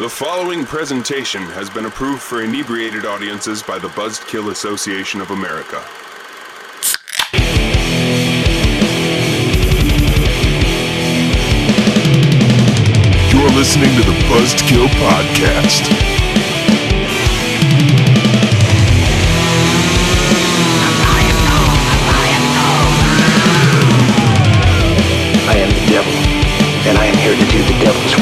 The following presentation has been approved for inebriated audiences by the Buzzkill Association of America. You're listening to the Buzzkill Podcast. I am the devil, and I am here to do the devil's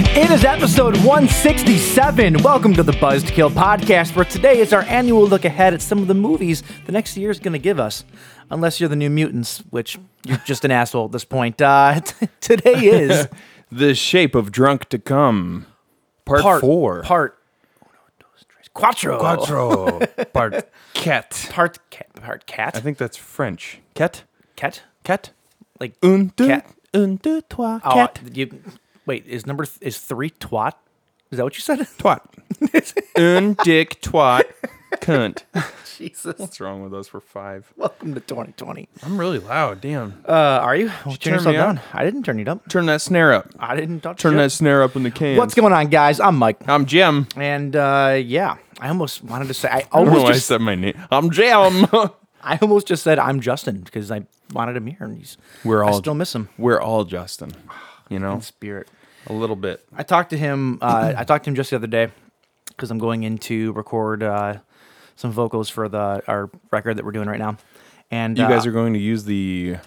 work. It is episode 167. Welcome to the Buzzkill Podcast, where today is our annual look ahead at some of the movies the next year is going to give us, unless you're the New Mutants, which you're just an asshole at this point. Uh, t- today is The Shape of Drunk to Come, Part, part Four. Part quattro. Quattro. part Cat. Part cat. Part cat. I think that's French. Cat. cat. Cat. Like Un deux. Cat. Un deux trois. oh, cat. You, wait, is number th- is three twat? Is that what you said? Twat. un dick twat. Cunt. Jesus. What's wrong with us? We're five. Welcome to 2020. I'm really loud. Damn. Uh, are you? Well, turn turn yourself me up? down. I didn't turn you up. Turn that snare up. I didn't touch Turn you. that snare up in the can. What's going on, guys? I'm Mike. I'm Jim. And uh, yeah, I almost wanted to say I I don't know almost why I just, said my name. I'm Jim. I almost just said I'm Justin because I wanted him here, and he's We're I all- still miss him We're all Justin. You know, in spirit. a little bit. I talked to him. Uh, I talked to him just the other day because I'm going in to record uh, some vocals for the our record that we're doing right now. And You uh, guys are going to use the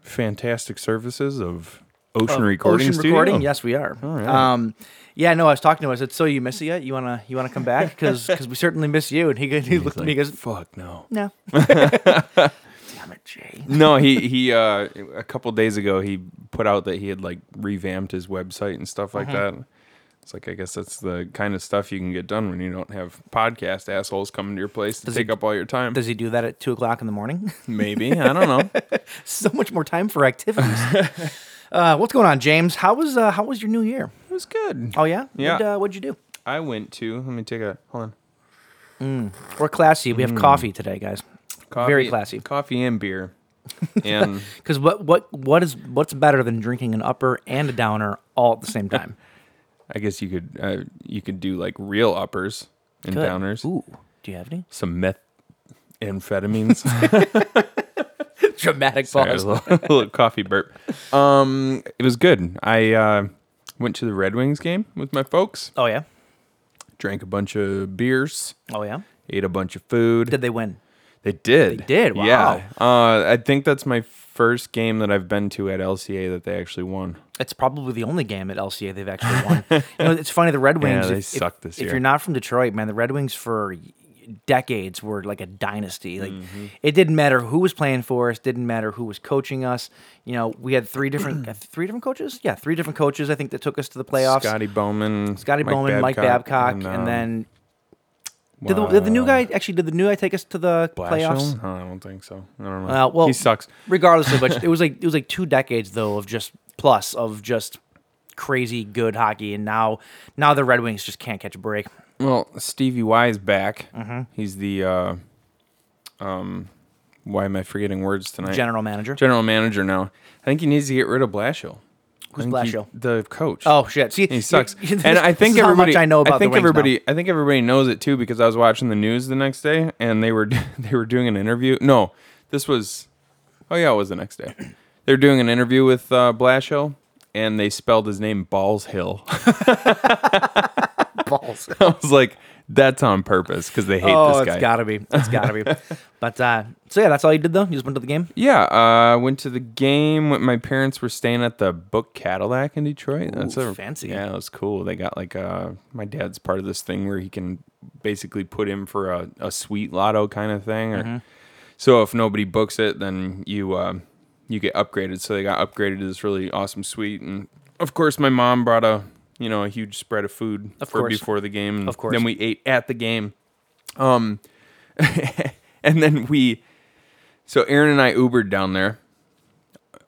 fantastic services of Ocean Recording ocean Studio. Oh, recording. Yes, we are. Um, yeah, no, I was talking to him. I said, "So you miss it yet? You wanna you wanna come back? Because we certainly miss you." And he, he looked at me. He goes, Fuck no. "No." Damn it, Jay. No, he he. Uh, a couple days ago, he put out that he had like revamped his website and stuff like that. It's like I guess that's the kind of stuff you can get done when you don't have podcast assholes coming to your place to Does he- take up all your time. Does he do that at two o'clock in the morning? Maybe I don't know. so much more time for activities. uh, what's going on, James? How was uh, how was your New Year? It was good. Oh yeah, Yeah. What, uh, what'd you do? I went to. Let me take a hold on. We're classy. We have coffee today, guys. Coffee, Very classy. Coffee and beer. And Because what what what is what's better than drinking an upper and a downer all at the same time? I guess you could uh, you could do like real uppers and Good. downers. Ooh, do you have any some methamphetamines. dramatic Sorry, a pause? little, a little coffee burp. Um, it was good. I uh, went to the Red Wings game with my folks. Oh yeah, Drank a bunch of beers. oh yeah. Ate a bunch of food. Did they win? they did. They did, Yeah. Uh, I think that's my first game that I've been to at LCA that they actually won. It's probably the only game at LCA they've actually won. you know, it's funny the Red Wings. they if, if- suck this If year. you're not from Detroit, man, the Red Wings for decades were like a dynasty. Like Mm-hmm. it didn't matter who was playing for us, didn't matter who was coaching us. You know, we had three different, uh, three different coaches. Yeah, three different coaches. I think that took us to the playoffs. Scotty Bowman. Scotty Bowman, Mike Babcock, and, um, then did the, did the new guy actually did the new guy take us to the Blashill? playoffs? No, I don't think so. I don't know. Uh, well, he sucks. Regardless of which, it was like it was like two decades though of just plus of just crazy good hockey, and now now the Red Wings just can't catch a break. Well, Stevie Y is back. Mm-hmm. He's the uh, um, why am I forgetting words tonight? General manager. General manager now. I think he needs to get rid of Blashill. I Who's think he- Blashill? the coach. oh shit! See, he sucks. you- this- and I this think is how everybody. much I know about the think Wings now. everybody. I think everybody knows it too because I was watching the news the next day and they were they were doing an interview. No, this was. Oh yeah, it was the next day. They were doing an interview with uh, Blashill and they spelled his name Balls Hill. Balls. I was like, that's on purpose because they hate Oh, this guy. it's gotta be. It's gotta be. But uh, so yeah, that's all you did though. You just went to the game. Yeah, uh, went to the game. when My parents were staying at the Book Cadillac in Detroit. That's Ooh, a, fancy. Yeah, it was cool. They got like uh, my dad's part of this thing where he can basically put in for a, a sweet lotto kind of thing. Or, Mm-hmm. So if nobody books it, then you uh, you get upgraded. So they got upgraded to this really awesome suite, and of course, my mom brought a you know a huge spread of food Of for course. before the game. and Of course. Then we ate at the game. Um, and then we. So Aaron and I Ubered down there.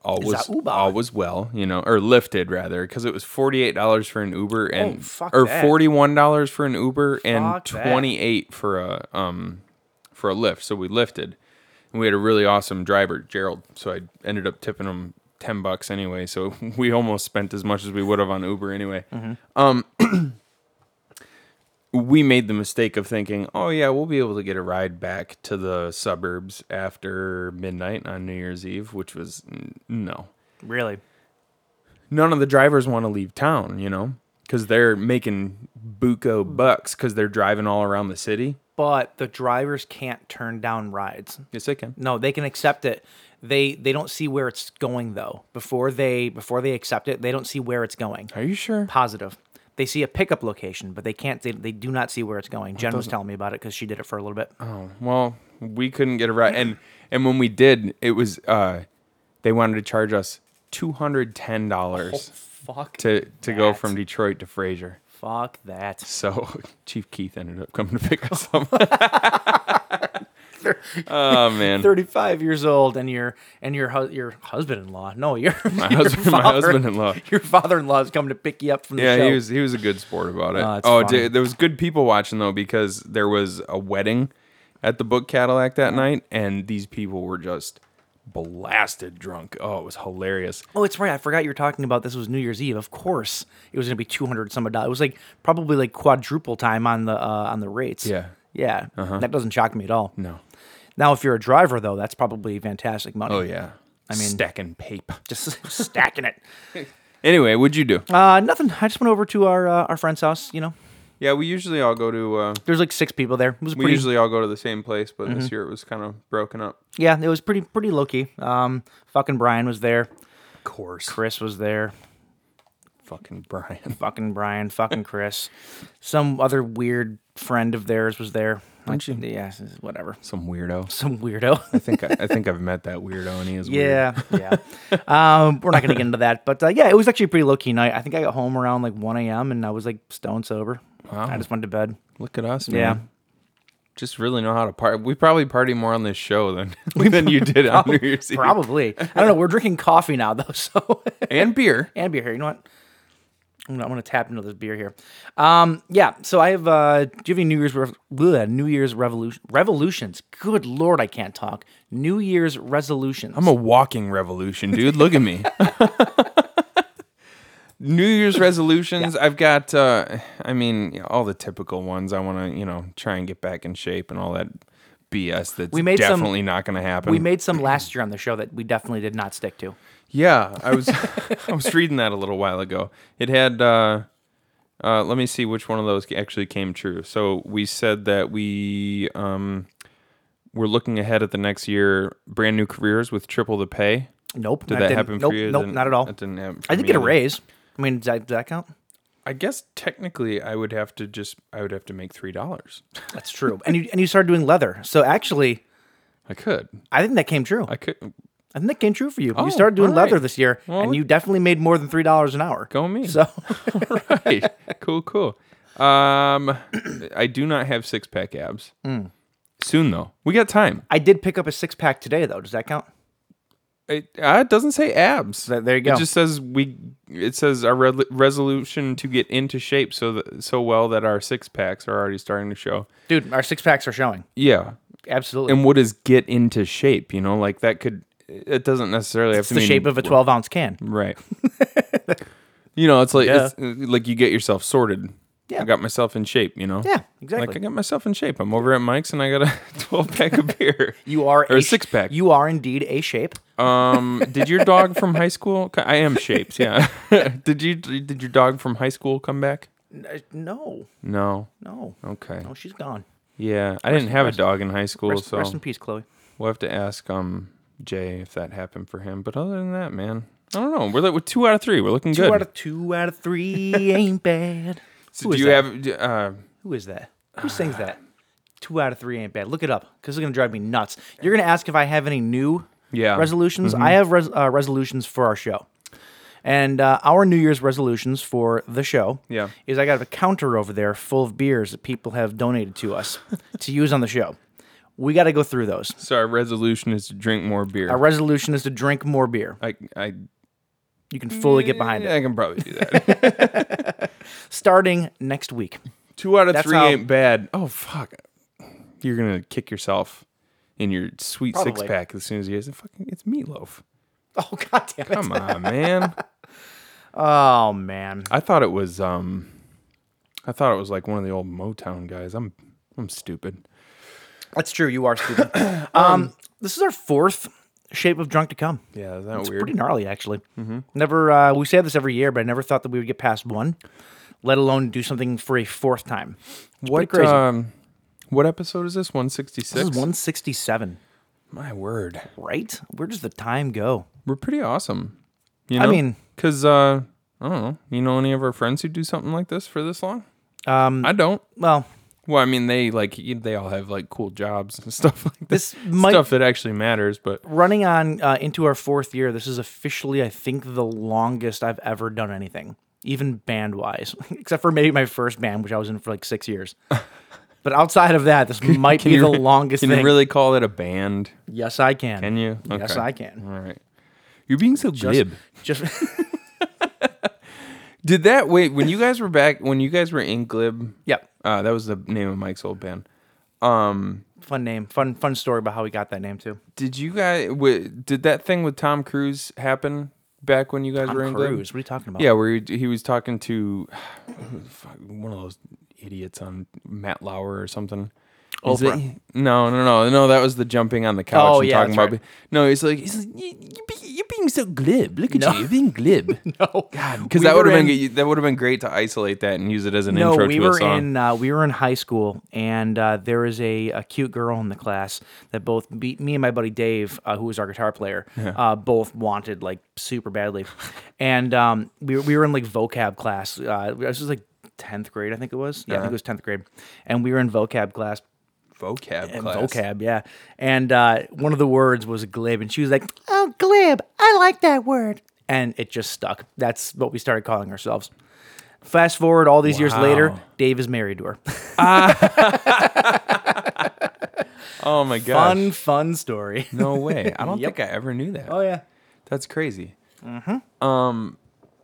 All Is was that Uber? all was well, you know, or lifted rather, because it was forty eight dollars for an Uber and Oh, fuck or that. forty one dollars for an Uber and Fuck that. twenty eight for a um for a lift. So we lifted, and we had a really awesome driver, Gerald. So I ended up tipping him ten bucks anyway, so we almost spent as much as we would have on Uber anyway. Mm-hmm. Um, we made the mistake of thinking, oh yeah, we'll be able to get a ride back to the suburbs after midnight on New Year's Eve, which was n- no. Really? None of the drivers want to leave town, you know, because they're making buco bucks because they're driving all around the city. But the drivers can't turn down rides. Yes, they can. No, they can accept it. They they don't see where it's going though. Before they before they accept it, they don't see where it's going. Are you sure? Positive. They see a pickup location, but they can't. They, they do not see where it's going. Jen was telling me about it because she did it for a little bit. Well, we couldn't get a ride, and and when we did, it was uh, they wanted to charge us two hundred ten dollars fuck to to go that. from Detroit to Fraser. Fuck that. So Chief Keith ended up coming to pick us up. oh man, Thirty-five years old, and your and your hu- your husband-in-law. No, your my, husband- my husband-in-law. Your father-in-law is coming to pick you up from the yeah, show. he was he was a good sport about it. Oh, that's oh, fine. dude, there was good people watching though because there was a wedding at the Book Cadillac that night, and these people were just blasted drunk. Oh, it was hilarious. Oh, it's right. I forgot you were talking about this was New Year's Eve. Of course, it was going to be two hundred some odd dollars. It was like probably like quadruple time on the uh, on the rates. Yeah. Uh-huh. yeah. That doesn't shock me at all. No. Now, if you're a driver though, that's probably fantastic money. Oh yeah. I mean- stacking paper. just stacking it. Anyway, what'd you do? Uh, nothing. I just went over to our uh, our friend's house. You know, yeah, we usually all go to. Uh, there's like six people there. It was we pretty. Mm-hmm. usually all go to the same place, but this year it was kind of broken up. yeah, it was pretty pretty low key. Um, fucking Brian was there. Of course. Chris was there. Fucking Brian. Fucking Brian. Fucking Chris. Some other weird friend of theirs was there. Aren't you? Yeah, whatever. Some weirdo. Some weirdo. I think I, I think I've met that weirdo, and he is. Weird. Yeah, yeah. um, we're not gonna get into that, but uh, yeah, it was actually a pretty low key night. I think I got home around like 1 a.m. and I was like stone sober. I just went to bed. Look at us, man. Yeah. Just really know how to party. We probably party more on this show than than you did on New Year's Eve. Probably. I don't know. We're drinking coffee now though, so And beer. and beer here. You know what? I'm gonna, I'm gonna tap into this beer here. Um, yeah. So I have. Uh, do you have any New Year's rev- bleh, New Year's revolution revolutions? Good lord, I can't talk. New Year's resolutions. I'm a walking revolution, dude. Look at me. New Year's resolutions. I've got, uh, I mean, you know, all the typical ones. I want to, you know, try and get back in shape and all that BS that's We made some- definitely not going to happen. we made some last year on the show that we definitely did not stick to. yeah, I was, I was reading that a little while ago. It had, uh, uh, let me see which one of those actually came true. So we said that we, um, we're looking ahead at the next year, brand new careers with triple the pay. Nope. Did that, didn't- happen nope, for you? Nope. Didn't- Not at all. That didn't happen. for I did me get a either. raise. I mean, does that, does that count? I guess technically, I would have to just I would have to make three dollars. That's true. and you and you started doing leather. So actually, I could. I think that came true. I I, could. think that came true for you. Oh, you started doing all right. leather this year, Well, and you definitely made more than three dollars an hour. Go me. So Hey, cool, cool. Um, I do not have six pack abs. Hmm. Soon though, we got time. I did pick up a six pack today, though. Does that count? It, uh, it doesn't say abs. Th- there you go. It just says we. It says our re- resolution to get into shape so that, so well that our six packs are already starting to show. Dude, our six packs are showing. Yeah, Absolutely. and what is get into shape? You know, like that could. It doesn't necessarily have it's to the mean shape of a twelve ounce can. Right. you know, it's like Yeah. it's, uh, like you get yourself sorted. Yeah. I got myself in shape, you know? Yeah, exactly. Like uh, I got myself in shape. I'm over at Mike's and I got a 12 pack of beer. You are or a a sh- six pack. You You are indeed a shape. um did your dog from high school co- I am shapes, yeah. did you did your dog from high school come back? Uh, No, No. no, Okay. no. She's gone. Yeah, I didn't have a dog in high school, Rest, so rest in peace, Chloe. we'll have to ask um Jay if that happened for him. But other than that, man, I don't know. We're like with two out of three. We're looking Two good. out of two out of three ain't bad. so Who do is you that? have d- uh Who is that? Who sings that? Two out of three ain't bad. Look it up because it's gonna drive me nuts. You're gonna ask if I have any new Yeah. resolutions. I have res- uh, resolutions for our show, and uh, our New Year's resolutions for the show. Yeah. is I got a counter over there full of beers that people have donated to us to use on the show. We got to go through those. So our resolution is to drink more beer. Our resolution is to drink more beer. I I You can fully get behind it I can probably do that. starting next week. Two out of That's three how- ain't bad. Oh fuck, you're gonna kick yourself in your sweet Probably. six pack as soon as you. It's fucking it's meatloaf. Oh god damn it! Come on, man. Oh man, I thought it was um I thought it was like one of the old Motown guys. I'm I'm stupid. that's true. You are stupid. um, this is our fourth shape of drunk to come. Yeah, is that It's weird? Mm-hmm. pretty gnarly, actually. Never, uh, we say this every year, but I never thought that we would get past one, let alone do something for a fourth time. It's what pretty crazy? um what episode is this? 166. this is 167, My word. right? Where does the time go? We're pretty awesome. You I know? mean- cuz uh I don't know. You know any of our friends who do something like this for this long? Um I don't. Well, Well, I mean, they like y- they all have like cool jobs and stuff like This this. might- stuff that actually matters, but running on uh, into our fourth year, this is officially, I think, the longest I've ever done anything, even band wise, except for maybe my first band, which I was in for like six years. but outside of that, this might be the re- longest Can thing. you really call it a band? Yes, I can. Can you? Yes, Okay. I can. All right, you're being so glib. Just Did that wait when you guys were back when you guys were in glib? Yep. uh, that was the name of Mike's old band. fun name, fun fun story about how we got that name too. Did you guys? W- did that thing with Tom Cruise happen back when you guys Tom were in glib? Cruise. What are you talking about? Yeah, where he, he was talking to fuck, one of those idiots on Matt Lauer or something. He's Oprah. like- no, no, no, no. That was the jumping on the couch Oh, and yeah, talking that's about. right. No, he's like, he's like, you, you be, you're being so glib. Look at No. you, you're being glib. No. God, Because that would have been that would have been great to isolate that and use it as an No, intro we to were a song. in uh, we were in high school, and uh, there was a, a cute girl in the class that both beat me and my buddy Dave, uh, who was our guitar player, uh, both wanted like super badly, and um, we were- we were in like vocab class. Uh, this was like tenth grade, I think it was. Yeah, I think it was tenth grade, and we were in vocab class. vocab and class. vocab, yeah. And uh, one of the words was glib, and she was like, "Oh, glib, I like that word," and it just stuck. That's what we started calling ourselves. Fast forward all these years later, Wow. Dave is married to her. Oh my god. fun, fun story. No way. I don't Yep. Oh, think I ever knew that. yeah, That's crazy. Um,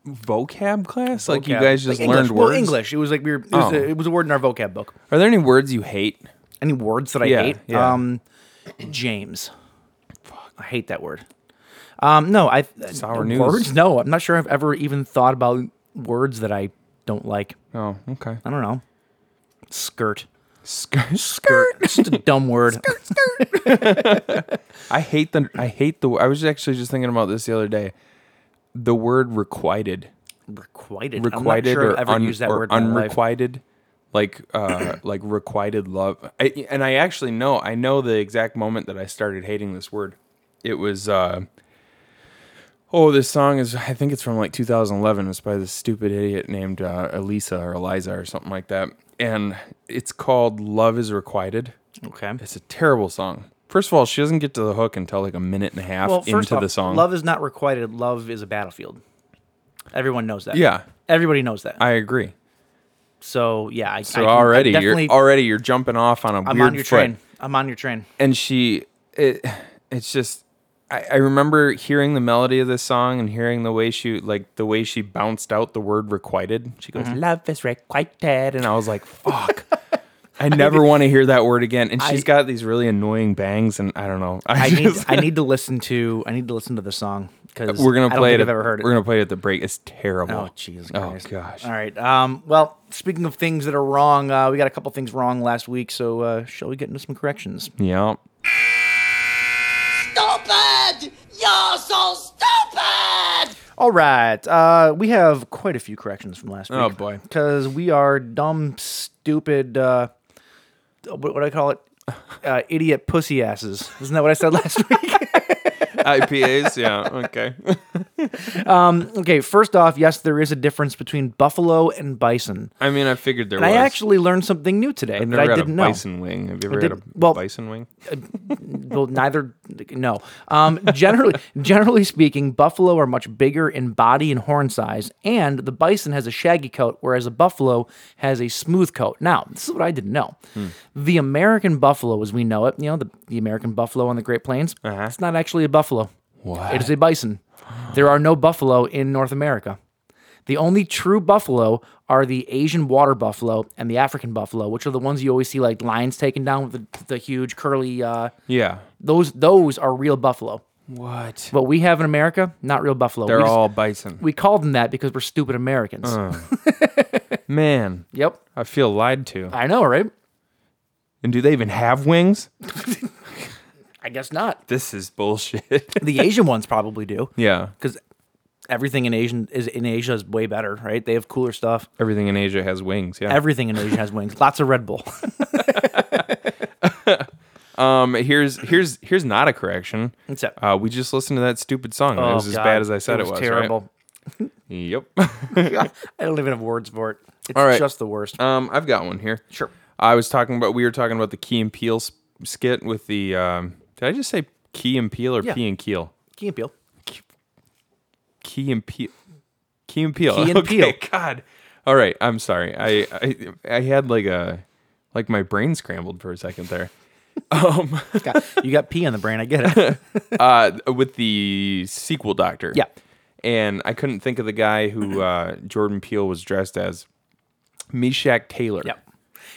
vocab class. Like you Mm-hmm. Vocab. guys just Like learned English. words. Well, English. It was like we were. It was, Oh. a, it was a word in our vocab book. Are there any words you hate? Any words that I Yeah, hate? yeah. Um, James. I hate that word. Um, no, I Sour words? news. No, I'm not sure I've ever even thought about words that I don't like. Oh, okay. I don't know. Skirt. Skirt. Skirt. It's just a dumb word. I hate the. I hate the. I was actually just thinking about this the other day. The word requited, Requited. I'm requited not sure or, I've ever un- used that or word in my life. unrequited, like uh, like requited love. I, and I actually know. I know the exact moment that I started hating this word. It was. Uh, Oh, this song is, I think it's from like 2011. It's by this stupid idiot named uh, Elisa or Eliza or something like that. And it's called Love is Requited. Okay. It's a terrible song. First of all, she doesn't get to the hook until like a minute and a half Well, first into off, the song. love is not requited. Love is a battlefield. Everyone knows that. yeah, Everybody knows that. I agree. so yeah, I, So I can- I already you're definitely. already you're jumping off on a I'm weird on your foot. train. I'm on your train. And she, it, it's just. I, I remember hearing the melody of this song and hearing the way she like the way she bounced out the word requited. She goes, Mm-hmm. "Love is requited," and I was like, "Fuck." I never want to hear that word again. And she's got these really annoying bangs, and I don't know. I need just- I need to listen to I need to listen to the song because we're gonna I don't play think it. I've at- ever heard it. We're gonna play it at the break. It's terrible. Oh Jesus Christ! Oh gosh. All right. Um, well, speaking of things that are wrong, uh, we got a couple things wrong last week. So uh, shall we get into some corrections? Yeah. stupid! You're so stupid! All right. Uh, we have quite a few corrections from last week. Oh, boy. Because we are dumb, stupid. Uh, what, what do I call it? Uh, idiot pussy asses. Isn't that what I said last week? IPAs. Yeah. Okay. okay. First off, yes, there is a difference between buffalo and bison. I mean, I figured there And was. I actually learned something new today I've that never I had didn't a know. bison wing. Have you ever had a did- well- bison wing? well, neither. No. Um, generally, generally speaking, buffalo are much bigger in body and horn size, and the bison has a shaggy coat, whereas a buffalo has a smooth coat. Now, this is what I didn't know. The American buffalo, as we know it, you know, the, the American buffalo on the Great Plains, Uh-huh. it's not actually a buffalo. It is a bison. There are no buffalo in North America. The only true buffalo are the Asian water buffalo and the African buffalo, which are the ones you always see like lions taken down with the, the huge curly uh, Yeah. those those are real buffalo. What? What we have in America, not real buffalo. They're we, just- all Uh. bison. we called them that because we're stupid Americans. Man, Yep. I feel lied to. I know, right? And do they even have wings? I guess not. This is bullshit. The Asian ones probably do yeah. because everything in Asian is in Asia is way better, right? They have cooler stuff. Everything in Asia has wings. Yeah. Everything in Asia has wings. Lots of Red Bull. um, here's here's here's not a correction. What's that? Uh, we just listened to that stupid song. it Oh, was as God. bad as I said it was. right? terrible. Yep. I don't even have words for it. It's All right. just the worst. Um, I've got one here. Sure. I was talking about we were talking about the Key and Peel s- skit with the. Um, did I just say Key and Peel or Yeah. Pee and Keel? Key and Peele. Key and Peel. Key and Peel. Key and okay, Peele. God. All right. I'm sorry. I, I I had like a like my brain scrambled for a second there. Got- you got pee on the brain. I get it. Uh, with the sequel Doctor. Yeah. And I couldn't think of the guy who uh, Jordan Peele was dressed as. Meshack Taylor. Yep.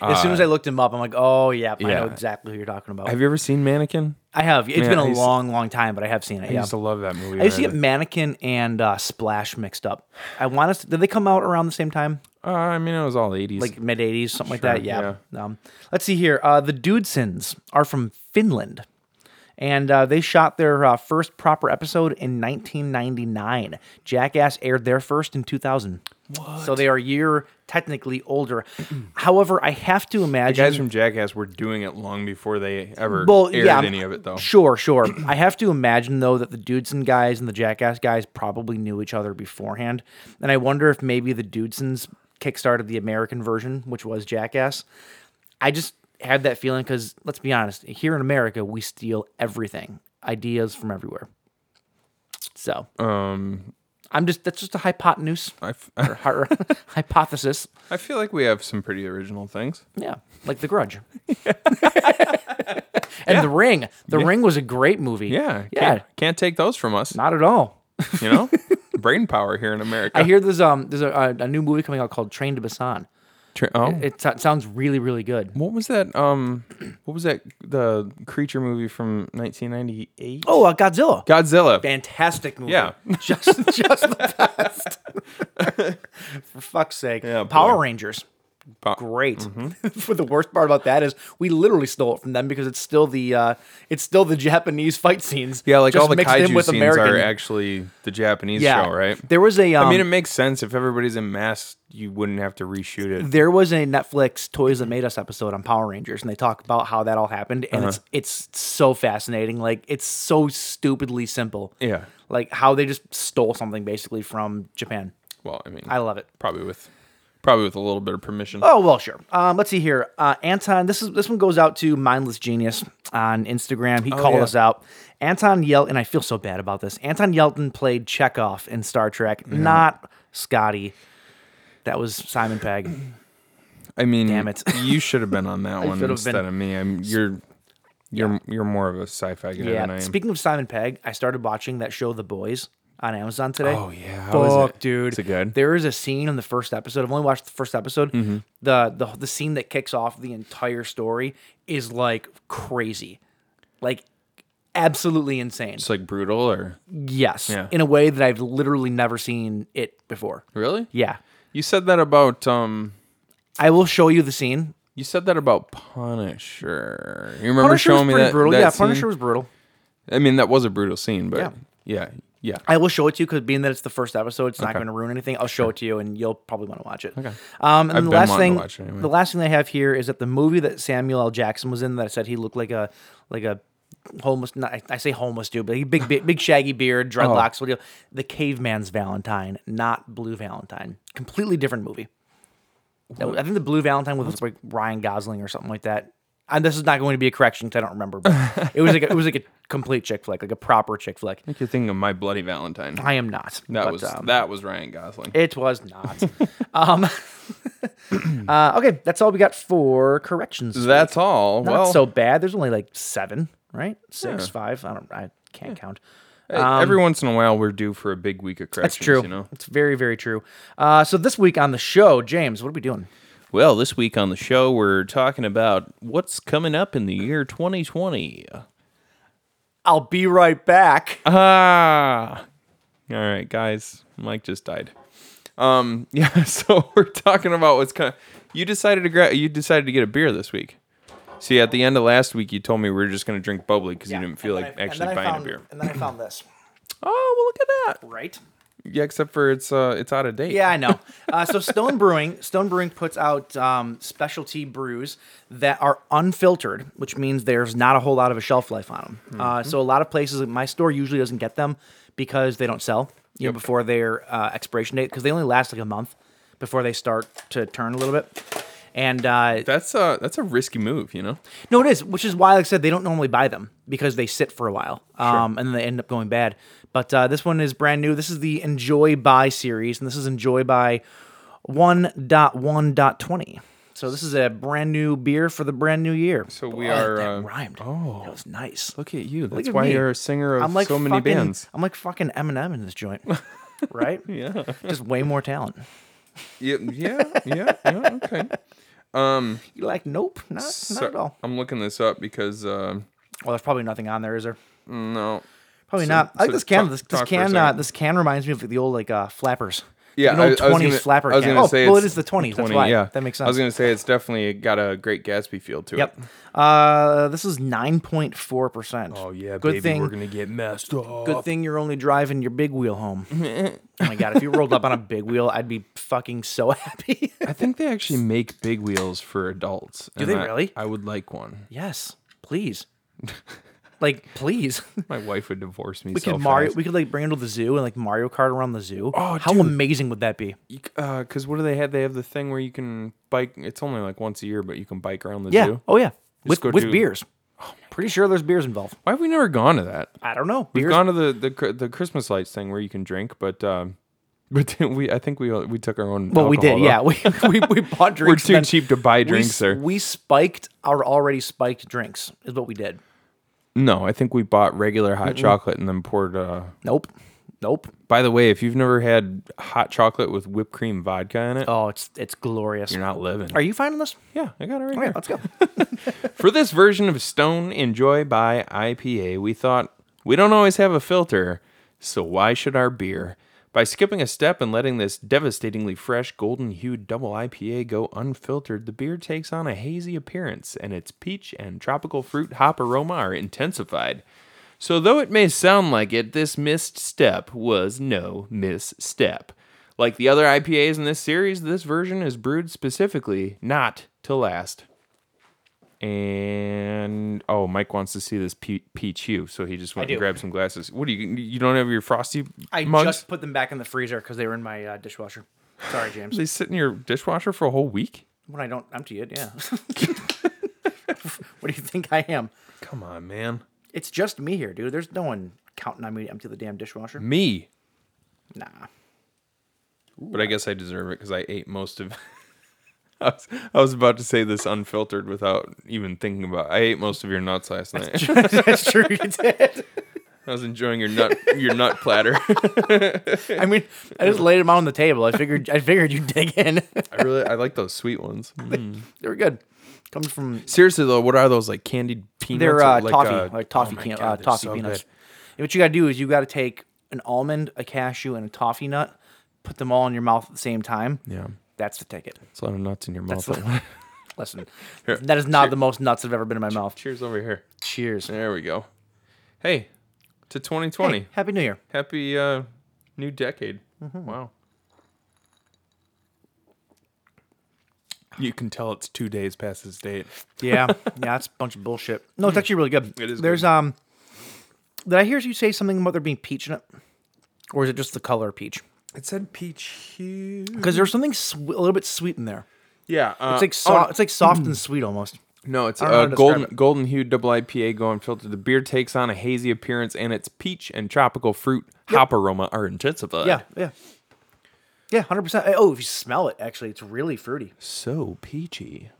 As soon as I looked him up, I'm like, oh yeah, I know Uh, yeah. exactly who you're talking about. Have you ever seen Mannequin? I have. It's Yeah, been a he's- long, long time, but I have seen it. I yeah. used to love that movie. I used to when get Mannequin and uh, Splash mixed up. I want us. Did they come out around the same time? Uh, I mean, it was all 80s. like mid 80s, something like that. Sure, Yeah. Um, let's see here. Uh, the Dudesons are from Finland, and uh, they shot their uh, first proper episode in 1999. Jackass aired their first in 2000. So they are a year technically older. However, I have to the guys imagine. from Jackass were doing it long before they ever Well, aired yeah, I'm- any of it, though. Sure, sure. I have to imagine though that the Dudesen guys and the Jackass guys probably knew each other beforehand, and I wonder if maybe the Dudesons kickstarted the American version, which was Jackass. I just had that feeling because let's be honest, here in America, we steal everything, ideas from everywhere. So, um, I'm just that's just a hypotenuse, I, f- or hypothesis. I feel like we have some pretty original things. Yeah, like The Grudge. and The Ring. The Ring was a great movie. Yeah. Yeah. Can't, can't take those from us, Not at all. you know? Brain power here in America. I hear there's um there's a, a, a new movie coming out called Train to Busan. Tra- oh. It so- sounds really really good. what was that? Um, what was that? The creature movie from 1998? Oh, uh, Godzilla. Godzilla. Fantastic movie. Yeah. just just the best. For fuck's sake. Yeah, boy. mm-hmm. Power Rangers. Pa- Great. For the worst part about that is we literally stole it from them because it's still the uh, it's still the Japanese fight scenes. Yeah, like just all the mixed in kaiju scenes are actually the Japanese show, right? There was a um, I mean, it makes sense. If everybody's in masks, you wouldn't have to reshoot it. there was a Netflix Toys That Made Us episode on Power Rangers, and they talk about how that all happened, and Uh-huh. it's it's so fascinating. Like it's so stupidly simple. Yeah. Like how they just stole something basically from Japan. Well, I mean, I love it. probably with probably with a little bit of permission. Oh well, sure. Um, let's see here, uh, Anton. This is this one goes out to Mindless Genius on Instagram. He called Oh, yeah. us out. Anton Yelton, and I feel so bad about this. Anton Yelton played Chekhov in Star Trek, Mm-hmm. not Scotty. That was Simon Pegg. I mean, Damn it. you should have been on that one should have instead been. of me. I'm you're you're you're more of a sci-fi guy than I Yeah. am. Speaking of Simon Pegg, I started watching that show The Boys on Amazon today. Oh, yeah. How is Fuck, it? dude. Is it good? Mm-hmm. There is a scene in the first episode. I've only watched the first episode. The, the the scene that kicks off the entire story is like crazy. Like absolutely insane. it's like brutal or yes. Yeah. In a way that I've literally never seen it before. really? Yeah. You said that about um. I will show you the scene. You said that about Punisher. You remember Punisher was showing me pretty that? brutal. that yeah, scene? Punisher was brutal. I mean, that was a brutal scene, but Yeah. yeah, yeah, yeah. I will show it to you because being that it's the first episode, it's not going to ruin anything. I'll show it to you, and you'll probably want to watch it. Okay. Um, and I've the been last wanting to thing, watch it anyway. the last thing I have here is that the movie that Samuel L. Jackson was in that I said he looked like a like a homeless. Not, I, I say homeless dude, but he big big, big shaggy beard, Oh. dreadlocks. What do you? The Caveman's Valentine, not Blue Valentine. Completely different movie. That- I think the Blue Valentine was like Ryan Gosling or something like that. And this is not going to be a correction because I don't remember. But it was like a, it was like a complete chick flick, like a proper chick flick. You're thinking of My Bloody Valentine. I am not. that but, was um, that was Ryan Gosling. it was not. um, uh, okay, that's all we got for corrections. That's all. not well, e, so bad. There's only like seven, right? Six, five. I don't. I can't count. hey, every once in a while, we're due for a big week of corrections. um, That's true. You know. It's very, very true. Uh, so this week on the show, James, what are we doing? Well, this week on the show, we're talking about what's coming up in the year 2020. I'll be right back. Ah. All right, guys. Mike just died. Um, yeah, so we're talking about what's kind of you decided to grab you decided to get a beer this week. See, at the end of last week you told me we were just gonna drink bubbly because you didn't feel like actually buying a beer. And then I found this. Oh well look at that. Right? Yeah, except for it's uh it's out of date. Yeah, I know. Uh, so Stone Brewing, Stone Brewing puts out um, specialty brews that are unfiltered, which means there's not a whole lot of a shelf life on them. Uh, so a lot of places, like my store usually doesn't get them because they don't sell you know, before their uh, expiration date because they only last like a month before they start to turn a little bit. And uh, That's uh that's a risky move, you know? No, it is, which is why, like I said, they don't normally buy them because they sit for a while, um, and then they end up going bad. But uh, this one is brand new. This is the Enjoy By series, and this is Enjoy By 1.1.20. So this is a brand new beer for the brand new year. So we Boy, are, that uh, rhymed. Oh, that was nice. Look at you. That's at why me. you're a singer of so many fucking- bands. I'm like fucking Eminem in this joint, right? yeah, just way more talent. Yeah, yeah, yeah, yeah, okay. You like? Nope, not So- not at all. I'm looking this up because um Well, there's probably nothing on there, is there? no. Probably So- not. I like so this can. talk- this this talk for a can. Uh, second. this can reminds me of the old like uh, flappers. Yeah, an old I- I was twenties gonna- flapper I was can. gonna Oh, say well, it it's is the twenties. That's 20, why. Yeah, That makes I was sense. gonna say it's definitely got a Great Gatsby feel to it. Yep. Uh, this is nine point four percent. Oh Good thing. get messed up. good thing you're only driving your big wheel home. oh my god! If you rolled up on a big wheel, I'd be fucking so happy. I think they actually make big wheels for adults. Do they really? I would like one. yes, please. Like, please. My wife would divorce me. We so could Mario. fast. We could like bring it to the zoo and like Mario Kart around the zoo. Oh, how dude. amazing would that be? You c- uh, cause what do they have? They have the thing where you can bike. It's only like once a year, but you can bike around the Yeah. zoo. Oh yeah. With go with do- Oh, beers. Pretty sure there's beers involved. Why have we never gone to that? I don't know. We've Beers- gone to the, the cr- the Christmas lights thing where you can drink, but um, but we I think we we took our own. Well, we did. alcohol, Yeah, though. we, we, we bought We're drinks. too then cheap to buy we drinks s- there. We spiked our already spiked drinks. Is what we did. No, I think we bought regular hot chocolate and then poured. Uh, Nope. Nope. by the way, if you've never had hot chocolate with whipped cream vodka in it, Oh, it's it's glorious. you're not living. Are you finding this? yeah, I got it right Okay, here. let's go. For this version of Stone Enjoy by IPA, we thought we don't always have a filter, so why should our beer? By skipping a step and letting this devastatingly fresh, golden hued double IPA go unfiltered, the beer takes on a hazy appearance, and its peach and tropical fruit hop aroma are intensified. So, though it may sound like it, this missed step was no misstep. Like the other IPAs in this series, this version is brewed specifically not to last. And oh, Mike wants to see this pe- peach hue, so he just went do. and grabbed some glasses. What do you? You don't have your frosty I mugs? just put them back in the freezer because they were in my uh, dishwasher. Sorry, James. They sit in your dishwasher for a whole week? when I don't empty it, yeah. what do you think I am? Come on, man. It's just me here, dude. There's no one counting on me to empty the damn dishwasher. Me, Nah. but I guess I deserve it because I ate most of. I, was, I was about to say this unfiltered without even thinking about. I ate most of your nuts last night. That's true. You did. I was enjoying your nut your nut platter. I mean, I just laid them out on the table. I figured, I figured you'd dig in. I really I like those sweet ones. Mm. they were good. Comes from Seriously though, what are those like candied peanuts? they're or uh, like, toffee, uh, like toffee, oh my can- God, uh, they're toffee so peanuts. good. And what you gotta do is you gotta take an almond, a cashew, and a toffee nut, put them all in your mouth at the same time. Yeah, That's the ticket. it's a lot of nuts in your mouth. That's though. Listen, that is not the most nuts I've ever been in my mouth. Cheers over here. Cheers. There we go. Hey, to 2020. Hey, Mm-hmm. Happy New Year. Happy uh, new decade. Wow. You can tell it's two days past its date. Yeah, yeah, it's a bunch of bullshit. No, it's actually really good. Hmm. It is There's good. um, did I hear you say something about there being peach in it, or is it just the color peach? It said peach hue. Because there's something swe- a little bit sweet in there. Yeah, uh, mm. It's like so- it's like soft and sweet almost. No, it's I don't know how a to golden describe it. golden hued double IPA going filtered. The beer takes on a hazy appearance, and its peach and tropical fruit hop aroma are intensified. Yeah, yeah, yeah, hundred percent. Oh, if you smell it, actually, it's really fruity. so peachy.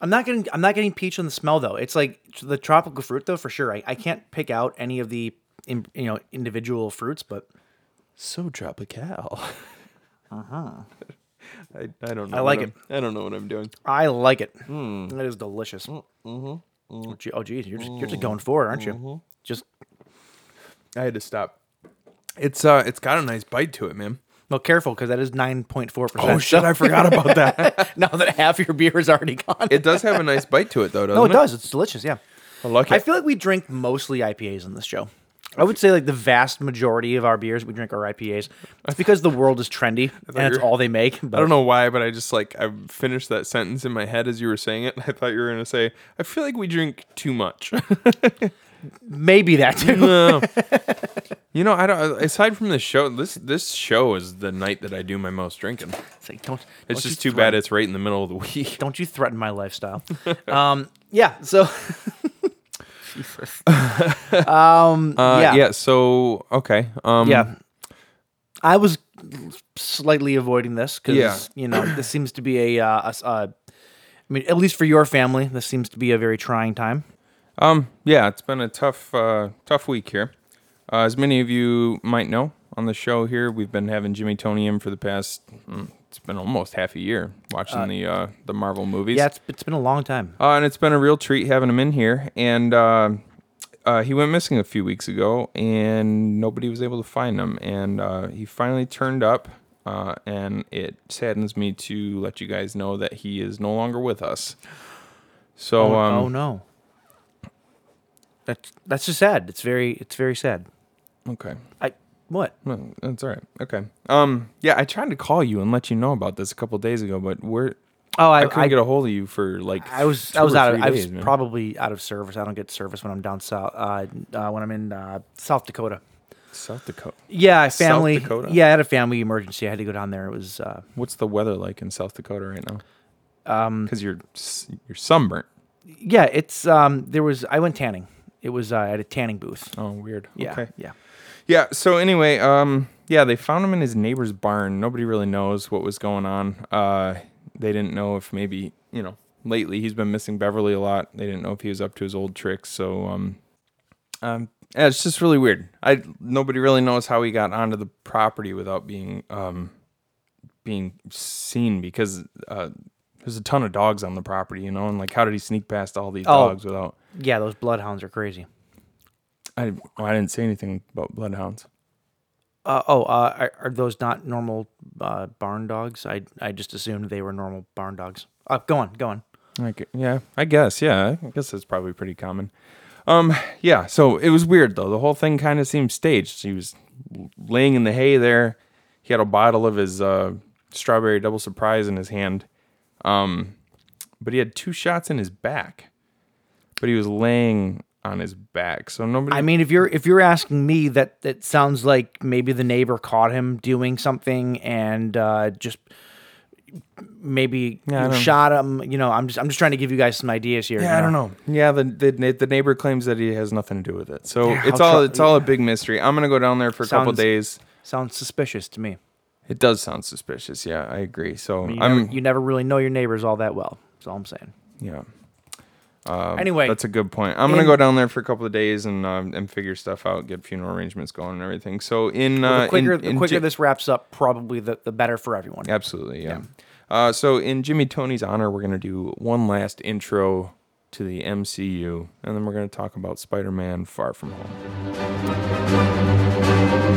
I'm not getting I'm not getting peach on the smell though. It's like the tropical fruit though for sure. I, I can't pick out any of the in, you know individual fruits, but So tropical. Uh huh. I, I don't know. Uh-huh. I what like I'm- I don't know what I'm doing. I like it. Mm. mm-hmm, Mm, That is delicious. Oh, gee- Oh geez, you're just, you're just going for it, aren't you? Just I had to stop. It's uh, it's got a nice bite to it, man. Well, careful because that is nine point four percent. Oh shit, I forgot about that. now that half your beer is already gone. It does have a nice bite to it, though, doesn't no, it? Oh, it does. It's delicious. Yeah. I like I it. feel like we drink mostly IPAs on this show. I would say like the vast majority of our beers we drink are IPAs. It's because the world is trendy and it's you're- all they make. But I don't know why, but I just like I finished that sentence in my head as you were saying it. and I thought you were gonna say, "I feel like we drink too much." Maybe that too. you know, I don't. Aside from this show, this this show is the night that I do my most drinking. It's like, don't. It's don't you just too threaten- bad it's right in the middle of the week. Don't you threaten my lifestyle? um, yeah. So. um. Uh, yeah. yeah. So okay. Um, Yeah. I was slightly avoiding this because Yeah. you know this seems to be a, uh, a s- uh, I mean, at least for your family, this seems to be a very trying time. Um, yeah, it's been a tough, uh, tough week here. Uh, as many of you might know, on the show here, we've been having Jimmy Tony in for the past. mm, It's been almost half a year watching the uh, the Marvel movies. Yeah, it's, it's been a long time. Uh, and it's been a real treat having him in here. And uh, uh, he went missing a few weeks ago, and nobody was able to find him. And uh, he finally turned up. Uh, and it saddens me to let you guys know that he is no longer with us. So, Oh, um, oh no. That's that's just sad. It's very it's very sad. okay. I what? No, that's all right. Okay. Um. Yeah, I tried to call you and let you know about this a couple days ago, but we're Oh, I, I couldn't I, get a hold of you for like. I was two I was or out of three I was days, man. probably out of service. I don't get service when I'm down south. Uh, uh, when I'm in uh, South Dakota. South Dakota. Yeah, family. Dakota? Yeah, I had a family emergency. I had to go down there. It was uh, What's the weather like in South Dakota right now? Um, because you're s- you're sunburnt. yeah. It's um there was I went tanning. It was uh, at a tanning booth. Oh, weird. Yeah, Okay. yeah. Yeah. So anyway, um, yeah, they found him in his neighbor's barn. Nobody really knows what was going on. Uh, they didn't know if maybe you know lately he's been missing Beverly a lot. They didn't know if he was up to his old tricks. So um, um, yeah, it's just really weird. I nobody really knows how he got onto the property without being um being seen because uh. There's a ton of dogs on the property, you know, and like, how did he sneak past all these Oh. dogs without? Yeah, those bloodhounds are crazy. I, well, I didn't say anything about bloodhounds. Uh, oh, uh, are, are those not normal uh, barn dogs? I I just assumed they were normal barn dogs. Uh, go on, go on. Like yeah, I guess yeah, I guess that's probably pretty common. Um, yeah. So it was weird though. The whole thing kind of seemed staged. He was laying in the hay there. He had a bottle of his uh, strawberry double surprise in his hand. Um, but he had two shots in his back. But he was laying on his back, so nobody. I mean, if you're if you're asking me, that that sounds like maybe the neighbor caught him doing something and uh, just maybe Yeah, I don't- shot him. You know, I'm just I'm just trying to give you guys some ideas here. Yeah, you I don't know. Yeah, the, the na- the neighbor claims that he has nothing to do with it. So Yeah, it's how all tru- it's all a big mystery. I'm gonna go down there for a couple Sounds- days. Sounds suspicious to me. It does sound suspicious. Yeah, I agree. So You I'm never, you never really know your neighbors all that well. That's all I'm saying. yeah. anyway, Um, That's a good point. I'm gonna in- go down there for a couple of days and um, and figure stuff out, get funeral arrangements going and everything. So in uh, the quicker in- the in quicker Ji- this wraps up, probably the, the better for everyone. absolutely yeah. Uh, so in Jimmy Tony's honor, we're gonna do one last intro to the MCU, and then we're gonna talk about Spider-Man: Far From Home.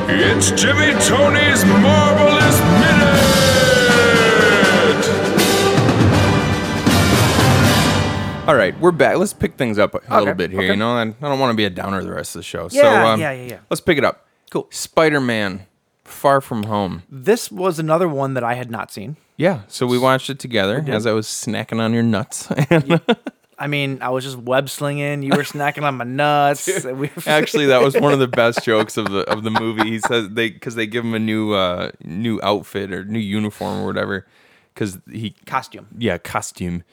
It's Jimmy Tony's Marvelous Minute! All right, we're back. Let's pick things up a little Okay, bit here. okay. You know, and I don't want to be a downer the rest of the show. so Yeah, um, yeah, yeah, yeah. Let's pick it up. Cool. Spider-Man: Far From Home. This was another one that I had not seen. Yeah, so we watched it together as I was snacking on your nuts. I mean, I was just web slinging. You were snacking on my nuts. and we- Actually, that was one of the best jokes of the of the movie. He says they because they give him a new uh, new outfit or new uniform or whatever because he costume. yeah costume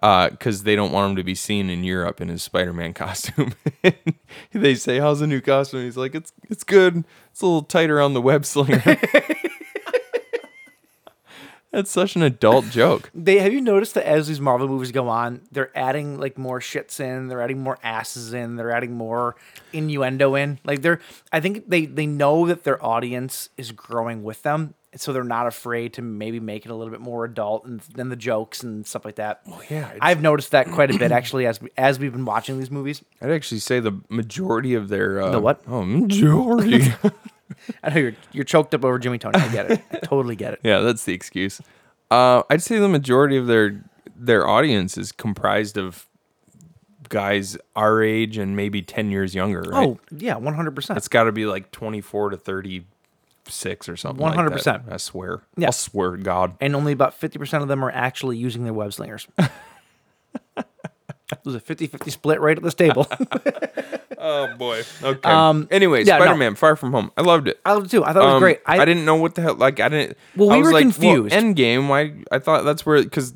because they don't want him to be seen in Europe in his Spider Man costume. they say how's the new costume? He's like it's it's good. It's a little tighter on the web slinger. That's such an adult joke. They have you noticed that as these Marvel movies go on, they're adding like more shits in, they're adding more asses in, they're adding more innuendo in. Like they're I think they they know that their audience is growing with them. so they're not afraid to maybe make it a little bit more adult and than the jokes and stuff like that. Oh, yeah, it's- I've noticed that quite a bit actually as we- as we've been watching these movies. I'd actually say the majority of their uh, The what? Oh, majority. I know you're you're choked up over Jimmy Tony. I get it. I totally get it. yeah, that's the excuse. Uh, I'd say the majority of their their audience is comprised of guys our age and maybe ten years younger. Right? Oh yeah, one hundred percent. It's got to be like 24 to 36 or something. like that. 100%. I swear. Yeah. I'll swear to God. And only about fifty percent of them are actually using their web slingers. There's a 50-50 split right at this table. Oh, boy. Okay. Um, anyway, yeah, no. Spider Man Far From Home. I loved it. I loved it too. I thought it was Um, great. I, didn't know what the hell. Like, I didn't. Well, I we was were like, confused. Well, Endgame. Why? I thought that's where because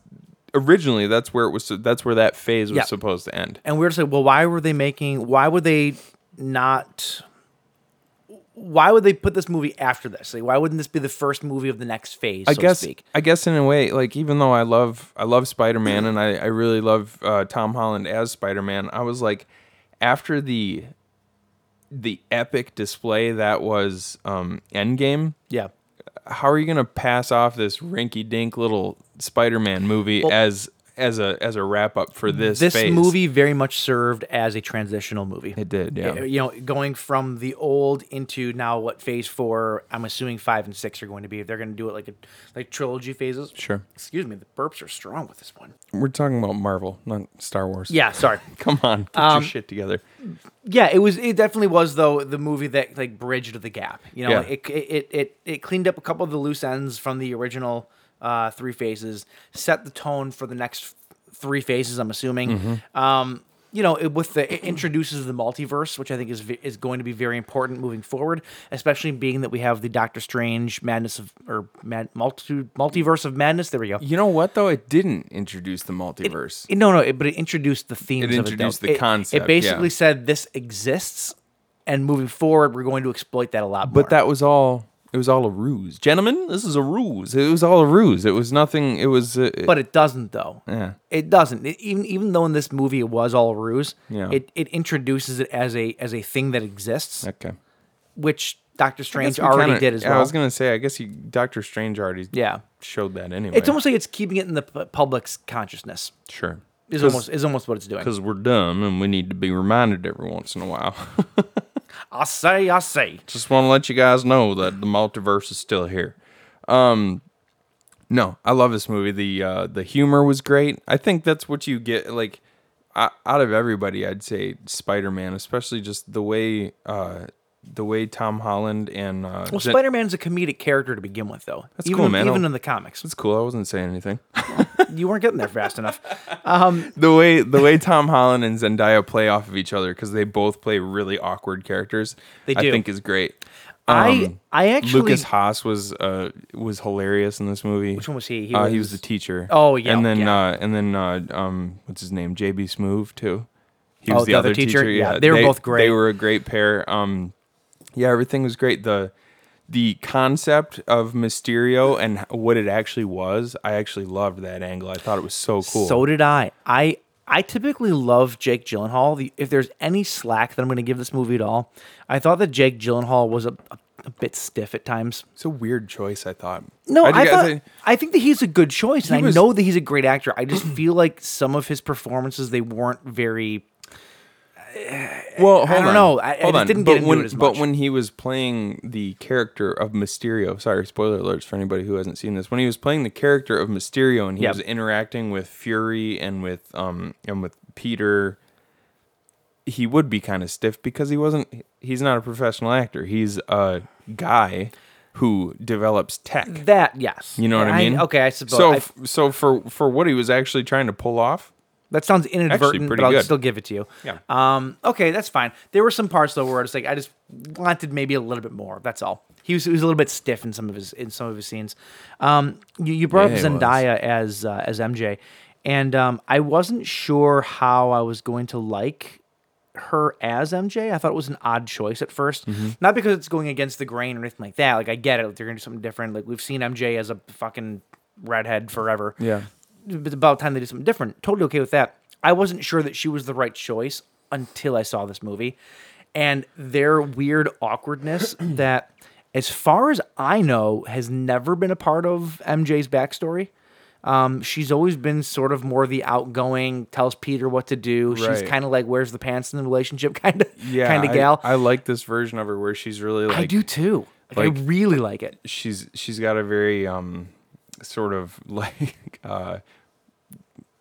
originally that's where it was. That's where that phase was Yeah. supposed to end. and we were just like, well, why were they making? Why would they not? Why would they put this movie after this? Like, why wouldn't this be the first movie of the next phase? I so guess. To speak? I guess in a way, like even though I love I love Spider Man and I I really love uh, Tom Holland as Spider Man, I was like, after the the epic display that was um, Endgame, Yeah. how are you gonna pass off this rinky dink little Spider Man movie as as a as a wrap up for this This phase? movie very much served as a transitional movie. It did, yeah. You know, going from the old into now what phase four? I'm assuming five and six are going to be. If they're going to do it like a like trilogy phases. Sure. Excuse me. The burps are strong with this one. We're talking about Marvel, not Star Wars. Yeah. Sorry. Come on, get your shit together. Yeah, it was. It definitely was though the movie that like bridged the gap. You know, Yeah. it, it it it cleaned up a couple of the loose ends from the original uh, three phases, set the tone for the next three phases. I'm assuming. Um, you know, it, with the it introduces the multiverse, which I think is ve- is going to be very important moving forward, especially being that we have the Doctor Strange Madness of or mad, multi, multiverse of madness. There we go. You know what though? It didn't introduce the multiverse. It- no, no, it, but it introduced the themes. of though. introduced the concept, It basically yeah. said this exists, and moving forward, we're going to exploit that a lot. more. but that was all. It was all a ruse, gentlemen. This is a ruse. It was all a ruse. It was nothing. It was. Uh, but it doesn't though. Yeah. It doesn't. It- even even though in this movie it was all a ruse, Yeah. it, it introduces it as a as a thing that exists, okay. which Doctor Strange Guess we already kinda- did as yeah, well. I was gonna say. I guess you, Doctor Strange already. Yeah. Showed that anyway. it's almost like it's keeping it in the pu- public's consciousness. sure. Is almost is almost what it's doing. because we're dumb and we need to be reminded every once in a while. I say, I say. Just want to let you guys know that the multiverse is still here. Um, no, I love this movie. The uh, the humor was great. I think that's what you get. Like o- out of everybody, I'd say Spider Man, especially just the way uh, the way Tom Holland and uh, Well, Jen- Spider Man's a comedic character to begin with, though. That's even, cool, man. Even I'll- in the comics, That's cool. I wasn't saying anything. you weren't getting there fast enough. the way the way Tom Holland and Zendaya play off of each other because they both play really awkward characters. They I do. think is great. I- I actually- Um, Lucas Haas was uh was hilarious in this movie. Which one was he? He He, uh, he was was- the teacher. Oh, yeah, and then yeah. uh, and then uh, um what's his name? JB Smoove too. He Oh, the other teacher? Yeah, they were both great. They were a great pair. Um, yeah, everything was great. The the concept of Mysterio and h- what it actually was, I actually loved that angle. I thought it was so cool. So did I. I I typically love Jake Gyllenhaal. The, if there's any slack that I'm going to give this movie at all, I thought that Jake Gyllenhaal was a, a, a bit stiff at times. It's a weird choice, I thought. No, I, do thought, guys- I think that he's a good choice, and He was- I know that he's a great actor. I just feel like some of his performances they weren't very. well, hold don't on. know. I- I hold just on. didn't but get into when, it as But much. when he was playing the character of Mysterio, sorry, spoiler alerts for anybody who hasn't seen this. When he was playing the character of Mysterio and he Yep. was interacting with Fury and with um and with Peter, he would be kind of stiff because he wasn't. He's not a professional actor. He's a guy who develops tech. That yes, you know what I, mean? okay, Mm. I suppose So, I- f- so for for what he was actually trying to pull off, that sounds inadvertent, but pretty I'll good. still give it to you. Yeah. Um. Okay, that's fine. There were some parts though where I was like, I just wanted maybe a little bit more. That's all. He was, he was a little bit stiff in some of his in some of his scenes. Um. You, you brought Yeah, up he was. Zendaya as uh, as MJ, and um, I wasn't sure how I was going to like her as MJ. I thought it was an odd choice at 1st not because it's going against the grain or anything like that. Like I get it. Like, they're gonna do something different. Like we've seen MJ as a fucking redhead forever Yeah. but about time they did something different. Totally okay with that. I wasn't sure that she was the right choice until I saw this movie, and their weird awkwardness that as far as I know, has never been a part of MJ's backstory. Um, she's always been sort of more the outgoing, tells Peter what to do. She's Right. kind of like wears the pants in the relationship kind of Yeah, kind of I- gal. I, like this version of her where she's really like I do too. Like, I like- really like it. she's she's got a very um sort of like uh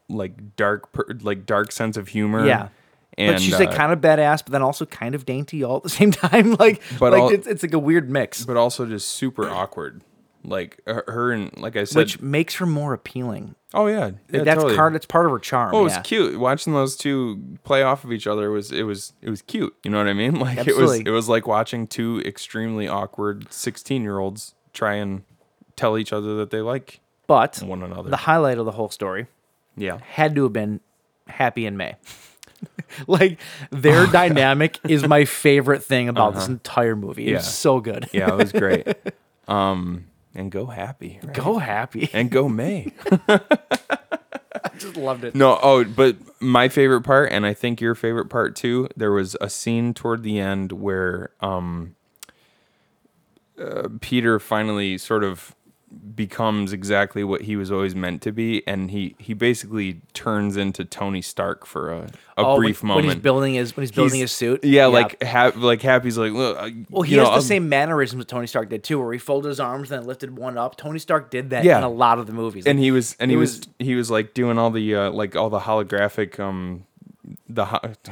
like dark per, like dark sense of humor. Yeah. And like she's uh, like kind of badass, but then also kind of dainty all at the same time. Like, But like all- it's, it's like a weird mix, but also just super awkward. Like her- her and like I said, which makes her more appealing. oh yeah, yeah, that's totally. part. That's part of her charm. Oh, it was yeah. cute watching those two play off of each other. Was it was it was cute? You know what I mean? Like Absolutely. it was it was like watching two extremely awkward sixteen year olds try and tell each other that they like. But one another. the highlight of the whole story Yeah, had to have been Happy and May. like their dynamic is my favorite thing about this entire movie. It's Uh-huh. Yeah. so good. yeah, it was great. um, and go happy, right? Go happy. and go May. Just loved it. No, oh, but my favorite part, and I think your favorite part too, there was a scene toward the end where um, uh, Peter finally sort of becomes exactly what he was always meant to be, and he he basically turns into Tony Stark for a, a Oh, when- brief moment. when he's building his when he's building He's- his suit. Yeah, like ha- like Happy's like, look, I- well, he you has know, um, the I'm- same mannerisms that Tony Stark did too, where he folded his arms and then lifted one up. Tony Stark did that Yeah. in a lot of the movies. and he was and It he was- was, he was like doing all the uh, like all the holographic um the ho- the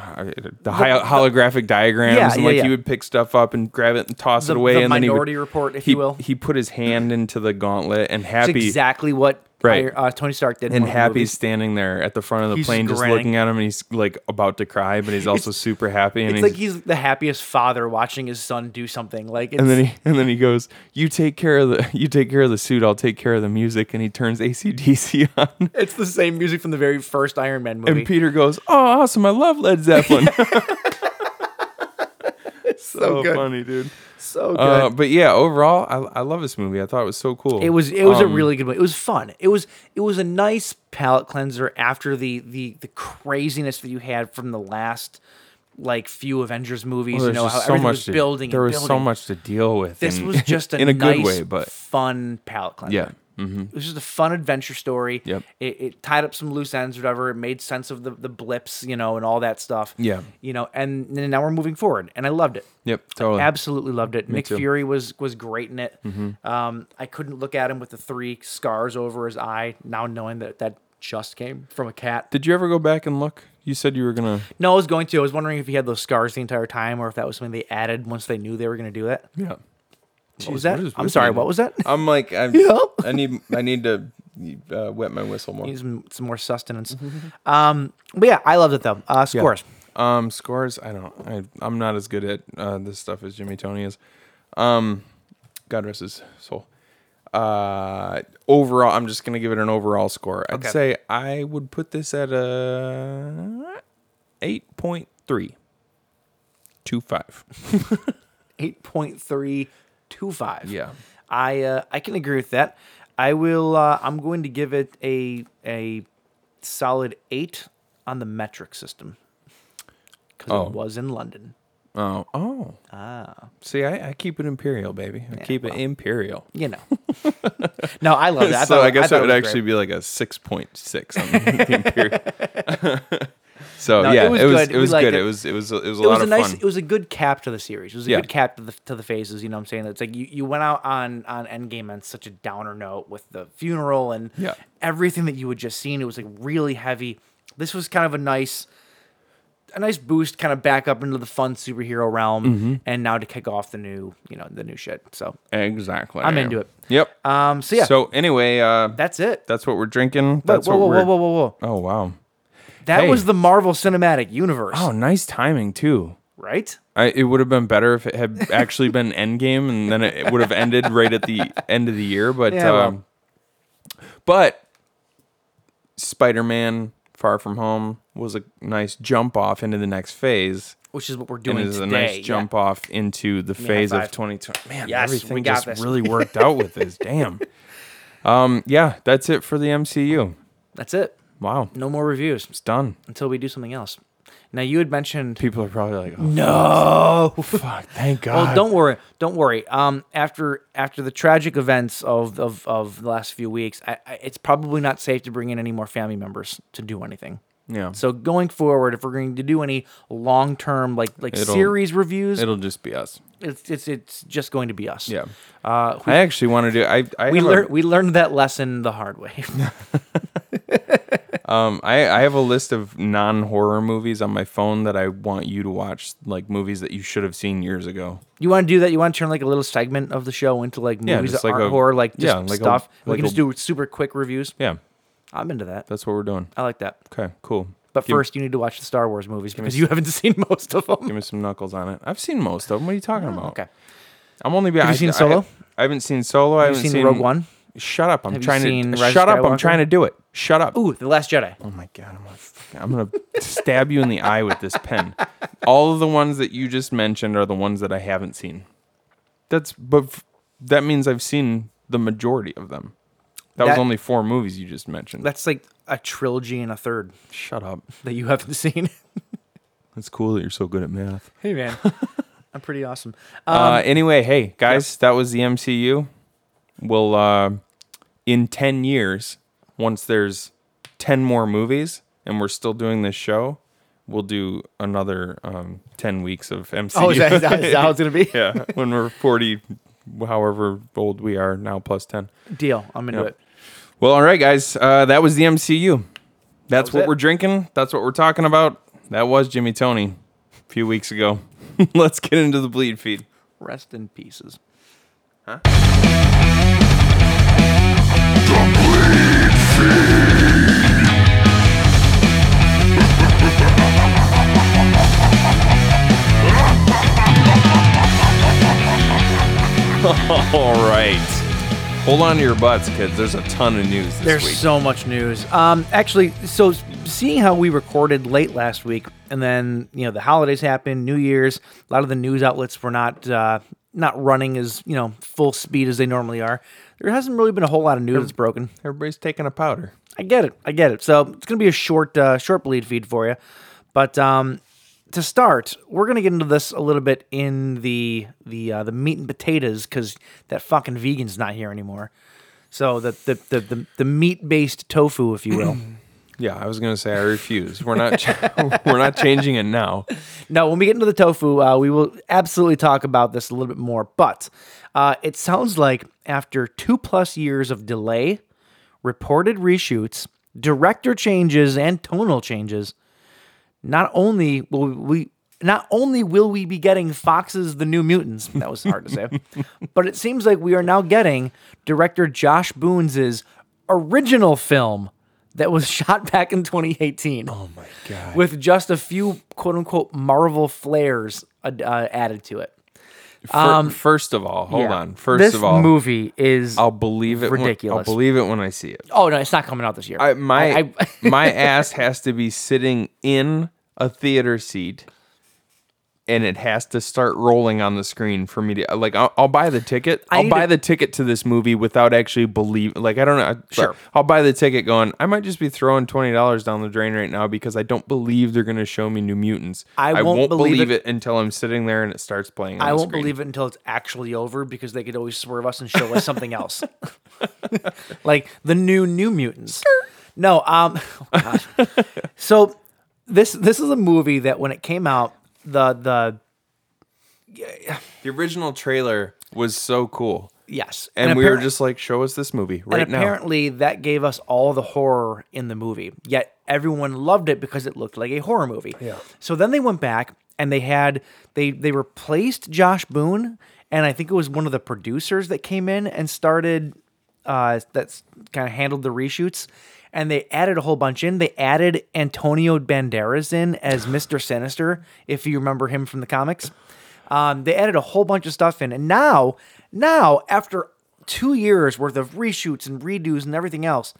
hi- holographic diagrams Yeah, and yeah, like yeah. he would pick stuff up and grab it and toss The- it away the and then he would- Minority Report, if he, you will. he put his hand into the gauntlet and It's happy exactly what Right. uh, Tony Stark did. in and one of the happy's movies. standing there at the front of the He's plane just grinning. looking at him and he's like about to cry but he's also super happy and It's he's, like he's the happiest father watching his son do something. Like it's, and then he and then he goes, "You take care of the you take care of the suit. I'll take care of the music." And he turns ACDC on, it's the same music from the very first Iron Man movie. and Peter goes, "Oh, awesome! I love Led Zeppelin." so good. funny, dude. so good. Uh, but yeah, overall, I, I love this movie. I thought it was so cool. It was it was Um, a really good movie. It was fun. It was it was a nice palate cleanser after the the the craziness that you had from the last like few Avengers movies. well, you there's know just how so everything much was to- building. There and was so building. much to deal with. This and- was just a in a nice, good way, but fun palate cleanser. Yeah, Mm, It was just a fun adventure story. Yep. It, it tied up some loose ends, whatever. It made sense of the, the blips, you know, and all that stuff. Yeah. You know, and, and now we're moving forward, and I loved it. yep, totally. Absolutely loved it. Nick too. Fury was was great in it. Um, I couldn't look at him with the three scars over his eye. Now knowing that that just came from a cat. Did you ever go back and look? You said you were gonna. No, I was going to. I was wondering if he had those scars the entire time, or if that was something they added once they knew they were going to do that. Yeah. what was that? I'm sorry. What was that? I'm like, I, Yeah. I need, I need to uh, wet my whistle more. Need some, some more sustenance. um, but yeah, I loved it though. Uh, scores. Um, scores. I don't. I, I'm not as good at uh, this stuff as Jimmy Tony is. Um, God rest his soul. Uh, overall, I'm just gonna give it an overall score. I'd Okay. say I would put this at a eight point three two five. Eight point three two five. Yeah. I uh, I can agree with that. I will. Uh, I'm going to give it a a solid eight on the metric system because Oh. it was in London. Oh, oh. Ah. See, I, I keep it imperial, baby. I keep it imperial. You know. no, I love that. so thought- I guess thought it would was actually great. be like a six point six on the Imperial. so No, yeah, it was it was good. good. We liked It. it. was it was it was a It lot was a of nice. e-, fun. It was a good cap to the series. It was a Yeah. good cap to the to the phases. You know what I'm saying? It's like you, you went out on on Endgame on such a downer note with the funeral and Yeah. everything that you had just seen. It was like really heavy. This was kind of a nice, a nice boost, kind of back up into the fun superhero realm, Mm-hmm. and now to kick off the new you know the new shit. So exactly. I'm into it. Yep. um, so yeah, So anyway, uh, that's it. that's what we're drinking. Whoa, That's whoa, whoa, what whoa, we're. whoa, whoa, whoa! Oh wow. That hey. was the Marvel Cinematic Universe, Oh, nice timing too. right? I, it would have been better if it had actually been Endgame, and then it would have ended right at the end of the year. But Yeah, well. um, but Spider-Man: Far From Home was a nice jump off into the next phase. Which is what we're doing And it is today. a nice yeah. jump off into the phase high of five. 2020. Man, Yes, we everything got just this. really worked out with this. Damn. Um, yeah, that's it for the MCU. That's it. Wow, No more reviews. it's done. until we do something else. Now you had mentioned People are probably like, oh, no. fuck, thank God. Well, Mm. Oh, don't worry, don't worry. Um, after after the tragic events of of, of the last few weeks, I, I, it's probably not safe to bring in any more family members to do anything. Yeah. So going forward, if we're going to do any long term like like It'll- series reviews, It'll just be us. it's it's it's just going to be us. Yeah. Uh, I actually want to do. I I we have a- learned we learned that lesson the hard way. um, I I have a list of non horror movies on my phone that I want you to watch, like movies that you should have seen years ago. you want to do that? You want to turn like a little segment of the show into like Yeah, movies just that like aren't a- horror, like just yeah, like a- stuff. we like can a- just do super quick reviews. Yeah, I'm into that. that's what we're doing. I like that. Okay, cool. But Give- first, you need to watch the Star Wars movies because you haven't seen most of them. give me some knuckles on it. I've seen most of them. What are you talking about? Oh, okay. I'm only. Have you seen Solo? I, haven't seen Solo. I you haven't seen Rogue One? Shut up! I'm Have you trying seen to. Rise of shut up! I'm Skywalker? trying to do it. Shut up! Ooh, The Last Jedi. Oh my god! I'm gonna, fucking, I'm gonna stab you in the eye with this pen. All of the ones that you just mentioned are the ones that I haven't seen. That's but f- that means I've seen the majority of them. That, was That- only four movies you just mentioned. That's like a trilogy and a third Shut up! that you haven't seen. It's cool that you're so good at math. hey man, I'm pretty awesome. Um, uh, anyway, hey guys, that was the MCU. We'll uh, in ten years, once there's ten more movies and we're still doing this show, we'll do another um, ten weeks of MCU. Oh, is that, is that how it's gonna be? yeah, when we're forty, however old we are now, plus ten. Deal. I'm into Yeah. it. Well, all right, guys, uh, that was the MCU. That's was what it. we're drinking. That's what we're talking about. That was Jimmy Tony a few weeks ago. Let's get into the bleed feed. Rest in pieces. All right. Hold on to your butts, kids. There's a ton of news this There's week. so much news. Um, actually, so s- seeing how we recorded late last week, and then you know the holidays happened, New Year's, a lot of the news outlets were not uh, not running as you know full speed as they normally are. There hasn't really been a whole lot of news that's broken. Everybody's taking a powder. I get it. I get it. So it's going to be a short, uh, short bleed feed for you. But um, to start, we're going to get into this a little bit in the the uh, the meat and potatoes because that fucking vegan's not here anymore. So the the the the, the meat based tofu, if you will. Yeah, I was gonna say I refuse. We're not we're not changing it now. No, when we get into the tofu, uh, we will absolutely talk about this a little bit more. But uh, it sounds like after two plus years of delay, reported reshoots, director changes, and tonal changes, not only will we not only will we be getting Fox's The New Mutants, that was hard to say, but it seems like we are now getting director Josh Boone's original film that was shot back in 2018 Oh my god. with just a few quote unquote Marvel flares uh, uh, added to it. first of all, hold Yeah. on. First this of all, movie is I'll believe it. when- ridiculous. I'll believe it when I see it. oh no, it's not coming out this year. I, my I- I- my ass has to be sitting in a theater seat, and it has to start rolling on the screen for me to like. I'll, I'll buy the ticket. I I'll need buy to- the ticket to this movie without actually believe. Like I don't know. I- Sure. I'll buy the ticket. Going. I might just be throwing twenty dollars down the drain right now because I don't believe they're going to show me New Mutants. I won't believe it- until I'm sitting there and it starts playing. On I the won't screen. believe it until it's actually over because they could always swerve us and show us something else, like the new New Mutants. No, um, oh, gosh. so this this is a movie that when it came out, the the The original trailer was so cool, yes, and, we were appar- just like, "Show us this movie right and now." apparently that gave us all the horror in the movie. Yet everyone loved it because it looked like a horror movie. Yeah. So then they went back and they had they they replaced Josh Boone and I think it was one of the producers that came in and started uh that's kind of handled the reshoots and they added a whole bunch in. They added Antonio Banderas in as Mr. Sinister if you remember him from the comics. Um, they added a whole bunch of stuff in, and now, now after two years worth of reshoots and redos and everything else,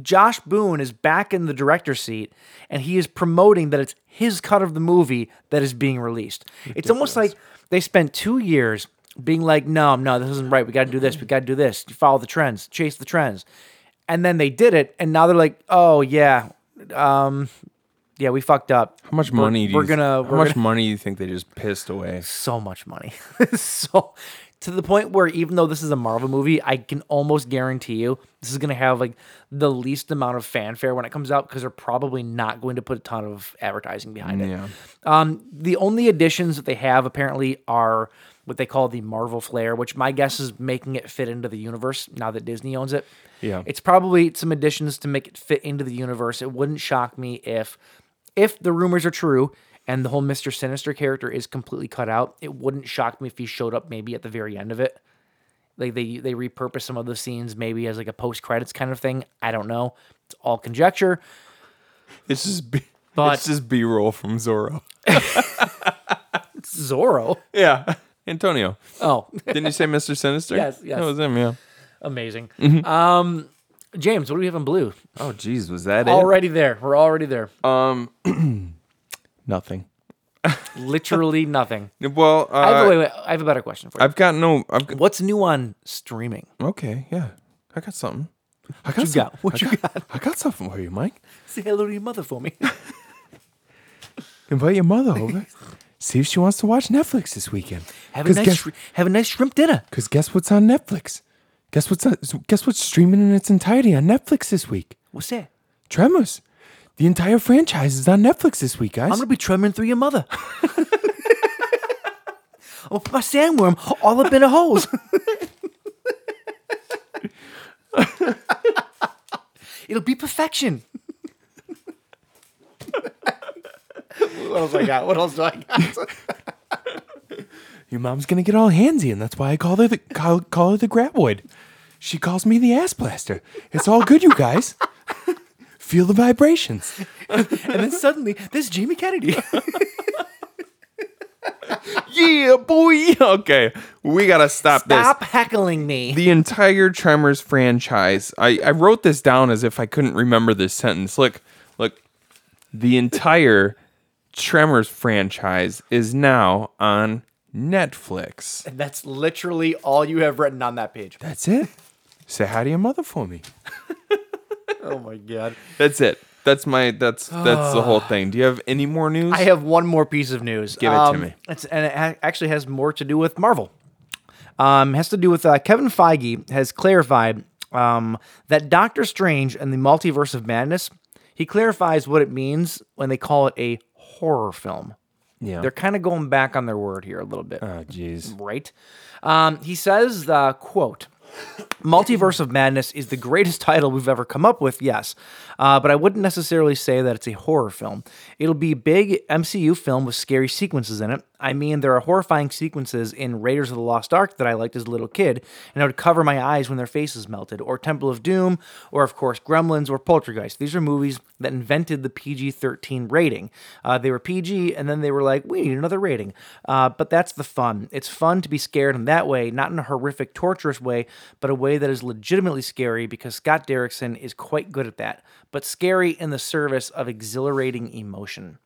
Josh Boone is back in the director's seat, and he is promoting that it's his cut of the movie that is being released. It's almost like they spent two years being like, "No, no, this isn't right. We got to do this. We got to do this. You follow the trends, chase the trends," and then they did it, and now they're like, "Oh yeah." Um, Yeah, we fucked up. How much We're- money do you we're gonna? How we're much gonna- money do you think they just pissed away? so much money. so to the point where even though this is a Marvel movie, I can almost guarantee you this is going to have like the least amount of fanfare when it comes out because they're probably not going to put a ton of advertising behind it. Yeah. Um, the only additions that they have apparently are what they call the Marvel flair, which my guess is making it fit into the universe now that Disney owns it. Yeah. It's probably some additions to make it fit into the universe. It wouldn't shock me if if the rumors are true and the whole Mr. Sinister character is completely cut out, it wouldn't shock me if he showed up maybe at the very end of it. Like they they repurpose some of the scenes maybe as like a post credits kind of thing. I don't know. It's all conjecture. It's just B- But- it's just B roll from Zorro. Zorro. Yeah. Antonio. Oh, Didn't you say Mr. Sinister? Yes, yes. That was him, yeah. amazing. Um James, what do we have in blue? Oh jeez, was that Already there. Uh, We're already there. Nothing. Literally nothing. Well, uh, I have, wait, wait, I have a better question for you. I've got no I've got, What's new on streaming? Okay, yeah. I got something. I got you some- got? What I you got? I got something for you, Mike. Say hello to your mother for me. Invite your mother over. See if she wants to watch Netflix this weekend. Have a 'Cause nice, guess- shri- have a nice shrimp dinner. Because guess what's on Netflix? Guess what's on, guess what's streaming in its entirety on Netflix this week? What's that? Tremors. The entire franchise is on Netflix this week, guys. I'm gonna be trembling through your mother. oh, my sandworm all up in a hose. It'll be perfection. what else I got? What else do I got? Your mom's gonna get all handsy, and that's why I call her the call, call her the graboid. She calls me the ass blaster. It's all good, you guys. Feel the vibrations. And then suddenly, there's Jamie Kennedy. Yeah, boy. Okay, we gotta stop, Stop heckling me. The entire Tremors franchise. I, I wrote this down as if I couldn't remember this sentence. Look, look. The entire Tremors franchise is now on Netflix. That's literally all you have written on that page. That's it. Say hi to your mother for me. Oh my god. That's it. That's my. That's that's the whole thing. Do you have any more news? I have one more piece of news. Um, Give it to me. It's, and it ha- actually has more to do with Marvel. Um, has to do with uh, Kevin Feige has clarified um, that Doctor Strange and the Multiverse of Madness. He clarifies what it means when they call it a horror film. Yeah. They're kind of going back on their word here a little bit oh, jeez. right? Um, he says, uh, quote, Multiverse of Madness is the greatest title we've ever come up with, yes. Uh, but I wouldn't necessarily say that it's a horror film. It'll be a big MCU film with scary sequences in it. I mean, there are horrifying sequences in Raiders of the Lost Ark that I liked as a little kid, and I would cover my eyes when their faces melted, or Temple of Doom, or of course Gremlins or Poltergeist. These are movies that invented the PG 13 rating. Uh, they were PG, and then they were like, we need another rating. Uh, but that's the fun. It's fun to be scared in that way, not in a horrific, torturous way, but a way that is legitimately scary because Scott Derrickson is quite good at that, but scary in the service of exhilarating emotion.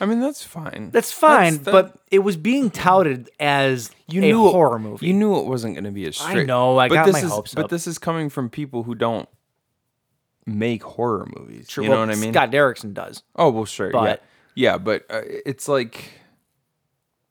I mean, that's fine. That's fine, That's- that- but it was being touted as a it- horror movie. You knew it wasn't going to be a straight. know, I got this my is, hopes But up. this is coming from people who don't make horror movies. Sure, you well, know what I mean? Scott Derrickson does. oh well, sure. but- yeah, yeah, but uh, it's like,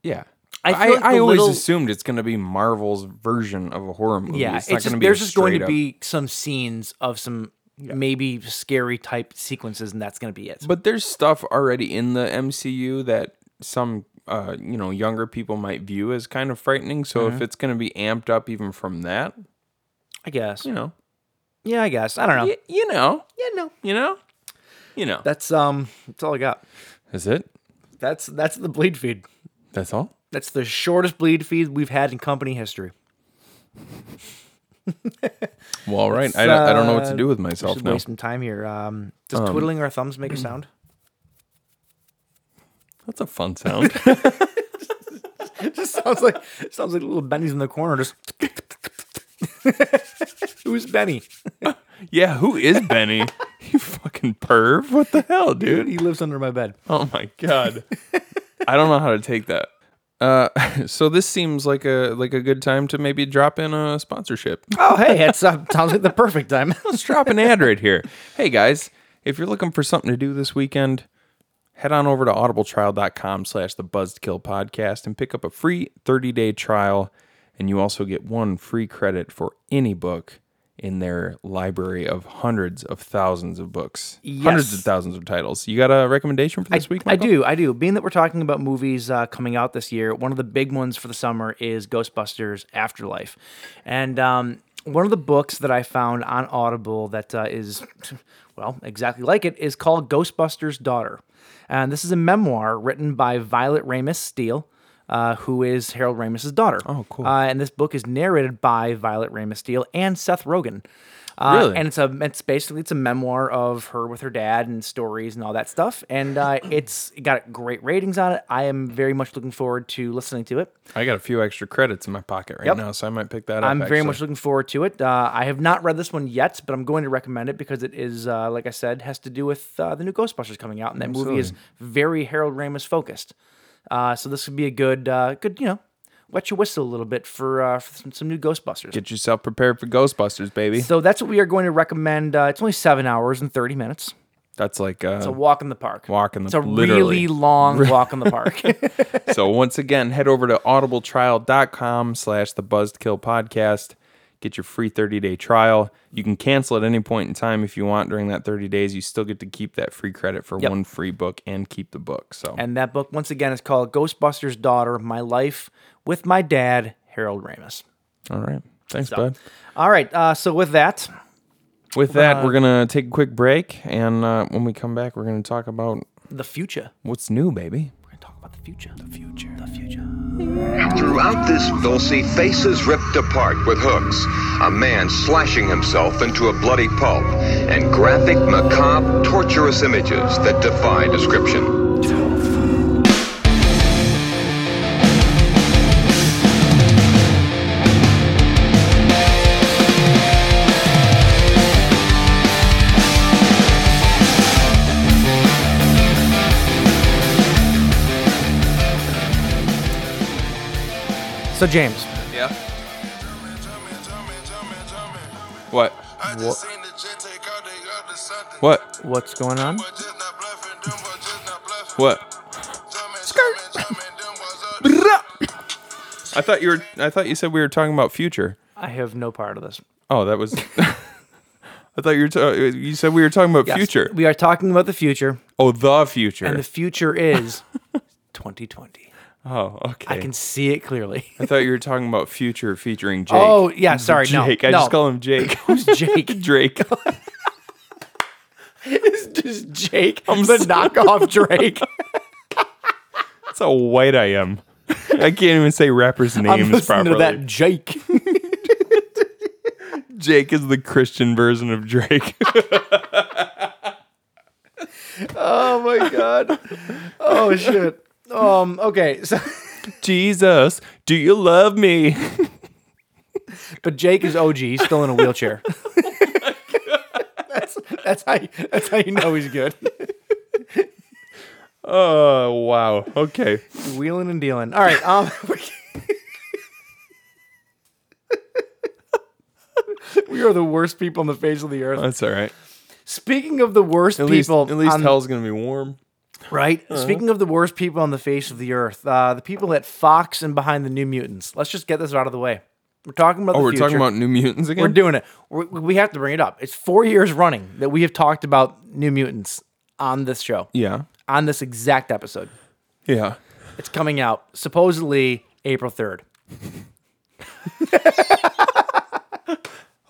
yeah. I I, feel like I the always little- assumed it's going to be Marvel's version of a horror movie. Yeah, it's, it's, not just, going to be. a there's just going to be straight-up- some scenes of some maybe scary type sequences, and that's going to be it. But there's stuff already in the MCU that some uh, you know younger people might view as kind of frightening. So Mm-hmm. if it's going to be amped up even from that, I guess. you know, Yeah, I guess. I don't know. y- you know, yeah no. you know, you know. That's um. That's all I got. That's it. That's that's the bleed feed. That's all. That's the shortest bleed feed we've had in company history. Well, all right. I, don't- I don't know what to do with uh, We myself should now. waste some time here. Um, does twiddling our thumbs make a sound? That's a fun sound. Just sounds like sounds like little Benny's in the corner. Just who's Benny? yeah, who is Benny? you fucking perv. What the hell, dude? He lives under my bed. Oh my god. I don't know how to take that. Uh, so this seems like a like a good time to maybe drop in a sponsorship. Oh hey, it's uh, sounds like the perfect time. Let's drop an ad right here. Hey guys, if you're looking for something to do this weekend, head on over to audibletrial.com slash the buzzkill podcast and pick up a free 30-day trial and you also get one free credit for any book in their library of hundreds of thousands of books hundreds Yes. of thousands of titles you got a recommendation for this I, week I Michael? do, I do. Being that we're talking about movies uh, coming out this year, one of the big ones for the summer is Ghostbusters Afterlife, and um, one of the books that I found on Audible that uh, is, well, exactly like it is called Ghostbusters Daughter, and this is a memoir written by Violet Ramis Steele. Uh, who is Harold Ramis' daughter? Oh, cool. Uh, and this book is narrated by Violet Ramis Steele and Seth Rogen. Uh, Really? And it's a it's basically it's a memoir of her with her dad and stories and all that stuff. And uh, it's it got great ratings on it. I am very much looking forward to listening to it. I got a few extra credits in my pocket right Yep. now so i might pick that up I'm very actually. much looking forward to it. Uh, I have not read this one yet, but I'm going to recommend it because it is, uh, like I said, has to do with uh, the new Ghostbusters coming out, and that movie is very Harold Ramis focused. Uh, so this would be a good, uh, good, you know, wet your whistle a little bit for, uh, for some, some new Ghostbusters. get yourself prepared for ghostbusters baby so that's what we are going to recommend. Uh, it's only seven hours and thirty minutes. that's like uh, It's a walk in the park. walk in the- It's a literally. really long walk in the park. so once again head over to audibletrial.com slash the buzzkill podcast get your free 30-day trial you can cancel at any point in time if you want during that 30 days you still get to keep that free credit for Yep. one free book and keep the book so and that book once again is called Ghostbusters Daughter: My Life with My Dad, Harold Ramis. all right thanks bud All right. Uh, so with that, with Uh, that we're gonna take a quick break and uh, when we come back we're gonna talk about the future. what's new baby We're gonna talk about the future. The future. The future. Throughout this, they'll see faces ripped apart with hooks, a man slashing himself into a bloody pulp, and graphic, macabre, torturous images that defy description. So James, yeah what What? What? what what's going on? what Skirt. i thought you were i thought you said we were talking about future I have no part of this. Oh, that was. I thought you were. Ta- you said we were talking about Yes, future. We are talking about the future, oh, the future. and the future is 2020. oh, okay. I can see it clearly. I thought you were talking about future featuring Jake. Oh yeah, sorry. no, Jake. I no. just call him Jake. Who's Jake? Drake. it's just Jake. I'm the knockoff Drake. That's how white I am. I can't even say rappers' I'm names listening properly. to that Jake. Jake is the Christian version of Drake. Oh my god. Oh shit. Um. Okay. So, Jesus, do you love me? but Jake is OG. He's still in a wheelchair. that's that's how you, that's how you know he's good. Oh wow. Okay. Wheeling and dealing. All right. Um. We are the worst people on the face of the earth. That's all right. Speaking of the worst Uh, At people, least at least Uh-huh. on, hell's gonna be warm. right? Speaking of the worst people on the face of the earth, uh, the people at Fox and behind the New Mutants. Let's just get this out of the way. We're talking about. Oh, the we're talking future. about New Mutants again. We're doing it. We're, we have to bring it up. It's four years running that we have talked about New Mutants on this show, yeah. on this exact episode. Yeah. It's coming out supposedly April 3rd.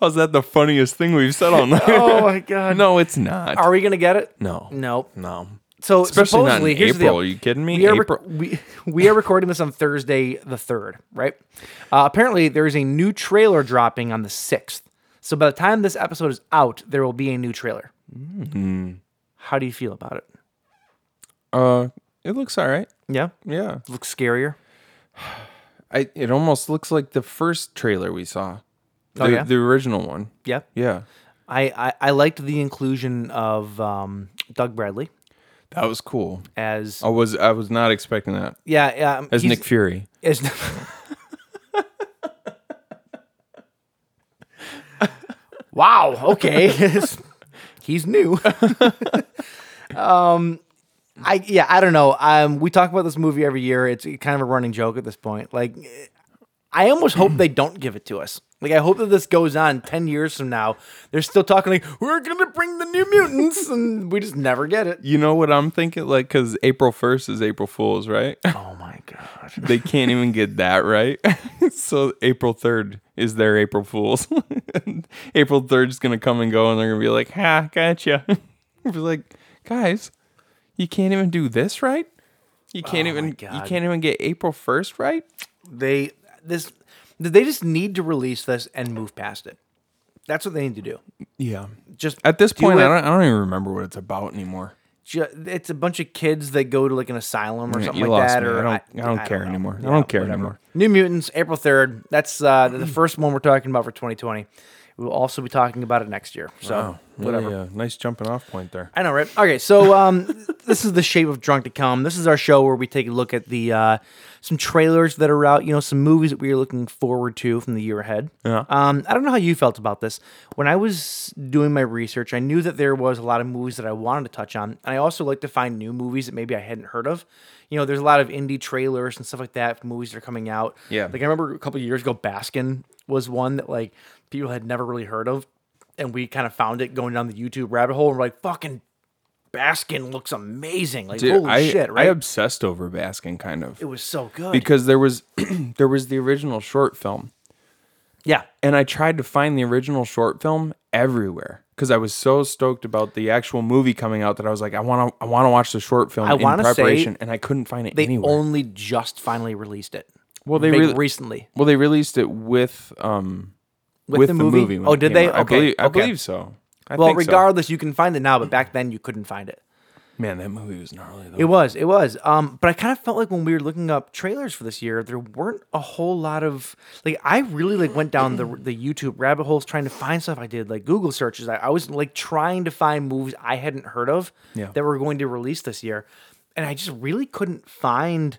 How's that the funniest thing we've said all night? Oh my God. No, it's not. Are we going to get it? no. Nope. No. So Especially not in supposedly, here's the April. deal. Are you kidding me? We are, rec- April- we, we are recording this on Thursday the 3rd, right? Uh, apparently, there is a new trailer dropping on the 6th. So by the time this episode is out, there will be a new trailer. Hmm. How do you feel about it? Uh, it looks all right. Yeah? Yeah. Looks scarier. I. It almost looks like the first trailer we saw. The, Oh, yeah? the original one. Yeah. Yeah. I, I, I liked the inclusion of um, Doug Bradley That was cool. as I was I was not expecting that yeah yeah um, Oh. as he's- Nick Fury. as- wow okay he's new um I yeah, I don't know. Um, we talk about this movie every year. It's kind of a running joke at this point. Like, I almost hope they don't give it to us. Like, I hope that this goes on ten years from now. They're still talking like we're gonna bring the New Mutants, and we just never get it. You know what I'm thinking? Like, because April 1st is April Fool's, right? Oh my god. they can't even get that right. so April 3rd is their April Fool's. April 3rd is going to come and go, and they're going to be like, ha, gotcha. We're like, guys, you can't even do this right? You can't even you Oh God. can't even get April 1st right? They this they just need to release this and move past it. That's what they need to do. Yeah. Just At this do point, it. I don't, I don't even remember what it's about anymore. ju- it's a bunch of kids that go to like an asylum or Yeah, something you like lost that. me. Or I don't- I don't care know. anymore. I don't care anymore. New Mutants, April third. That's uh, the first one we're talking about for 2020. We will also be talking about it next year. So whatever. Really, uh, nice jumping off point there. I know, right? Okay, so um, this is the shape of drunk to come. This is our show where we take a look at the uh, some trailers that are out. You know, some movies that we are looking forward to from the year ahead. Yeah. Um, I don't know how you felt about this. When I was doing my research, I knew that there was a lot of movies that I wanted to touch on, and I also like to find new movies that maybe I hadn't heard of. You know, there's a lot of indie trailers and stuff like that. Movies that are coming out. Yeah. Like I remember a couple years ago, Baskin was one that like people had never really heard of. And we kind of found it going down the YouTube rabbit hole. And we're like, fucking Baskin looks amazing. Like, Dude, holy I, shit, I right? obsessed over Baskin, kind of. it was so good. because there was there was the original short film yeah. and I tried to find the original short film everywhere because I was so stoked about the actual movie coming out that I was like, I want to, I want to watch the short film I in wanna say preparation, and I couldn't find it They anywhere. only just finally released it. well, they Like, really, recently. well, they released it with um with, the, movie. when Oh, it did came they? out. I Okay, believe, I okay. believe so. I well, think so. regardless, you can find it now, but back then you couldn't find it. man, that movie was gnarly though. It was, it was. Um, but I kind of felt like when we were looking up trailers for this year, there weren't a whole lot of like. I really like went down the the YouTube rabbit holes trying to find stuff. I did like Google searches. I, I was like trying to find movies I hadn't heard of Yeah. that were going to release this year, and I just really couldn't find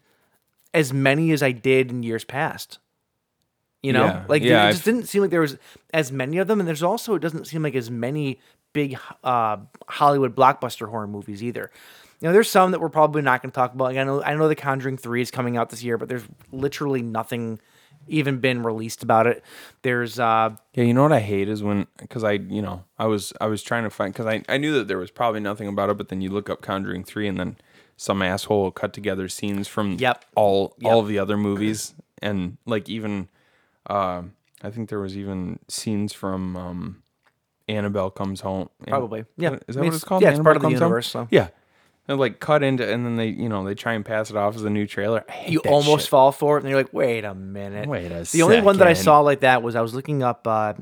as many as I did in years past. You know, Yeah, like yeah, it just I've- didn't seem like there was as many of them, and there's also it doesn't seem like as many big uh, Hollywood blockbuster horror movies either. You know, there's some that we're probably not going to talk about. Like I know, I know, The Conjuring Three is coming out this year, but there's literally nothing even been released about it. There's uh, Yeah, you know what I hate is when because I you know I was I was trying to find because I I knew that there was probably nothing about it, but then you look up Conjuring three and then some asshole cut together scenes from Yep. all all of the other movies and like even uh, I think there was even scenes from um, Annabelle comes home Anna- Probably. Yeah. is I mean, that what it's- it's called yeah, it's part of the Annabelle Comes Home? universe, so. yeah and like cut into and then they you know they try and pass it off as a new trailer I hate you that almost shit. fall for it, and you're like, wait a minute. Wait a the only one that I second. saw like that was I was looking up uh,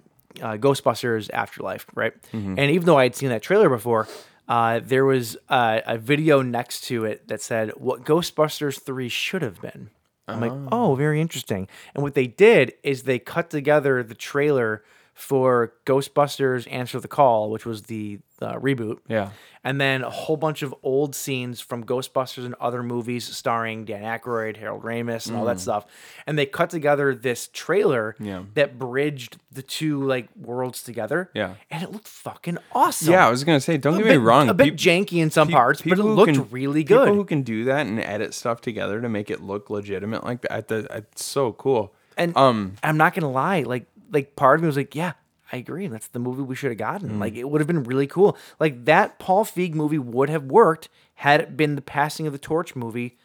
uh, Ghostbusters Afterlife, right? Mm-hmm. And even though I had seen that trailer before, uh, there was uh, a video next to it that said what Ghostbusters 3 should have been. I'm like, oh, very interesting. And what they did is they cut together the trailer for Ghostbusters Answer the Call, which was the uh, reboot. Yeah. And then a whole bunch of old scenes from Ghostbusters and other movies starring Dan Aykroyd, Harold Ramis, and all that stuff. And they cut together this trailer Mm. Yeah. that bridged the two like worlds together. Yeah. And it looked fucking awesome. yeah I was gonna say don't a get bit, me wrong A bit peop- janky in some Pe- parts, but it people who looked can- really People who good. can do that and edit stuff together to make it look legitimate like that, that it's so cool. And um, I'm not gonna lie, like like part of me was like, yeah, I agree. That's the movie we should have gotten. Mm. Like it would have been really cool. Like that Paul Feig movie would have worked had it been the passing of the torch movie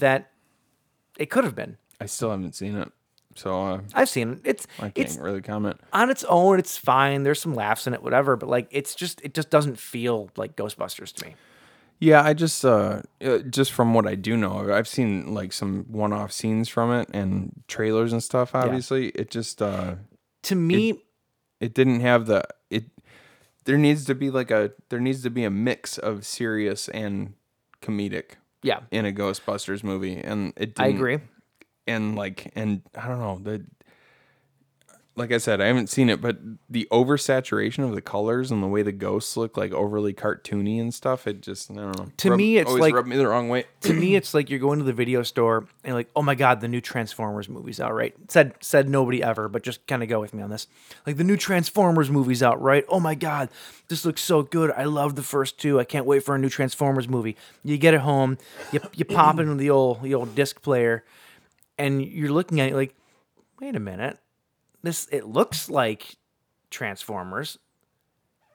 that it could have been. I still haven't seen it, so uh, I've seen it. It's I can't it's really comment. on its own. It's fine. There's some laughs in it, whatever. But like, it's just it just doesn't feel like Ghostbusters to me. Yeah, I just uh, uh, just from what I do know, I've seen like some one-off scenes from it and trailers and stuff. Obviously, it just uh, To me, it didn't have the it. There needs to be like a there needs to be a mix of serious and comedic yeah, in a Ghostbusters movie, and it. Didn't, I agree. and like and I don't know the like I said, I haven't seen it, but the oversaturation of the colors and the way the ghosts look like overly cartoony and stuff, it just I don't know. To Rub- me, it's always like- rubbed me the wrong way. to me, it's like you're going to the video store and like, oh my god, the new Transformers movie's out, right? Said said nobody ever, but just kind of go with me on this. Like the new Transformers movie's out, right? Oh my god, this looks so good. I love the first two. I can't wait for a new Transformers movie. You get it home, you you pop into the old the old disc player, and you're looking at it like, wait a minute, this it looks like Transformers.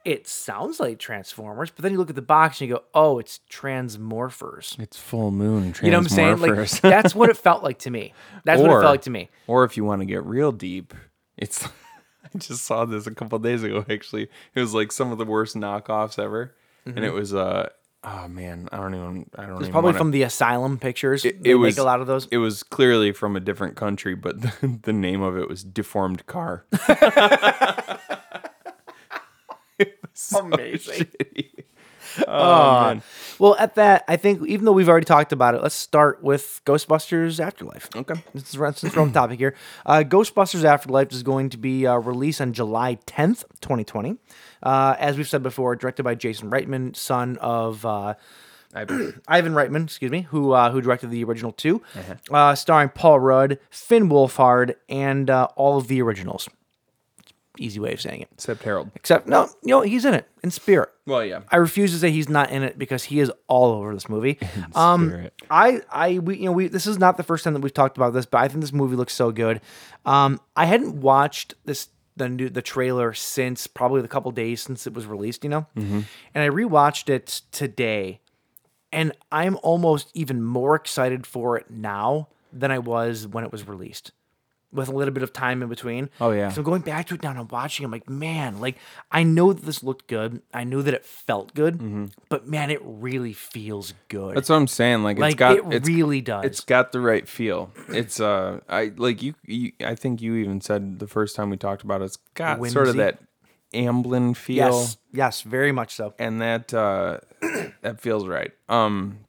It sounds like Transformers, but then you look at the box and you go, "Oh, it's Transmorphers." It's full moon. You know what I'm saying? Like Transmorphers. that's what it felt like to me. That's what it felt like to me. Or if you want to get real deep, it's I just saw this a couple days ago actually. It was like some of the worst knockoffs ever. And it was uh oh man, I don't even It's I don't even Mm-hmm. probably wanna- from the asylum pictures. it, they it was make a lot of those. It was clearly from a different country, but the, the name of it was deformed car. Amazing. Oh, man. Well, at that, I think even though we've already talked about it, let's start with Ghostbusters Afterlife. Okay. This is since we're on the topic here. Uh, Ghostbusters Afterlife is going to be uh, released on July 10th, 2020. Uh, as we've said before, directed by Jason Reitman, son of uh, Ivan Reitman, excuse me, who uh, who directed the original 2 uh, starring Paul Rudd, Finn Wolfhard, and uh, all of the originals. Easy way of saying it. Except Harold. Except no, you know he's in it in spirit. Well, yeah. I refuse to say he's not in it because he is all over this movie. Um, spirit. I, I, we, you know, we. This is not the first time that we've talked about this, but I think this movie looks so good. Um, I hadn't watched this the new the trailer since probably the couple days since it was released, you know, Mm-hmm. and I rewatched it today, and I'm almost even more excited for it now than I was when it was released. With a little bit of time in between. Oh, yeah. So going back to it now and I'm watching, I'm like, man, like I know that this looked good. I knew that it felt good, but man, it really feels good. That's what I'm saying. Like, Like, it's got it it's, really does. It's got the right feel. It's uh, I like you, you. I think you even said the first time we talked about it, it's got sort of Whimsy. that Amblin feel, yes, yes, very much so. and that uh, that feels right. Um,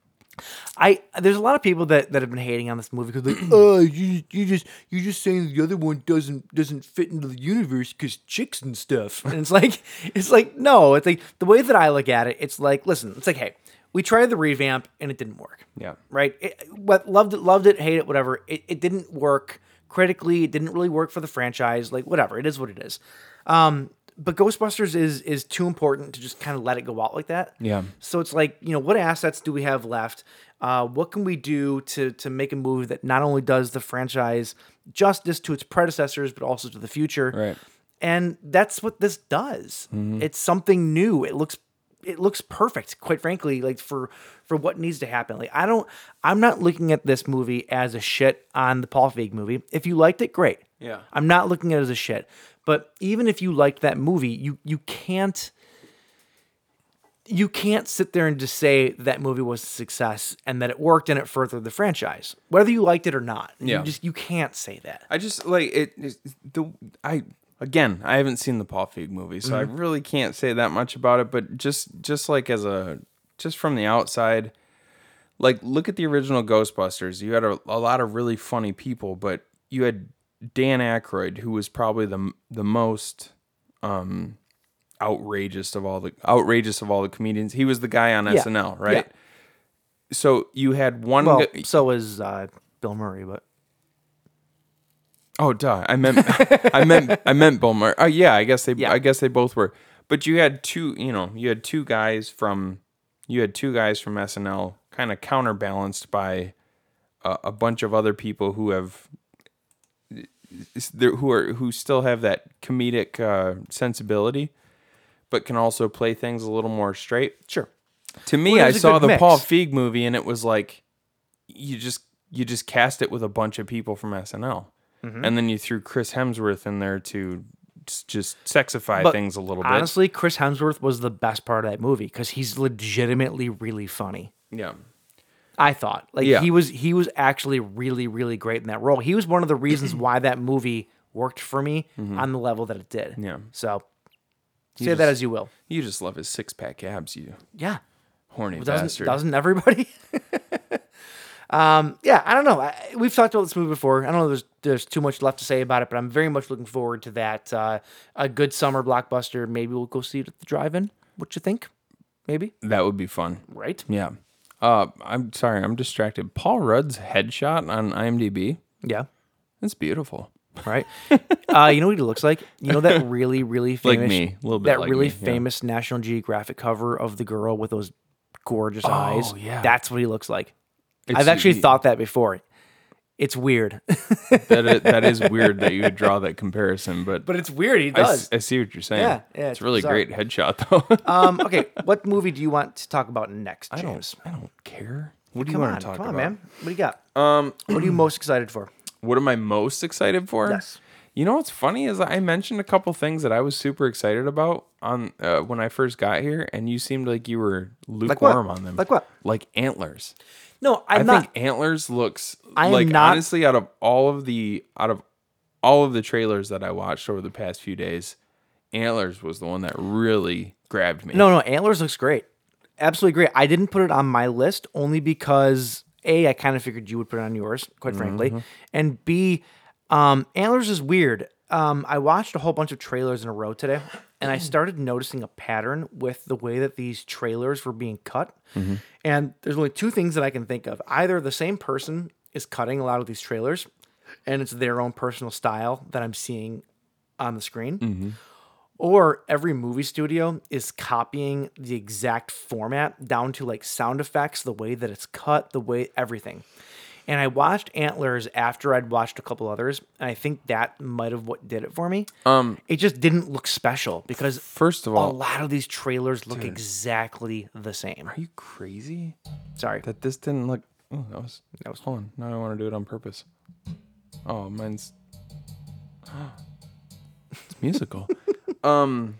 I there's a lot of people that, that have been hating on this movie because like, oh, you, you just you just saying the other one doesn't doesn't fit into the universe because chicks and stuff. And it's like it's like no, it's like the way that I look at it, it's like listen, it's like hey, we tried the revamp and it didn't work. Yeah. right. It, what loved it, loved it, hate it, whatever. It, it didn't work critically. It didn't really work for the franchise. Like whatever, it is what it is. Um, but Ghostbusters is is too important to just kind of let it go out like that. Yeah. So it's like, you know, what assets do we have left? Uh, what can we do to to make a movie that not only does the franchise justice to its predecessors, but also to the future? Right. And that's what this does. It's something new. It looks it looks perfect, quite frankly, like for for what needs to happen. Like I don't I'm not looking at this movie as a shit on the Paul Feig movie. If you liked it, great. Yeah. I'm not looking at it as a shit. But even if you liked that movie, you you can't you can't sit there and just say that movie was a success and that it worked and it furthered the franchise, whether you liked it or not. Yeah. You just you can't say that. I just like it. it's- The I again, I haven't seen the Paul Feig movie, so Mm-hmm. I really can't say that much about it. But just just like as a just from the outside, like look at the original Ghostbusters. You had a, a lot of really funny people, but you had Dan Aykroyd, who was probably the the most um outrageous of all the outrageous of all the comedians. He was the guy on Yeah. SNL, right? So you had one. Well, gu- so is uh, Bill Murray, but Oh, duh. I meant, I meant, I meant Bill Murray. Oh, yeah. I guess they, Yeah. I guess they both were. But you had two, you know, you had two guys from, you had two guys from SNL, kind of counterbalanced by a, a bunch of other people who have, is there- who are who still have that comedic uh, sensibility, but can also play things a little more straight. sure. To me, Well, it I was a saw good the mix. Paul Feig movie, and it was like you just you just cast it with a bunch of people from SNL, Mm-hmm. and then you threw Chris Hemsworth in there to s- just sexify But things a little bit. Honestly, Chris Hemsworth was the best part of that movie because he's legitimately really funny. yeah, I thought. Like Yeah. he was he was actually really really great in that role. He was one of the reasons why that movie worked for me on the level that it did. Mm-hmm. Yeah. So say that as you will. you just love his six pack abs, you Yeah. horny Doesn't bastard. doesn't everybody? Um, yeah, I don't know. I, we've talked about this movie before. I don't know. There's there's too much left to say about it, but I'm very much looking forward to that. Uh, a good summer blockbuster. Maybe we'll go see it at the drive-in. What you think? Maybe That would be fun. right? Yeah. Uh, I'm sorry, I'm distracted. Paul Rudd's headshot on IMDb. Yeah, It's beautiful. right. uh, you know what he looks like? You know that really really famous Like me, a little bit that like really me, yeah. famous National Geographic cover of the girl with those gorgeous eyes. Oh, yeah. that's what he looks like. It's- I've actually y- thought that before. It's weird, that is, that is weird that you would draw that comparison, but, but it's weird. He I, does. s- I see what you're saying. Yeah, yeah, it's, it's really bizarre. great headshot though. um, okay, what movie do you want to talk about next, I James? don't. I don't care. What do Come you on, want to talk come on, about, man. What do you got? Um, what are you most excited for? What am I most excited for? Yes. You know what's funny is I mentioned a couple things that I was super excited about on uh, when I first got here, and you seemed like you were what? lukewarm on them. Like what? Like antlers. No, i I'm not. think antlers looks I am like not- honestly out of all of the out of all of the trailers that I watched over the past few days, antlers was the one that really grabbed me. no, no, Antlers looks great. Absolutely great. I didn't put it on my list only because A, I kind of figured you would put it on yours, quite frankly. And B, um, Antlers is weird. Um, I watched a whole bunch of trailers in a row today, and I started noticing a pattern with the way that these trailers were being cut. And there's only two things that I can think of. Either the same person is cutting a lot of these trailers, and it's their own personal style that I'm seeing on the screen. Or every movie studio is copying the exact format down to like sound effects, the way that it's cut, the way everything. And I watched Antlers after I'd watched a couple others, and I think that might have what did it for me. Um, it just didn't look special because First of a all, lot of these trailers look exactly the same. are you crazy? Sorry, That this didn't look. Oh, that was that was. Hold on. Now I want to do it on purpose. Oh, mine's. it's musical. um,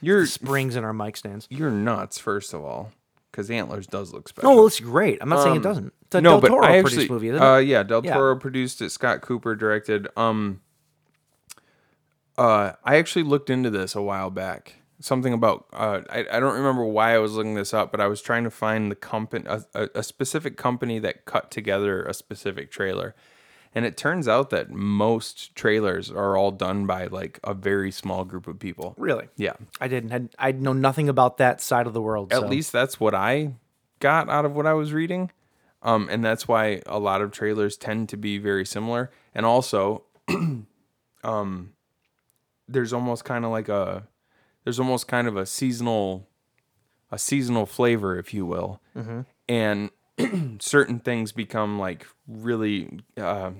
you're springs in our mic stands. you're nuts. First of all, because antlers does look special. No, well, it's great. I'm not saying it doesn't. It's a Del Toro Um, I produced actually- movie, isn't it? uh, yeah, Del Yeah. Toro produced it. Scott Cooper directed. Um, uh, I actually looked into this a while back. Something about uh, I, I don't remember why I was looking this up, but I was trying to find the company a, a, a specific company that cut together a specific trailer, and it turns out that most trailers are all done by like a very small group of people. really? Yeah, I didn't. Had, I know nothing about that side of the world. at so. least that's what I got out of what I was reading. Um, and that's why a lot of trailers tend to be very similar. And also, um, there's almost kind of like a there's almost kind of a seasonal a seasonal flavor, if you will. And certain things become like really. Uh,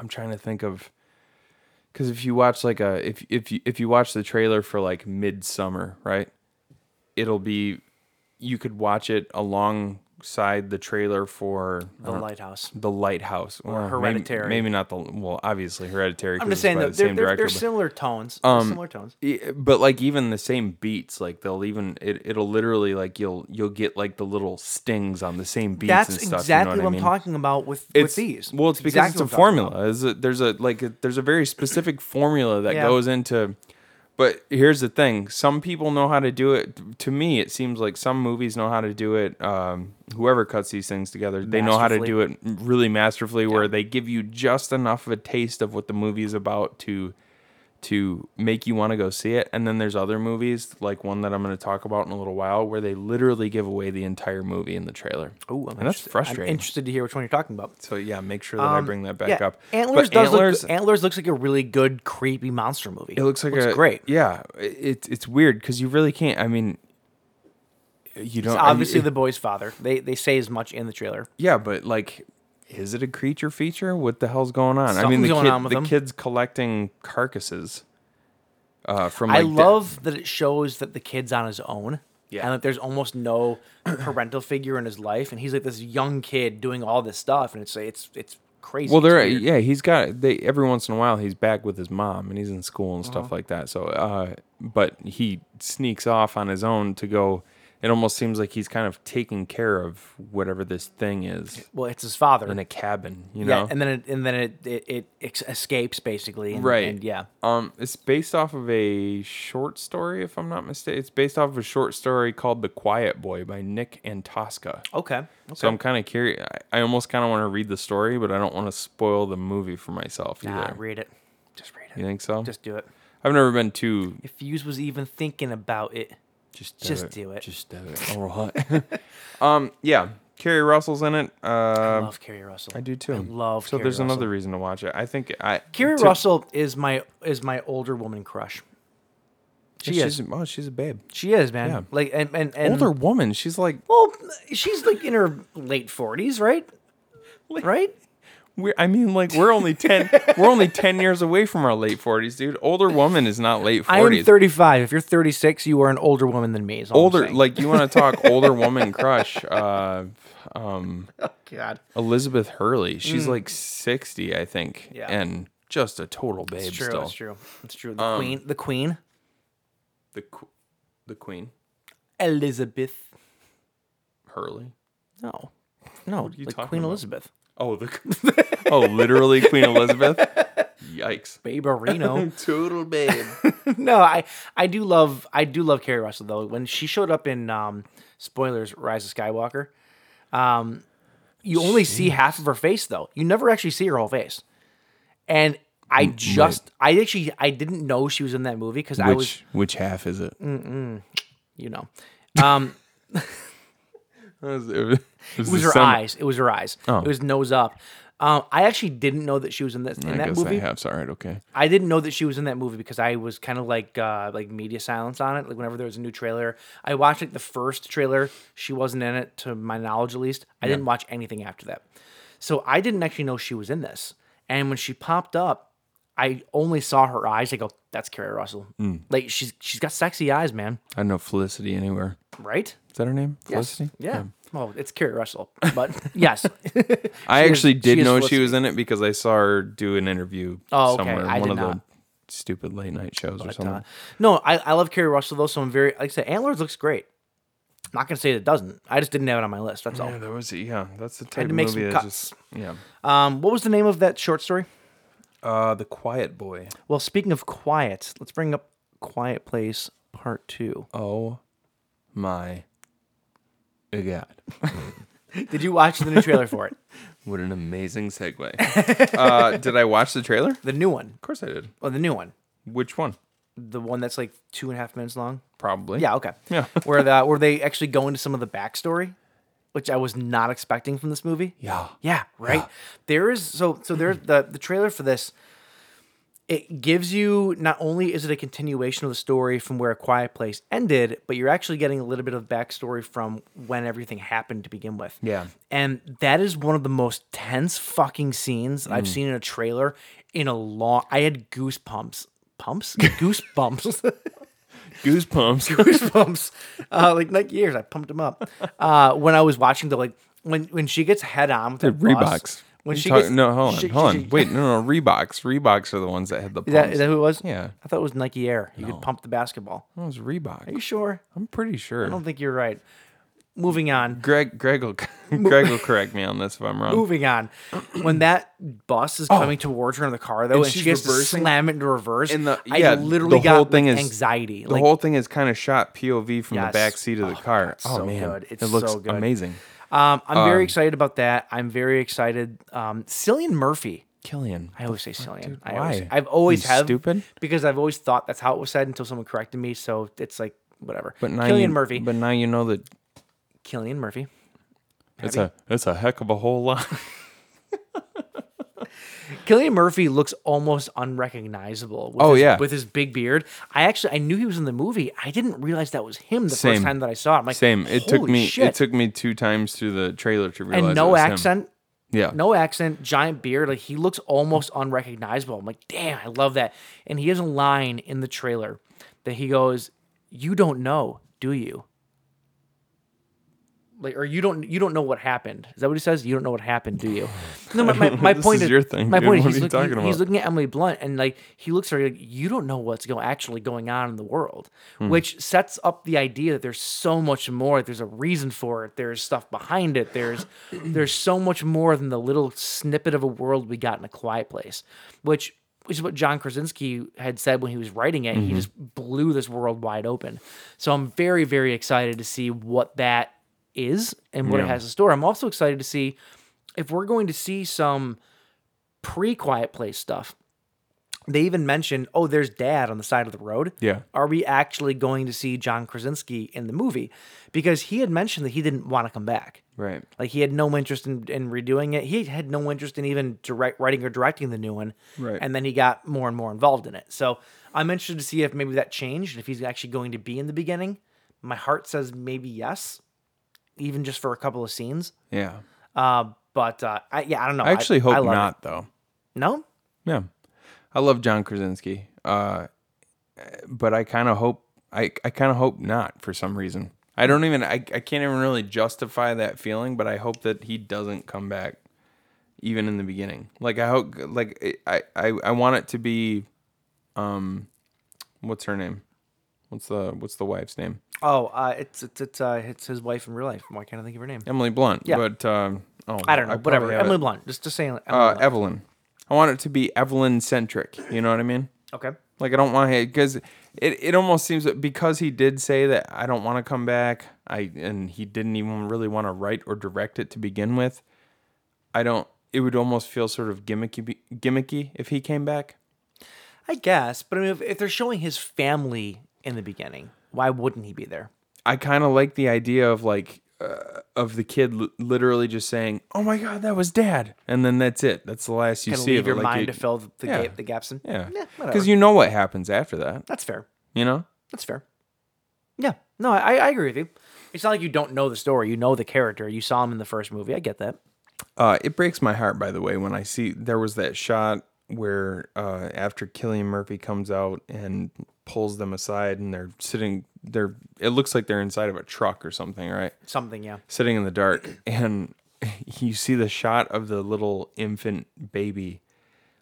I'm trying to think of because if you watch like a if if you if you watch the trailer for like Midsummer, right? it'll be you could watch it alongside the trailer for I the don't- lighthouse. the lighthouse or Hereditary. Maybe, not the well, obviously hereditary. I'm 'cause just it's saying by though, the they're, same they're, director, they're but- um, similar tones. They're similar tones. I- E, but like even the same beats, like they'll even it, it'll literally like you'll you'll get like the little stings on the same beats. That's and stuff, exactly you what, know what, I mean? I'm talking about with, with It's- these. Well, it's because Exactly it's a what I'm talking formula. Is a, there's a like a, there's a very specific formula that Yeah. goes into. But here's the thing: some people know how to do it. To me, it seems like some movies know how to do it. Um, whoever cuts these things together, they know how to do it really masterfully, where they give you just enough of a taste of what the movie is about to to make you want to go see it. And then there's other movies, like one that I'm going to talk about in a little while, where they literally give away the entire movie in the trailer. Ooh, I'm and that's interested- frustrating. I'm interested to hear which one you're talking about. So yeah, make sure that I bring that back Um, yeah, up. Antlers But does Antlers- look. Antlers looks like a really good creepy monster movie. it looks like a great. Yeah, it's it's weird because you really can't. I mean, you don't It's obviously I- the boy's father. They they say as much in the trailer. yeah, but like, is it a creature feature? What the hell's going on? I Something's mean, the going kid, on with the them. kid's collecting carcasses. Uh, from I like the- love that it shows that the kid's on his own. Yeah. And that there's almost no parental figure in his life, and he's like this young kid doing all this stuff, and it's it's it's crazy. Well, It's there, weird. yeah, he's got they every once in a while he's back with his mom and he's in Uh-huh. school and stuff like that. So, uh, but he sneaks off on his own to go It almost seems like he's kind of taking care of whatever this thing is Well, it's his father. in a cabin, you know? yeah, and then it, and then it it, it ex- escapes basically. and- right. And yeah. Um, it's based off of a short story, if I'm not mistaken. It's based off of a short story called "The Quiet Boy" by Nick Antosca. Okay. okay. So I'm kind of curious. I, I almost kind of want to read the story, but I don't want to spoil the movie for myself either. Nah, read it. Just read it. you think so? Just do it. I've never been too. If Hughes was even thinking about it, Just just do it. Just do it. All right. um, yeah. Carrie Russell's in it. I Uh, love Kerry Russell. I do too. I love. So Kerry there's Russell. another reason to watch it. I think I. Kerry to- Russell is my is my older woman crush. She she's, is. Oh, she's a babe. She is man. Yeah. Like and and, and Older woman. She's like Well, she's like in her late forties, right? Right. We're, I mean, like we're only ten. we're only ten years away from our late forties, dude. Older woman is not late I am forties. 35. If you're 36, you are an older woman than me. Is all I'm Older, saying. like you want to talk older woman crush? Uh, God. Elizabeth Hurley. She's like sixty, I think, Mm. Yeah. and just a total babe. It's true. still, Um, It's true. It's true. The queen. The queen. the qu- the queen Elizabeth. Hurley. No. No. are you like talking Queen about? Elizabeth. Oh, the oh, literally Queen Elizabeth. Yikes! Babe Reno. Total babe. no, I I do love I do love Carrie Russell though. When she showed up in um spoilers Rise of Skywalker, um you only see half of her face though. You never actually see her whole face. And I just I actually I didn't know she was in that movie cuz I was, Which which half is it? you know. Um It was, it was- it it was Oh. was the her summer- eyes. It was her eyes. It was nose up. Um, I actually didn't know that she was in that in I that guess movie. I half's all right. Okay. I didn't know that she was in that movie because I was kind of like uh, like media silence on it. Like whenever there was a new trailer, I watched like the first trailer. She wasn't in it, to my knowledge at least. I didn't watch anything after that, so I didn't actually know she was in this. And when she popped up, I only saw her eyes. I go, "That's Carrie Russell. Like she's she's got sexy eyes, man. I don't know Felicity anywhere. Right? Is that her name? Felicity? Yeah. Well, it's Carrie Russell, but yes, I She is- actually did she is know Felicity. she was in it because I saw her do an interview Oh, okay. somewhere. I one did of not. the stupid late night shows or something. Uh, no, I, I love Carrie Russell though, so I'm very like I said, Antlers looks great. I'm not gonna say it doesn't. I just didn't have it on my list. That's yeah, all. that was yeah. That's the to type of make some movie cuts. that's just yeah. Um, what was the name of that short story? Uh, the Quiet Boy. Well, speaking of quiet, let's bring up Quiet Place Part Two. Oh my god! Did you watch the new trailer for it? What an amazing segue. uh, did I watch the trailer? Of The new one. course I did. Well, the new one. Which one? The one that's like two and a half minutes long. Probably. Yeah, okay. Yeah. where the where they actually go into some of the backstory, which I was not expecting from this movie. Yeah. Mm-hmm. Yeah, right. There is so so there's the the trailer for this. It gives you not only is it a continuation of the story from where A Quiet Place ended, but you're actually getting a little bit of backstory from when everything happened to begin with. Yeah. And that is one of the most tense fucking scenes Mm. I've seen in a trailer in a long I had goosebumps. Pumps? Goosebumps. Goosebumps. goosebumps. Uh, like like years, I pumped them up. Uh, when I was watching the like when when she gets head on with the Reeboks. When You she talk- gets, no, hold on, she- hold she- on. Wait, no, no, Reeboks. Reeboks are the ones that had the. Is that, pumps. is that who it was? Yeah. I thought it was Nike Air. You could pump the basketball. That was Reebok. Are you sure? I'm pretty sure. I don't think you're right. Moving on. Greg, Greg will, Greg will correct me on this if I'm wrong. Moving on. When that bus is coming towards her in the car, though, and, she Oh. she's has to reversing. slam it into reverse, And the- I yeah, literally the whole got thing like, is- anxiety. The like, whole thing is kind of shot POV from Yes. the back seat of the Oh, car. God, oh so man, good. It's it looks so good. amazing. um, I'm very excited about that. I'm very excited. Um, Cillian Murphy Killian, I always say Cillian. dude, I always, why? I've always You have stupid? because I've always thought that's how it was said until someone corrected me. So it's like whatever. but now Cillian you, Murphy. But now you know that Killian Murphy. it's a it's a heck of a whole lot. Killian Murphy looks almost unrecognizable. With Oh, his, yeah. with his big beard. I actually I knew he was in the movie. I didn't realize that was him the Same. first time that I saw it. I'm like, Same. It took "Holy me shit." it took me two times through the trailer to realize. and it no was him. accent. Yeah. No accent, giant beard. Like he looks almost unrecognizable. I'm like, damn, I love that. And he has a line in the trailer that he goes, You don't know, do you? like or you don't you don't know what happened. Is that what he says? You don't know what happened, do you? No, my, my, my This point is is your thing, My dude. point is he's, What are you looking, talking he's about? looking at Emily Blunt and like he looks at her like you don't know what's going actually going on in the world, Hmm. which sets up the idea that there's so much more. There's a reason for it. There's stuff behind it. There's there's so much more than the little snippet of a world we got in a quiet place, which which is what John Krasinski had said when he was writing it. Mm-hmm. He just blew this world wide open. So I'm very, very excited to see what that is and what it has in store. I'm also excited to see if we're going to see some pre Quiet Place stuff. They even mentioned, oh, there's dad on the side of the road. Yeah. Are we actually going to see John Krasinski in the movie? Because he had mentioned that he didn't want to come back. Right. Like he had no interest in, in redoing it. He had no interest in even direct writing or directing the new one. Right. And then he got more and more involved in it. So I'm interested to see if maybe that changed, if he's actually going to be in the beginning. My heart says maybe yes, even just for a couple of scenes. Yeah. Uh, but uh, I, yeah, I don't know. I actually hope love it. not though. No, Yeah. I love John Krasinski. Uh, but I kind of hope I, I kind of hope not for some reason. I don't even I, I can't even really justify that feeling, but I hope that he doesn't come back even in the beginning. Like I hope like I I, I want it to be um what's her name? What's the what's the wife's name? Oh, uh, it's it's it's, uh, it's his wife in real life. Why can't I think of her name? Emily Blunt. Yeah. But um oh I don't know. probably whatever. have Emily it. Blunt. Just just saying. Emily Uh Blunt. Evelyn. I want it to be Evelyn centric. You know what I mean? okay. Like I don't want to because it, it almost seems that because he did say that I don't want to come back. I and he didn't even really want to write or direct it to begin with. I don't. It would almost feel sort of gimmicky gimmicky if he came back. I guess, but I mean, if, if they're showing his family in the beginning, why wouldn't he be there? I kind of like the idea of like uh, of the kid l- literally just saying, "Oh my god, that was dad," and then that's it. That's the last you Kind of see leave of your it. like, mind you- to fill the, the, yeah. gap, the gaps in. Yeah, whatever. because you know what happens after that. That's fair. You know. That's fair. Yeah. No, I, I agree with you. It's not like you don't know the story. You know the character. You saw him in the first movie. I get that. Uh, it breaks my heart, by the way, when I see there was that shot where uh, after Killian Murphy comes out and pulls them aside, and they're sitting, they're it looks like they're inside of a truck or something, right? Something, yeah. Sitting in the dark, and you see the shot of the little infant baby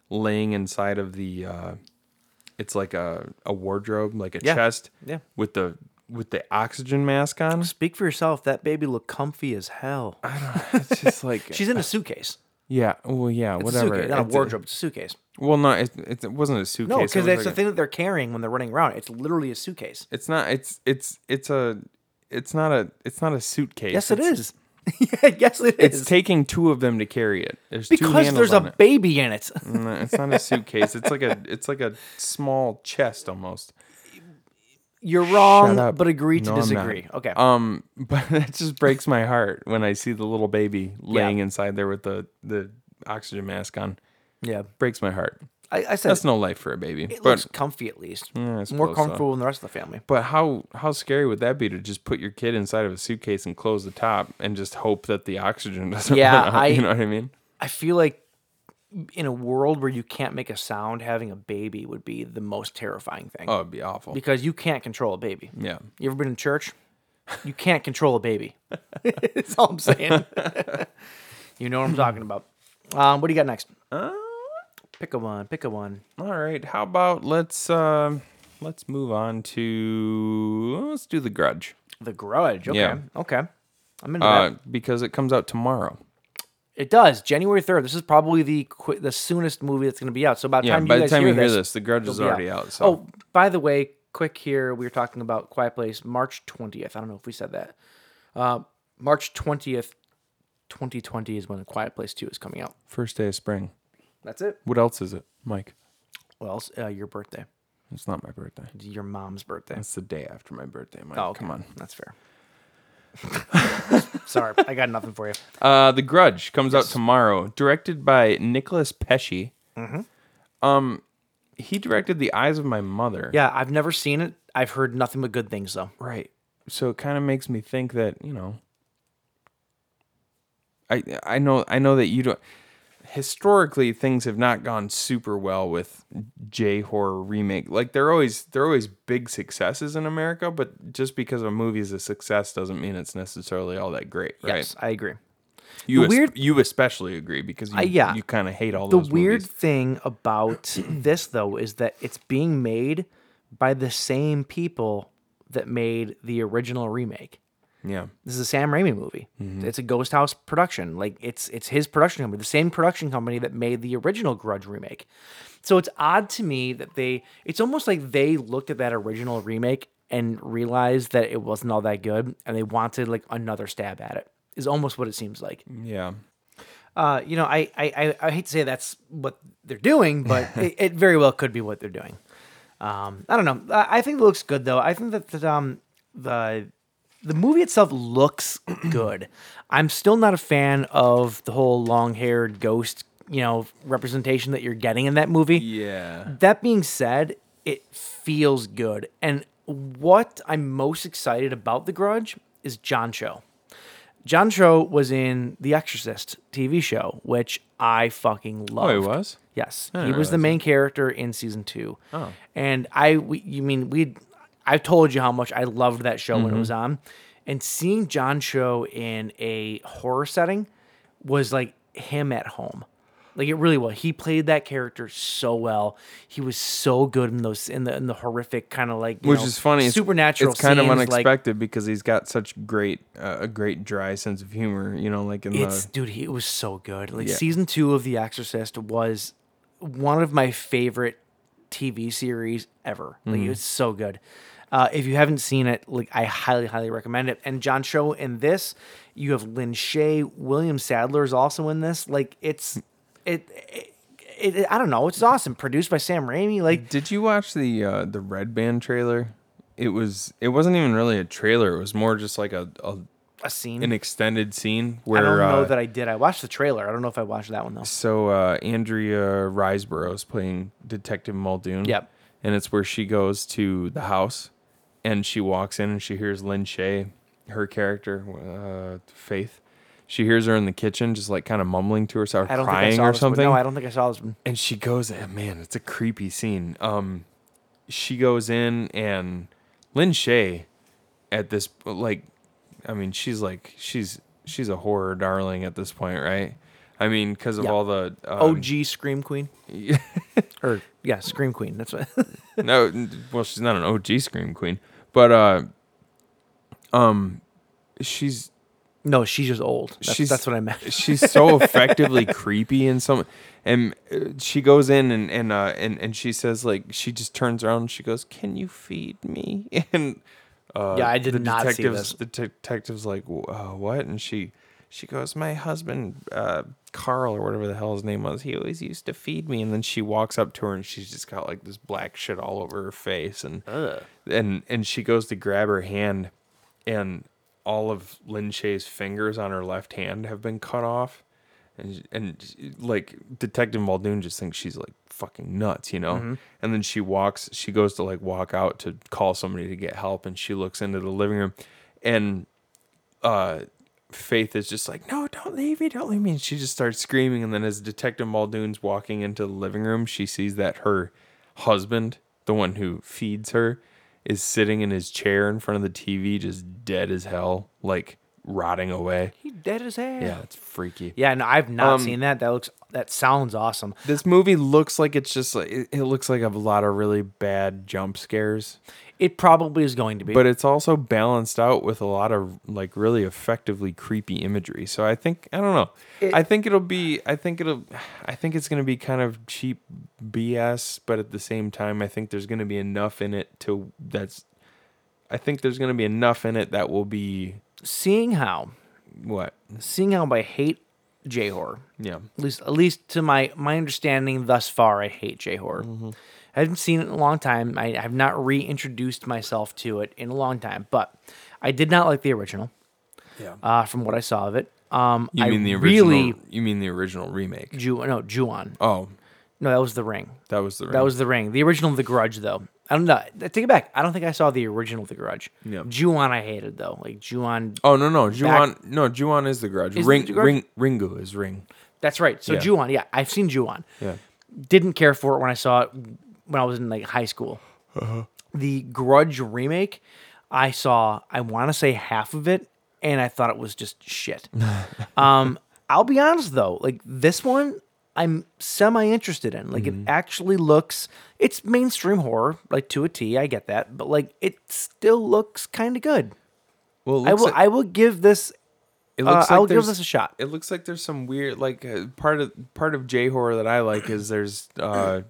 laying inside of the, uh, it's like a a wardrobe, like a Yeah. chest, Yeah. with the with the oxygen mask on. Speak for yourself. That baby looked comfy as hell. It's just like She's in a suitcase. yeah, well, yeah, It's whatever. A suitcase, not a It's wardrobe. It's a suitcase. Well, no, it, it, it wasn't a suitcase. No, it because was that's like the a- thing that they're carrying when they're running around. It's literally a suitcase. It's not. It's it's it's a. It's not a. It's not a suitcase. Yes, it it's, is. yes, it It's is. taking two of them to carry it. There's two because handles there's a on it. Mm. baby in it. No, it's not a suitcase. It's like a. It's like a small chest almost. You're wrong, Shut up. but agree to No, I'm not. disagree. Okay. Um, but that just breaks my heart when I see the little baby laying Yeah. inside there with the the oxygen mask on. yeah. Breaks my heart. I, I said That's no life for a baby. it but looks comfy at least. I it's more suppose so. comfortable than the rest of the family. But how how scary would that be to just put your kid inside of a suitcase and close the top and just hope that the oxygen doesn't Yeah, run out? I- you know what I mean? I feel like in a world where you can't make a sound, having a baby would be the most terrifying thing. Oh, it'd be awful. Because you can't control a baby. yeah. You ever been in church? You can't control a baby. That's all I'm saying. you know what I'm talking about. Um, what do you got next? Pick a one. Pick a one. Uh, All right. How about let's um let's move on to let's do the Grudge The Grudge. Okay. Yeah. Okay. I'm into uh, that. because it comes out tomorrow. It does January 3rd. This is probably the qui- the soonest movie that's going to be out. So about Yeah. time by you the guys time hear, you hear this, this, the Grudge is it'll be already out. so Oh, by the way, quick here. We were talking about Quiet Place, March 20th. I don't know if we said that. Uh, March 20th, 2020 is when The Quiet Place 2 is coming out. first day of spring. That's it. What else is it, Mike? Well, else? Uh, your birthday. It's not my birthday. It's your mom's birthday. It's the day after my birthday, Mike. Oh, okay. come on. That's fair. Sorry, I got nothing for you. Uh, The Grudge comes out tomorrow, directed by Nicholas Pesci. Mm-hmm. Um, he directed The Eyes of My Mother. Yeah, I've never seen it. I've heard nothing but good things though. Right. So it kind of makes me think that you know. I I know I know that you don't. historically things have not gone super well with J horror remake. Like they're always they're always big successes in America, but just because a movie is a success doesn't mean it's necessarily all that great, right? Yes, I agree. You The es- weird- you especially agree because you, Uh, yeah. you kind of hate all The those weird movies. thing about this though is that it's being made by the same people that made the original remake. Yeah. Mm-hmm. This is a Sam Raimi movie. It's a Ghost House production. Like it's it's his production company, the same production company that made the original Grudge remake. So it's odd to me that they it's almost like they looked at that original remake and realized that it wasn't all that good and they wanted like another stab at it. Is almost what it seems like. Yeah. Uh, you know, I, I I I hate to say that's what they're doing, but it, it very well could be what they're doing. Um, I don't know. I, I think it looks good though. I think that, that um the the movie itself looks good. I'm still not a fan of the whole long haired ghost, you know, representation that you're getting in that movie. Yeah. That being said, it feels good. And what I'm most excited about The Grudge is John Cho. John Cho was in The Exorcist TV show, which I fucking love. Oh, it was? Yes, I he didn't was the realize main character in season two. Oh, and I, we, you mean we? I told you how much I loved that show when it was Mm-hmm. on, and seeing John Cho in a horror setting was like him at home. Like it really was. He played that character so well. He was so good in those in the in the horrific kind of like you Which know, is funny. It's- supernatural. It's, kind of scenes, like- unexpected because he's got such great uh, a great dry sense of humor, you know, like in It's the dude, he, it was so good. Like Yeah. season two of The Exorcist was one of my favorite TV series ever. Like Mm-hmm. it's so good. Uh, if you haven't seen it, like I highly, highly recommend it. And John Cho in this, you have Lynn Shay, William Sadler is also in this. Like it's it. it it, I don't know. It's awesome. Produced by Sam Raimi. Like Did you watch the uh, the Red Band trailer? It was it wasn't even really a trailer. It was more just like a, a a scene. an extended scene I where don't know uh, that I did. I watched the trailer. I don't know if I watched that one though. so uh, Andrea Riseborough is playing Detective Muldoon. Yep. And it's where she goes to the house, and she walks in and she hears Lynn Shay, her character, uh, Faith. She hears her in the kitchen, just like kind of mumbling to herself, I don't think I crying saw or this something One. No, I don't think I saw this one. and she goes eh, man it's a creepy scene um she goes in and lynn shay at this like i mean she's like she's she's a horror darling at this point right i mean because of Yeah. all the um, OG Scream Queen. or yeah, Scream Queen. That's what. no n- well she's not an og scream queen but uh um she's no, she's just old. That's, that's what I meant. she's so effectively creepy and some and uh, she goes in and and uh and, and she says like she just turns around and she goes can you feed me and uh Yeah, I did the not see detectives this. the detectives like "Wh- uh, what and she she goes my husband uh carl or whatever the hell his name was he always used to feed me and then she walks up to her and she's just got like this black shit all over her face and and and she goes to grab her hand and all of Lin Shay's fingers on her left hand have been cut off. And, and like Detective Muldoon just thinks she's like fucking nuts, you know? And then she walks, she goes to like walk out to call somebody to get help. And she looks into the living room and uh, Faith is just like, no, don't leave me, don't leave me. And she just starts screaming. And then as Detective Muldoon's walking into the living room, she sees that her husband, the one who feeds her, is sitting in his chair in front of the TV, just dead as hell, like rotting away. He dead as hell. Yeah, it's freaky. Yeah, no, I've not Um, seen that. That looks. That sounds awesome. This movie looks like it's just like it, it looks like a lot of really bad jump scares, It probably is going to be. but it's also balanced out with a lot of like really effectively creepy imagery. So I think I don't know. I think it'll be I think it'll I think it's going to be kind of cheap BS, but at the same time I think there's going to be enough in it to that's I think there's going to be enough in it that will be seeing how, what? seeing how I hate J horror. Yeah. At least, at least to my my understanding thus far, I hate J horror. I haven't seen it in a long time. I have not reintroduced myself to it in a long time. But I did not like the original. Yeah. Uh, from what I saw of it, um, You I mean the original really you mean the original remake. Ju- no Juon. Oh, No, that was the ring. that was the That was the ring. The original The Grudge, though. I don't know. Take it back. I don't think I saw the original The Grudge. Yeah. Ju-on I hated though. Like Ju-on Oh no no, Juan no Juan is the Grudge. Is ring the Grudge- ring Ringu is Ring. That's right. So Yeah. Ju-on, yeah, I've seen Ju-on. Yeah. Didn't care for it when I saw it when I was in like high school. The Grudge remake, I saw. I want to say half of it, and I thought it was just shit. um, I'll be honest though, like this one, I'm semi interested in. Like it actually looks, it's mainstream horror, like to a T. I get that, but like it still looks kind of good. Well, I will. I will give this. It Uh, I'll give there's- this a shot. It looks like there's some weird like uh, part of part of J horror that I like is there's uh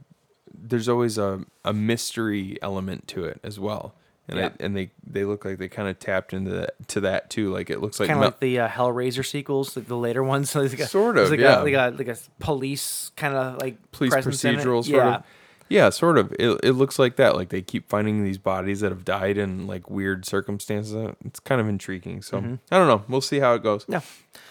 there's always a, a mystery element to it as well. And Yeah. I, and they they look like they kind of tapped into that to that too. Like it looks like, kind of Mel- like the uh, Hellraiser sequels, like the later ones. So it's like a, Sort it's of, like yeah. A, like a like a police kind of like police presence in it. procedural sort yeah. of. Yeah, sort of. It it looks like that. Like they keep finding these bodies that have died in like weird circumstances. Uh, It's kind of intriguing. So I don't know. We'll see how it goes. Yeah.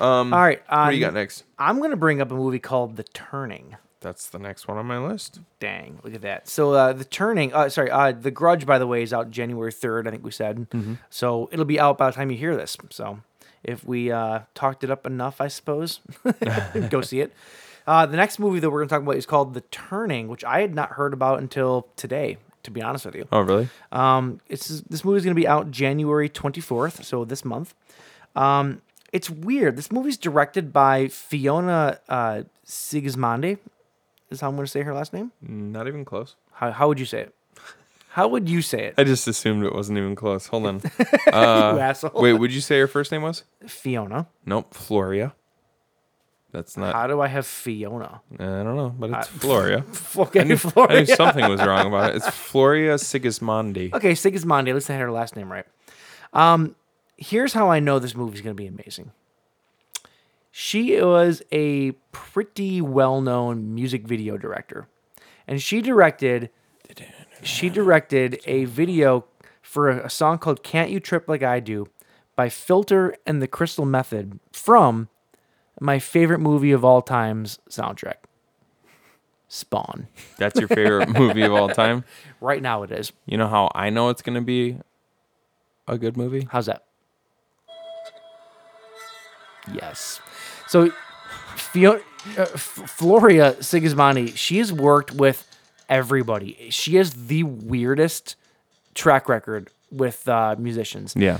Um, All right. What do you um, got next? I'm gonna bring up a movie called The Turning. That's the next one on my list. Dang, look at that. So uh, the turning, uh, sorry, uh, the Grudge, by the way, is out January third. I think we said. Mm-hmm. So it'll be out by the time you hear this. So if we uh, talked it up enough, I suppose, go see it. Uh, the next movie that we're going to talk about is called The Turning, which I had not heard about until today. To be honest with you, Oh, really? um, it's this movie's going to be out January 24th, so this month. Um, it's weird. This movie's directed by Fiona uh, Sigismondi. Is how I'm going to say her last name. Not even close. How, how would you say it? How would you say it, I just assumed it wasn't even close. Hold on. Uh, you asshole? Wait, would you say her first name was? Fiona. Nope, Floria. That's not. How do I have Fiona? I don't know, but it's Floria. Okay, I knew, I Floria. knew something was wrong about it. It's Floria Sigismondi. Okay, Sigismondi. At least I had her last name right. Um, here's how I know this movie's going to be amazing. She was a pretty well-known music video director, and she directed. She directed a video for a, a song called "Can't You Trip Like I Do" by Filter and the Crystal Method from my favorite movie of all times soundtrack, Spawn. That's your favorite movie of all time. Right now, it is. You know how I know it's going to be a good movie? How's that? Yes. So, Fio- uh, F- Floria Sigismondi, she has worked with everybody. She has the weirdest track record with uh, musicians. Yeah.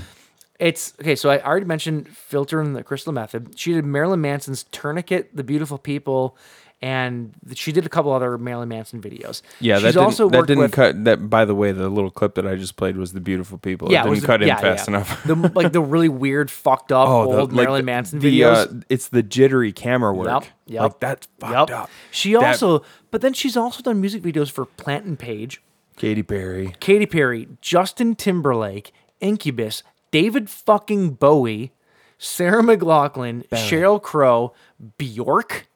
It's okay. So I already mentioned Filter and the Crystal Method. She did Marilyn Manson's Tourniquet, The Beautiful People, and she did a couple other Marilyn Manson videos. Yeah, She's that didn't, also that worked didn't with- cut. That by the way, the little clip that I just played was the beautiful people. it it didn't was the- cut in yeah, fast yeah. enough. Oh, The, like the really weird, fucked up the- old like Marilyn the- Manson the, videos. uh, it's the jittery camera work. Yep, yep. Like that's Yup. fucked up. She That- also, but then she's also done music videos for Plant and Page, Katy Perry. Katy Perry, Justin Timberlake, Incubus, David fucking Bowie, Sarah McLaughlin, Cheryl Crow, Bjork,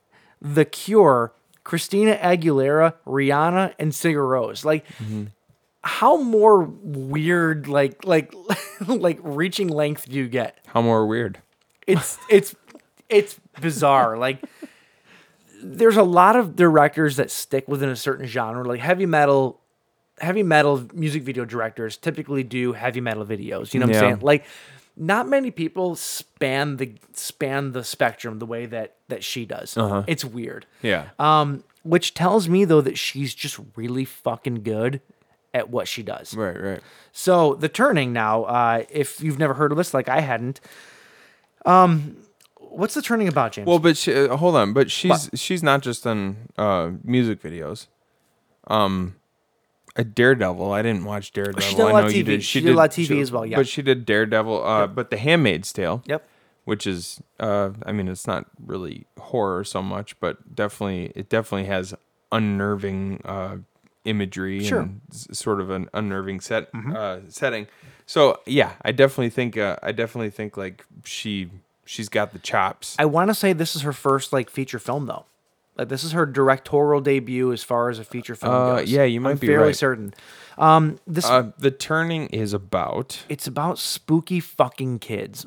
The Cure, Christina Aguilera, Rihanna, and Sigur Rós. Like, how more weird, like, like, like reaching length do you get? How more weird. it's it's it's bizarre. Like there's a lot of directors that stick within a certain genre. Like heavy metal heavy metal music video directors typically do heavy metal videos. You know what Yeah. I'm saying? Like not many people span the span the spectrum the way that that she does. It's weird. Yeah. Um which tells me though that she's just really fucking good at what she does. right. Right. So the turning now, uh, if you've never heard of this, like I hadn't, um, what's the turning about, James? Well, but she, uh, hold on, but she's she's not just in uh, music videos. Um, a Daredevil. I didn't watch Daredevil. did a lot I of know you TV. did. She did a lot of TV as well, yeah. But she did Daredevil. Uh, but The Handmaid's Tale. Yep. Which is, uh, I mean, it's not really horror so much, but definitely it definitely has unnerving uh, imagery Sure. Mm-hmm. and s- sort of an unnerving set uh, setting. So yeah, I definitely think uh, I definitely think like she she's got the chops. I want to say this is her first like feature film though. Like this is her directorial debut as far as a feature film Uh, goes. yeah, you I'm might be fairly right. certain. Um, this Uh, the Uh, turning is about it's about spooky fucking kids.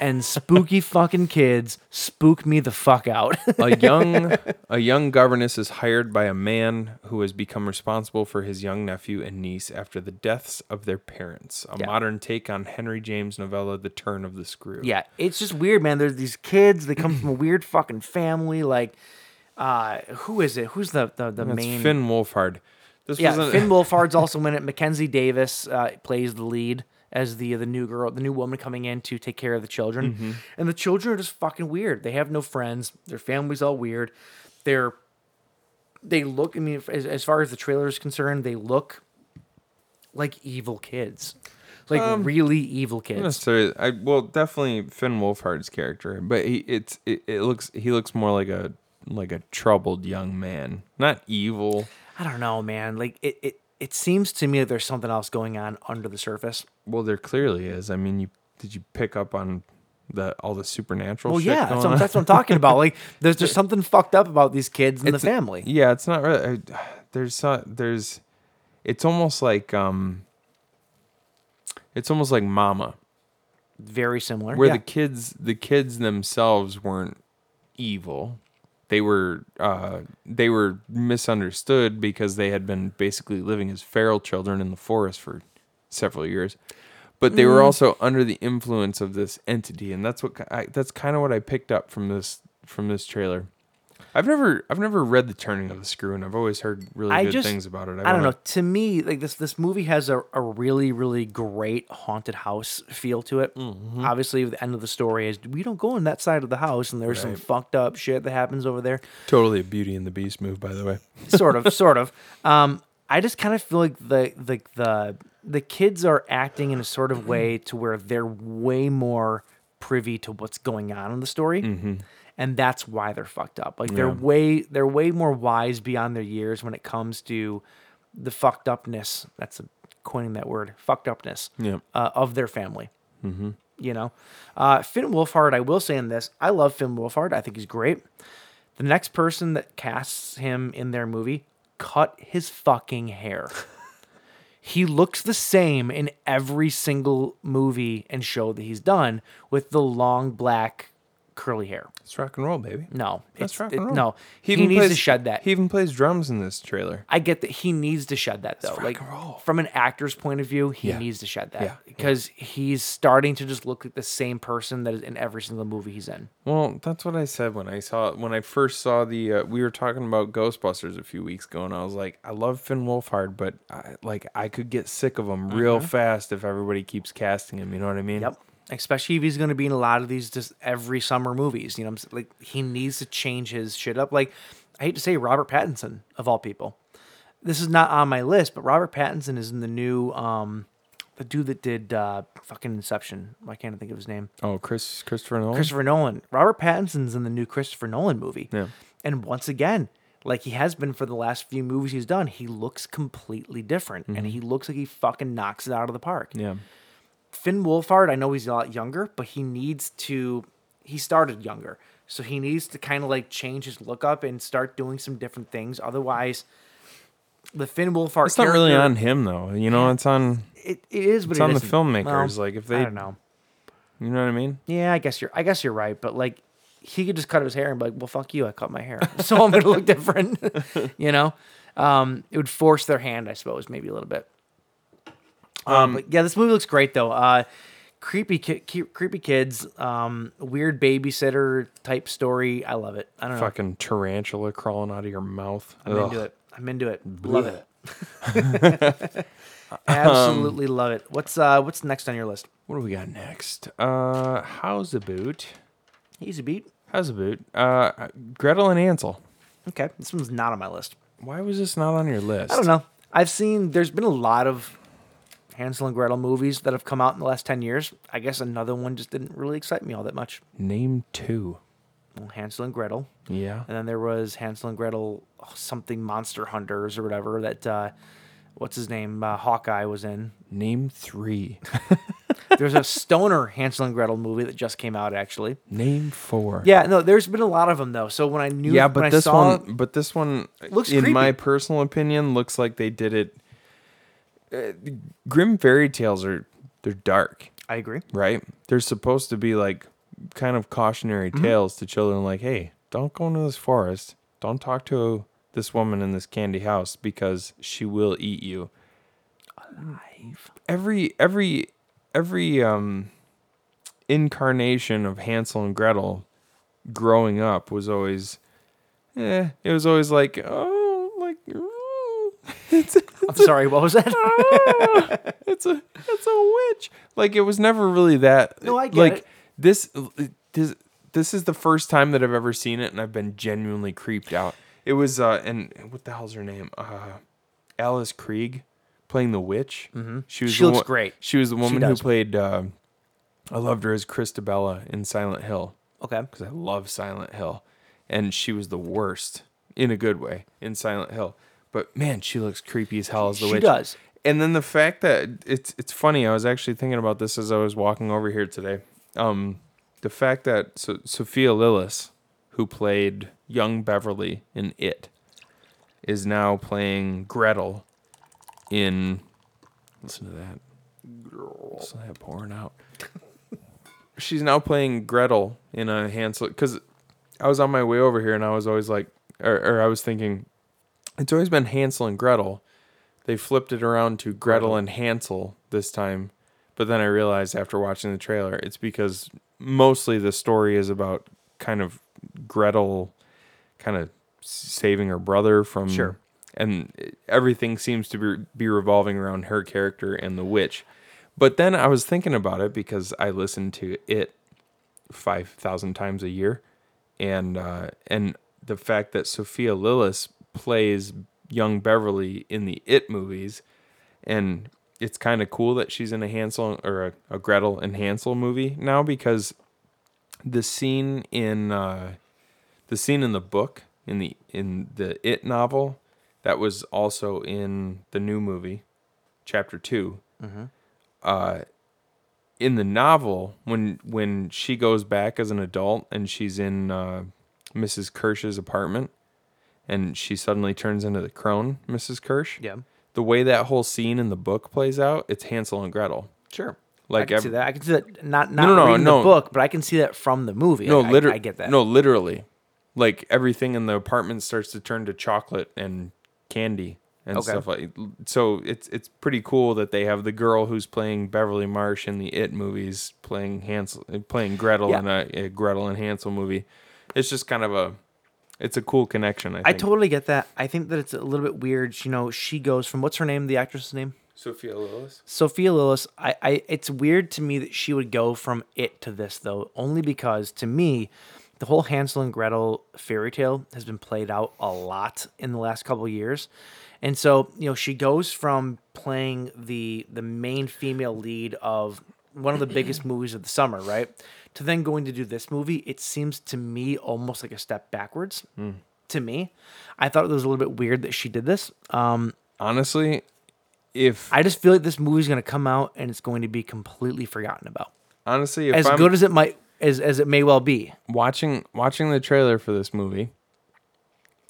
and spooky fucking kids spook me the fuck out. a young a young governess is hired by a man who has become responsible for his young nephew and niece after the deaths of their parents. A Yeah. modern take on Henry James' novella The Turn of the Screw. yeah, it's just weird, man. There's these kids. They come from a weird fucking family. Like, uh, who is it? Who's the the, the That's main? Finn Wolfhard. This yeah, wasn't Finn Wolfhard's also in it. Mackenzie Davis uh, plays the lead as the the new girl, the new woman coming in to take care of the children. And the children are just fucking weird. They have no friends. Their family's all weird. They're they look. I mean, as, as far as the trailer is concerned, they look like evil kids, like really evil Not kids. necessarily. I well, definitely Finn Wolfhard's character, but he it's it, it looks he looks more like a like a troubled young man, not evil. I don't know, man. Like it it it seems to me that there's something else going on under the surface. Well, there clearly is. I mean, you did you pick up on the all the supernatural? Well, shit yeah, going that's what, on? that's what I'm talking about. Like, there's just something fucked up about these kids and It's- the family. Yeah, it's not really. I, there's uh, there's, it's almost like um. It's almost like Mama, very similar. where yeah. the kids the kids themselves weren't evil, they were uh they were misunderstood because they had been basically living as feral children in the forest for several years. But they were Mm. also under the influence of this entity, and that's what ki- I, that's kind of what I picked up from this from this trailer. I've never I've never read the Turning of the Screw, and I've always heard really I good just things about it. I, don't wanna- know. To me, like this this movie has a, a really really great haunted house feel to it. Mm-hmm. Obviously, the end of the story is we don't go on that side of the house, and there's some fucked up shit that happens over there. Totally a Beauty and the Beast move, by the way. sort of, sort of. Um, I just kind of feel like the the the the kids are acting in a sort of way to where they're way more privy to what's going on in the story, and that's why they're fucked up. Like they're way they're way more wise beyond their years when it comes to the fucked upness. That's a, coining that word, fucked upness Yeah. uh, of their family. You know, uh, Finn Wolfhard. I will say in this, I love Finn Wolfhard. I think he's great. The next person that casts him in their movie cut his fucking hair. he looks the same in every single movie and show that he's done with the long black curly hair. It's rock and roll, baby. No, That's it's- rock it- and roll. no. He, needs plays, to shed that. He even plays drums in this trailer. I get that he needs to shed that though. Like from an actor's point of view, he Yeah. needs to shed Yeah, yeah. that because he's starting to just look like the same person that is in every single movie he's in. Well, that's what I said when I saw when I first saw the. Uh, we were talking about Ghostbusters a few weeks ago, and I was like, I love Finn Wolfhard, but I, like I could get sick of him real fast if everybody keeps casting him. You know what I mean? Mm-hmm. Yep. Especially if he's going to be in a lot of these just every summer movies, you know, what I'm s- like he needs to change his shit up. Like I hate to say Robert Pattinson of all people. This is not on my list, but Robert Pattinson is in the new um the dude that did uh fucking Inception. Why can't I think of his name? Oh, Chris Christopher Nolan. Christopher Nolan. Robert Pattinson's in the new Christopher Nolan movie. Yeah. And once again, like he has been for the last few movies he's done, he looks completely different and he looks like he fucking knocks it out of the park. Mm-hmm. yeah. Finn Wolfhard, I know he's a lot younger, but he needs to he started younger. So he needs to kind of like change his look up and start doing some different things. Otherwise, the Finn Wolfhard It's not really character- on him though. You know, it's on. It, it is, but It's it on the isn't. filmmakers, like, if I they- don't know. You know what I mean? Yeah, I guess you're. I guess you're right. But like, he could just cut his hair and be like, "Well, fuck you, I cut my hair, so I'm gonna look different." you know, um, it would force their hand, I suppose, maybe a little bit. Um, but yeah, this movie looks great though. Uh, creepy, ki- ki- creepy kids, um, weird babysitter type story. I love it. I don't Fucking tarantula crawling out of your mouth. know. I'm Ugh. into it. I'm into it. Love it. Absolutely love it. What's uh, what's next on your list? What do we got next? Uh, how's about? Easy beat. How's about? Uh, Gretel and Ansel. Okay, this one's not on my list. Why was this not on your list? I don't know. I've seen there's been a lot of Hansel and Gretel movies that have come out in the last 10 years. I guess another one just didn't really excite me all that much. Name two. Well, Hansel and Gretel. Yeah. And then there was Hansel and Gretel oh, something Monster Hunters or whatever that uh what's his name? Uh, Hawkeye was in. Name three. There's a stoner Hansel and Gretel movie that just came out actually. Name four. Yeah, no, there's been a lot of them though. So when I knew Yeah, when but I this saw one, but this one, Looks in my creepy. personal opinion, looks like they did it. Uh, grim fairy tales are they're dark. I agree. right? There's supposed to be like kind of cautionary tales to children like, hey, don't go into this forest. Don't talk to this woman in this candy house because she will eat you. Every every every um incarnation of Hansel and Gretel growing up was always eh, it was always like, oh, like oh. it's, I'm sorry. What was that? it's a it's a witch. Like it was never really that. No, I get like it. this this this is the first time that I've ever seen it, and I've been genuinely creeped out. It was uh, and what the hell's her name? Uh, Alice Krieg playing the witch. Mm-hmm. She was She the looks wo- great. She was the woman who does. played. Uh, I loved her as Christabella in Silent Hill okay. because I love Silent Hill, and she was the worst in a good way in Silent Hill. But man, she looks creepy as hell as the She witch. does. And then the fact that it's it's funny. I was actually thinking about this as I was walking over here today. Um, the fact that so- Sophia Lillis, who played young Beverly in It, is now playing Gretel in. Listen to that. Listen to that pouring out she's now playing Gretel in a Hansel. Because I was on my way over here and I was always like, or, or I was thinking, it's always been Hansel and Gretel. They flipped it around to Gretel and Hansel this time. But then I realized after watching the trailer, it's because mostly the story is about kind of Gretel kind of saving her brother from. Sure. And everything seems to be, be revolving around her character and the witch. But then I was thinking about it because I listened to it 5,000 times a year. And, uh, and the fact that Sophia Lillis plays young Beverly in the It movies. And it's kind of cool that she's in a Hansel or a, a Gretel and Hansel movie now because the scene in, uh, the scene in the book in the in the it novel that was also in the new movie chapter 2 Mm-hmm. uh in the novel when when she goes back as an adult and she's in uh, mrs kirsch's apartment and she suddenly turns into the crone mrs kirsch Yeah. the way that whole scene in the book plays out it's hansel and gretel Sure. Like I can see ev- that. I can see that. Not not no, no, reading no. the book, but I can see that from the movie. No, I, I- literally. I get that. No, literally. Like everything in the apartment starts to turn to chocolate and candy and Okay. stuff like. So it's it's pretty cool that they have the girl who's playing Beverly Marsh in the It movies playing Hansel, uh, playing Gretel Yeah. in a, a Gretel and Hansel movie. It's just kind of a, it's a cool connection. I, I think. totally get that. I think that it's a little bit weird. You know, she goes from what's her name, the actress's name, Sophia Lillis. Sophia Lillis. I, I, it's weird to me that she would go from it to this though, only because to me, the whole Hansel and Gretel fairy tale has been played out a lot in the last couple of years, and so you know she goes from playing the the main female lead of one of the biggest movies of the summer, right, to then going to do this movie. It seems to me almost like a step backwards to me. I thought it was a little bit weird that she did this. Um, Honestly, if I just feel like this movie's going to come out and it's going to be completely forgotten about. honestly, if As I'm, good as it might, as as it may well be. watching watching the trailer for this movie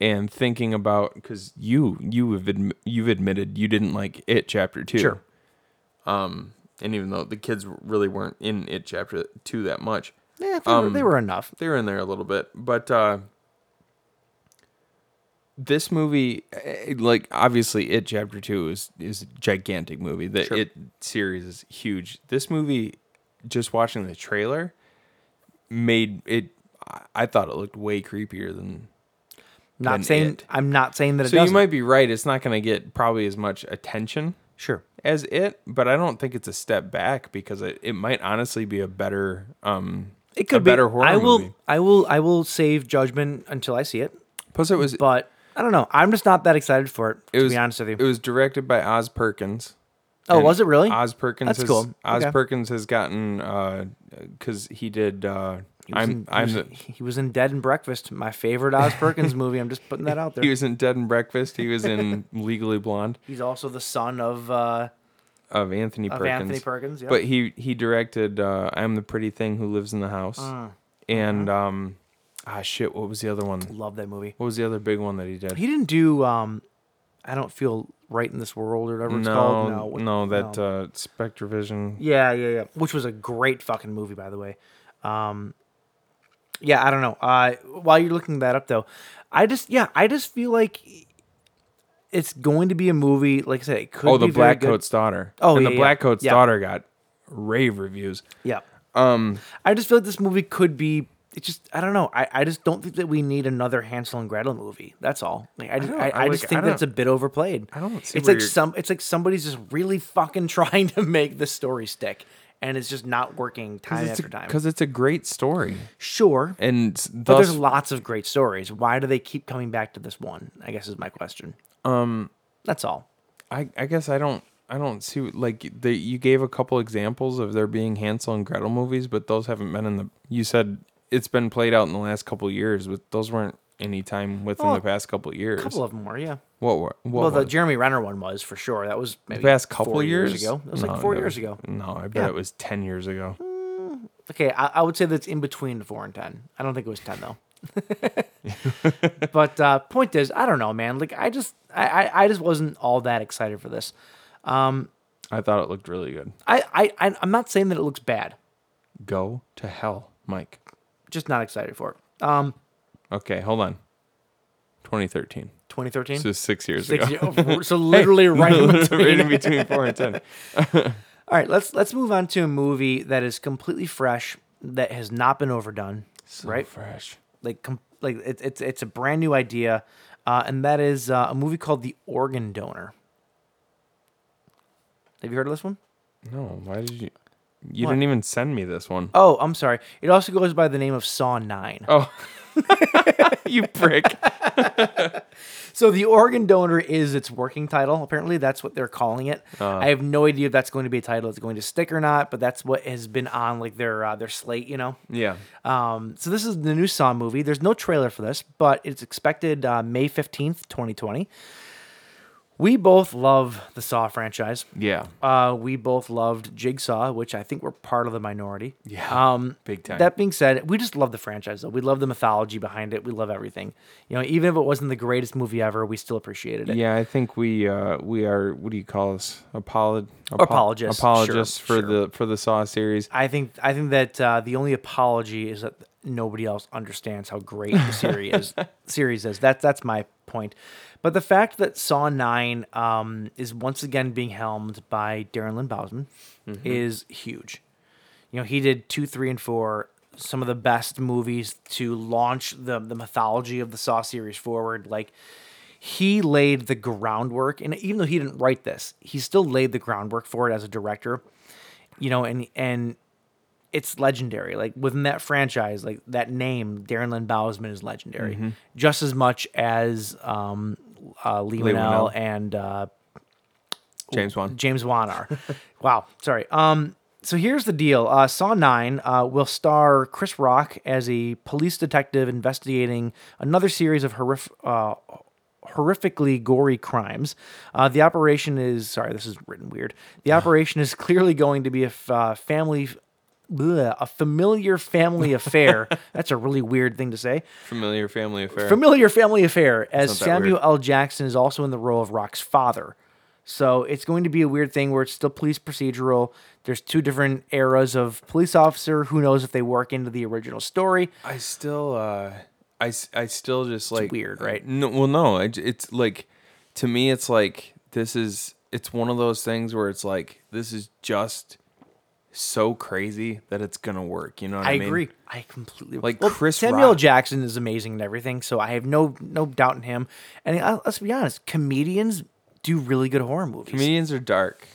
and thinking about because you you have adm- you've admitted you didn't like it chapter two Sure. um and even though the kids really weren't in it chapter two that much Yeah, they, Um, were, they were enough. they were in there a little bit but uh this movie eh, like obviously it chapter 2 is is a gigantic movie the it series is huge this movie just watching the trailer made it I- i thought it looked way creepier than than Not saying it. I'm not saying that it so you doesn't. might be right it's not going to get probably as much attention sure. as it, but I don't think it's a step back because it, it might honestly be a better um It could a be better horror I will. movie. I will. I will save judgment until I see it. Plus it was But I don't know. I'm just not that excited for it. it to was be honest with you. It was directed by Oz Perkins. oh, And was it really? Oz Perkins That's has, cool. Oz Okay. Perkins has gotten uh cuz he did uh He was I'm in- he I'm was- the, he was in Dead and Breakfast, my favorite Oz Perkins movie. I'm just putting that out there. he was in Dead and Breakfast, he was in Legally Blonde He's also the son of. Uh, of Anthony Of Perkins. Anthony Perkins, yeah. But he he directed uh I'm the pretty thing who lives in the house. Mm. and Mm-hmm. um ah shit, what was the other one? love that movie. What was the other big one that he did? He didn't do. Um, I don't feel right in this world or whatever it's No, called. No, what- no, that no. Uh, Spectrovision. yeah, yeah, yeah. Which was a great fucking movie, by the way. Um, yeah, I don't know. Uh, while you're looking that up, though, I just yeah, I just feel like it's going to be a movie. Like I said, it could. Oh, the be very Black good. Coat's daughter. Oh, and yeah, the yeah. Black Coat's Yeah. daughter got rave reviews. Yeah. Um, I just feel like this movie could be. It just, I don't know. I, I just don't think that we need another Hansel and Gretel movie. That's all. Like, I just, don't- I, I I, just like- think I that's a don't- bit overplayed. I don't see It's where like you're- some. It's like somebody's just really fucking trying to make the story stick, and it's just not working time Because after it's, a- time. 'cause it's a great story, Sure, and but thus there's lots of great stories. Why do they keep coming back to this one? I guess is my question. Um, that's all. I, I guess I don't I don't see what- like the, you gave a couple examples of there being Hansel and Gretel movies, but those haven't been in the. You said it's been played out in the last couple years, but those weren't any time within Well, the past couple years. A couple of them were, yeah. what were what Well, the was- Jeremy Renner one was for sure. That was maybe the past couple four years? ago. It was like No, four no. years ago. No, I bet Yeah. it was ten years ago. Okay, I, I would say that's in between four and ten. I don't think it was ten though. but uh, point is, I don't know, man. Like I just, I, I, I just wasn't all that excited for this. I thought it looked really good. I, I, I, I'm not saying that it looks bad. Go to hell, Mike. Just not excited for it. Um, Okay, hold on. 2013. 2013. So six years Six ago. year- so literally right in between. right in between four and ten. All right, let's let's move on to a movie that is completely fresh, that has not been overdone. right, Fresh. like com- like it's it's it's a brand new idea, uh, and that is uh, a movie called The Organ Donor. Have you heard of this one? No, Oh, why did you? You didn't even send me this one. Oh, I'm sorry. It also goes by the name of Saw Nine. you prick. So the organ donor is its working title. Apparently, that's what they're calling it. I have no idea if that's going to be a title that's going to stick or not, but that's what has been on like their uh, their slate. You know. Yeah. Um, so this is the new Saw movie. There's no trailer for this, but it's expected uh, May 15th, 2020. We both love the Saw franchise. Yeah. Uh, we both loved Jigsaw, which I think we're part of the minority. Yeah. Um, Big time. That being said, we just love the franchise, though. We love the mythology behind it. We love everything. You know, even if it wasn't the greatest movie ever, we still appreciated it. yeah, I think we uh we are what do you call us? Apolog- apo- Apologists, sure, Apologists for sure. the for the Saw series. I think I think that uh, the only apology is that nobody else understands how great the series is. Series is that's that's my point. But the fact that Saw Nine um, is once again being helmed by Darren Lynn Bousman is huge. You know, he did two, three, and four, some of the best movies to launch the the mythology of the Saw series forward. Like he laid the groundwork, and even though he didn't write this, he still laid the groundwork for it as a director you know, and and it's legendary. Like within that franchise, like that name, Darren Lynn Bousman is legendary, just as much as um, uh, Lee, Whannell Whannell. and uh, James Wan. James Wan are. wow, sorry. Um, so here's the deal. Uh, Saw Nine uh, will star Chris Rock as a police detective investigating another series of horrific. Uh, horrifically gory crimes. Uh, the operation is sorry, this is written weird. The operation is clearly going to be a f- uh, family, bleh, a familiar family affair. That's a really weird thing to say. Familiar family affair. Familiar family affair, as not that Samuel weird. L. Jackson is also in the role of Rock's father. So it's going to be a weird thing where it's still police procedural. There's two different eras of police officer. Who knows if they work into the original story? I still uh I, s- I still just like weird, right? No, well, no, I j- it's like to me, it's like this is it's one of those things where it's like this is just so crazy that it's gonna work. You know what I, I, mean? agree. I completely Like Chris Samuel Rock- Jackson is amazing and everything, so I have no no doubt in him. And I, let's be honest, comedians do really good horror movies. Comedians are dark.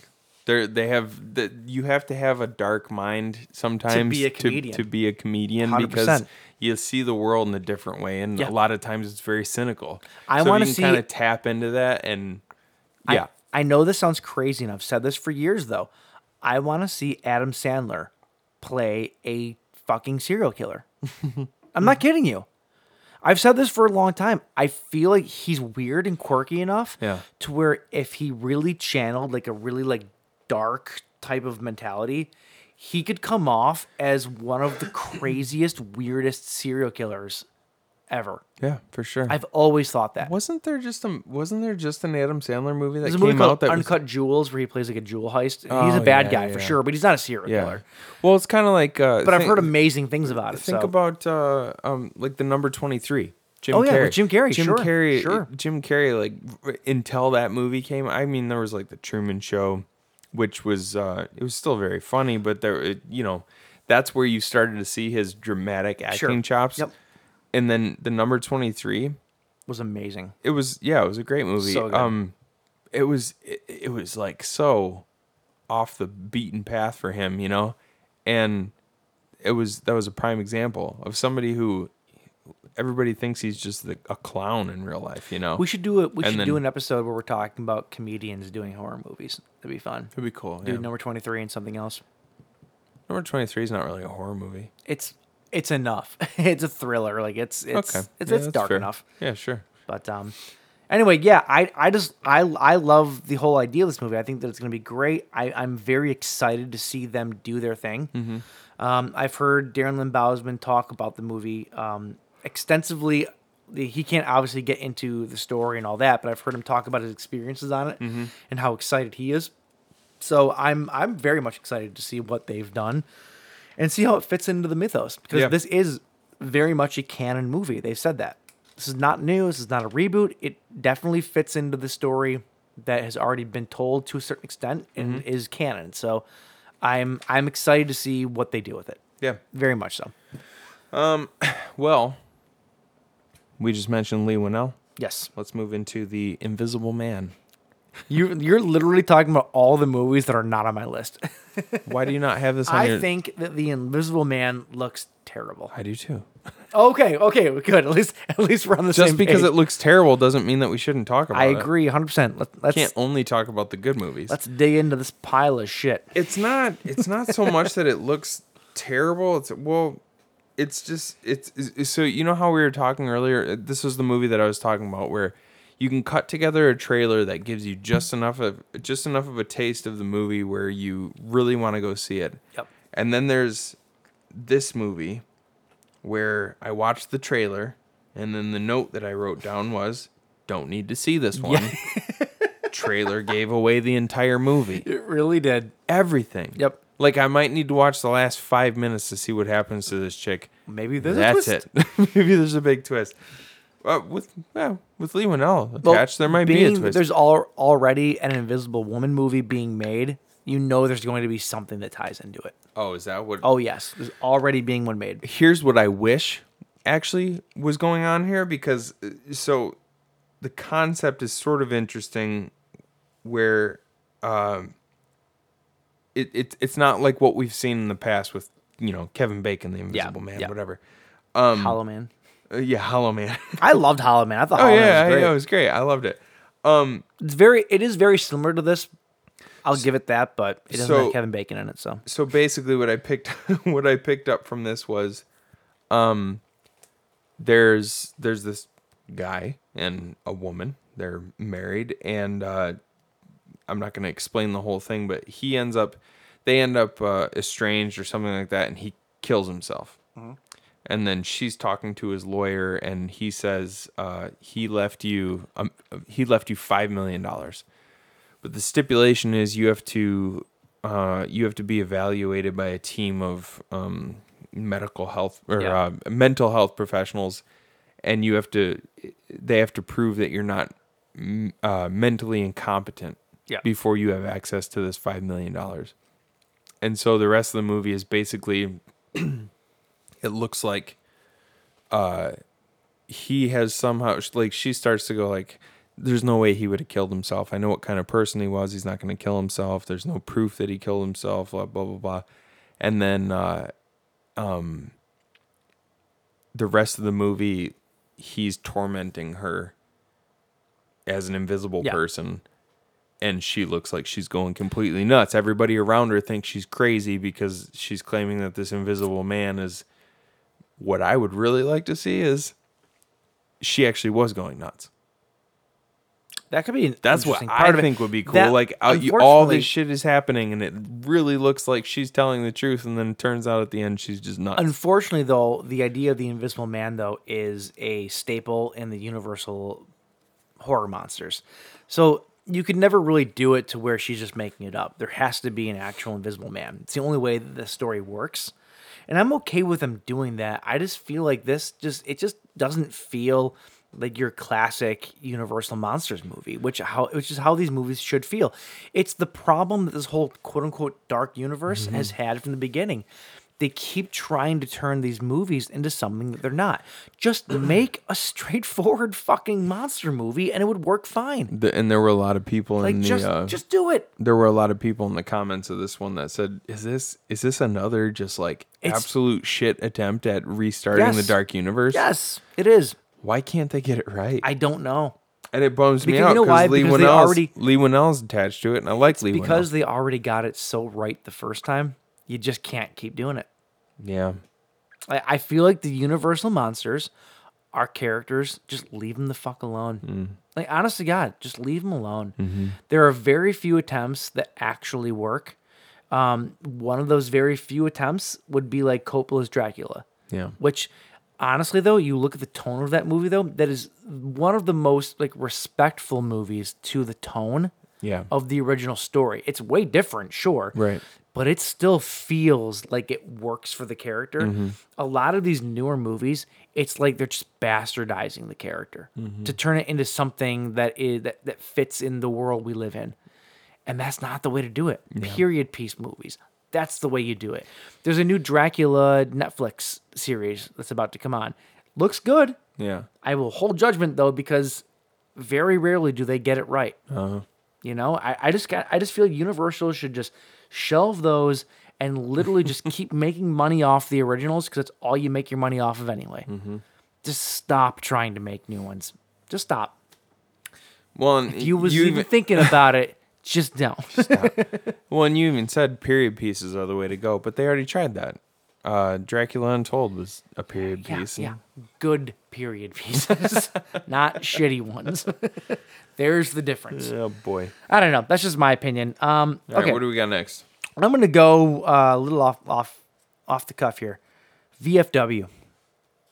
They're they have that you have to have a dark mind sometimes be a comedian. To, be a comedian because 100%. you see the world in a different way, and Yeah. a lot of times it's very cynical. I so wanna see- kind of tap into that, and I- yeah, I, know this sounds crazy, and I've said this for years though. I want to see Adam Sandler play a fucking serial killer. I'm not kidding you. I've said this for a long time. I feel like he's weird and quirky enough Yeah. to where if he really channeled like a really like dark type of mentality, he could come off as one of the craziest, weirdest serial killers ever. Yeah, for sure. I've always thought that. wasn't there just a wasn't there just an Adam Sandler movie that There's a came movie out called that was- Uncut Jewels where he plays like a jewel heist. he's Oh, a bad yeah, guy for yeah. sure, but he's not a serial yeah. killer. Well, it's kind of like uh, But I've think- heard amazing things about it. Think so. about uh, um, like the number twenty three. Jim Oh, yeah, Carrey. with Jim Carrey, Jim sure, Carrey. sure. Jim Carrey. Like r- until that movie came, I mean, there was like the Truman Show, which was uh, it was still very funny, but there, it, you know, that's where you started to see his dramatic acting Sure. chops. Yep. And then the number twenty three. was amazing. It was yeah, it was a great movie. So good. Um, it was it, it was like so off the beaten path for him, you know, and it was that was a prime example of somebody who everybody thinks he's just the, a clown in real life, you know. We should do it. We And should then- do an episode where we're talking about comedians doing horror movies. That'd be fun. It'd be cool. Do yeah. number twenty three and something else. Number twenty three is not really a horror movie. It's it's enough. it's a thriller. Like it's it's okay, it's, Yeah, it's that's dark fair. enough. Yeah, sure. But um, anyway, yeah, I I just I I love the whole idea of this movie. I think that it's going to be great. I I'm very excited to see them do their thing. Um, I've heard Darren Lynn Bousman talk about the movie um, extensively. The- He can't obviously get into the story and all that, but I've heard him talk about his experiences on it and how excited he is. So I'm I'm very much excited to see what they've done and see how it fits into the mythos because Yeah. this is very much a canon movie. They've said that. This is not new. This is not a reboot. It definitely fits into the story that has already been told to a certain extent and is canon. So I'm I'm excited to see what they do with it. Yeah. Very much so. Well, we just mentioned Lee Winnell. Yes. Let's move into the Invisible Man. You you're literally talking about all the movies that are not on my list. Why do you not have this on I your? think that The Invisible Man looks terrible. I do too. Okay, okay, good. At least at least we're on the just same because page. it looks terrible doesn't mean that we shouldn't talk about I it. agree 100%. Let, let's We can't only talk about the good movies. let's dig into this pile of shit. it's not it's not so much that it looks terrible. It's well it's just it's, it's so you know how we were talking earlier uh, this was the movie that I was talking about where you can cut together a trailer that gives you just enough of just enough of a taste of the movie where you really want to go see it. Yep. And then there's this movie where I watched the trailer and then the note that I wrote down was don't need to see this one. trailer gave away the entire movie. It really did. Everything. Yep. Like I might need to watch the last five minutes to see what happens to this chick. Maybe there's a That's twist. it. Maybe there's a big twist. Uh, with yeah, with Lee Winnell attached, there might be a being that twist. There's al- already an Invisible Woman movie being made. You know, there's going to be something that ties into it. oh, is that what? Oh yes, there's already being one made. here's what I wish actually was going on here because uh, so the concept is sort of interesting where um it, it it's not like what we've seen in the past with you know Kevin Bacon the Invisible Man yeah. whatever Um, Hollow Man. uh, yeah Hollow Man I loved Hollow Man. I thought oh Hollow Man was yeah great. yeah it was great I loved it um It's very. It is very similar to this. I'll give it that, but it doesn't so- have Kevin Bacon in it. So so basically what I picked what I picked up from this was um there's there's this guy and a woman they're married and uh I'm not going to explain the whole thing but he ends up they end up uh, estranged or something like that and he kills himself and then she's talking to his lawyer and he says uh, he left you um, he left you five million dollars but the stipulation is you have to uh, you have to be evaluated by a team of um, medical health or Yeah. uh, mental health professionals and you have to they have to prove that you're not mm, uh, mentally incompetent Yeah. before you have access to this five million dollars and so the rest of the movie is basically it looks like uh he has somehow like she starts to go like there's no way he would have killed himself i know what kind of person he was he's not going to kill himself there's no proof that he killed himself blah blah blah blah and then uh um the rest of the movie he's tormenting her as an invisible Yeah. person and she looks like she's going completely nuts everybody around her thinks she's crazy because she's claiming that this invisible man is what I would really like to see is she actually was going nuts. That could be. an That's what interesting I part of it. think would be cool. That- like uh, all, you- all unfortunately- this shit is happening, and it really looks like she's telling the truth, and then it turns out at the end she's just nuts. Unfortunately, though, the idea of the Invisible Man though is a staple in the Universal horror monsters. So you could never really do it to where she's just making it up. There has to be an actual Invisible Man. It's the only way that the story works, and I'm okay with them doing that. I just feel like this just it just doesn't feel like your classic Universal Monsters movie, which how which is how these movies should feel. It's the problem that this whole quote unquote dark universe has had from the beginning. They keep trying to turn these movies into something that they're not. Just make a straightforward fucking monster movie and it would work fine. The- and there were a lot of people Like in the just uh, just do it. there were a lot of people in the comments of this one that said, "Is this is this another just like It's- absolute shit attempt at restarting the Yes. dark universe? Yes, it is. Why can't they get it right?" I don't know. and it bums me Because out you know why? Lee Because they Winnell's already- Lee Winnell's attached to it, and I like Lee Because they already got it so right the first time, you just can't keep doing it. Winnell. yeah, I, I feel like the Universal monsters are characters. Just leave them the fuck alone. Mm. Like, honest to God, just leave them alone. Mm-hmm. There are very few attempts that actually work. Um, one of those very few attempts would be like Coppola's Dracula. Yeah. Which, honestly, though, you look at the tone of that movie, though, that is one of the most like respectful movies to the tone yeah, of the original story. It's way different, sure. Right. But it still feels like it works for the character. A lot of these newer movies, it's like they're just bastardizing the character to turn it into something that is that, that fits in the world we live in. And that's not the way to do it. Period piece movies. That's the way you do it. There's a new Dracula Netflix series that's about to come on. Looks good. yeah. I will hold judgment though because very rarely do they get it right. Uh-huh. You know, I, I just got I just feel Universal should just shelve those and literally just keep making money off the originals because that's all you make your money off of anyway. Mm-hmm. Just stop trying to make new ones. Just stop. Well, and You was even even- thinking about it. Just don't. Well, and you even said period pieces are the way to go, but they already tried that. Uh, Dracula Untold was a period yeah, piece. and- yeah. Good period pieces, not shitty ones. There's the difference. Oh boy. I don't know. That's just my opinion. Um, All right, okay. what do we got next? I'm gonna go uh, a little off off off the cuff here. VFW.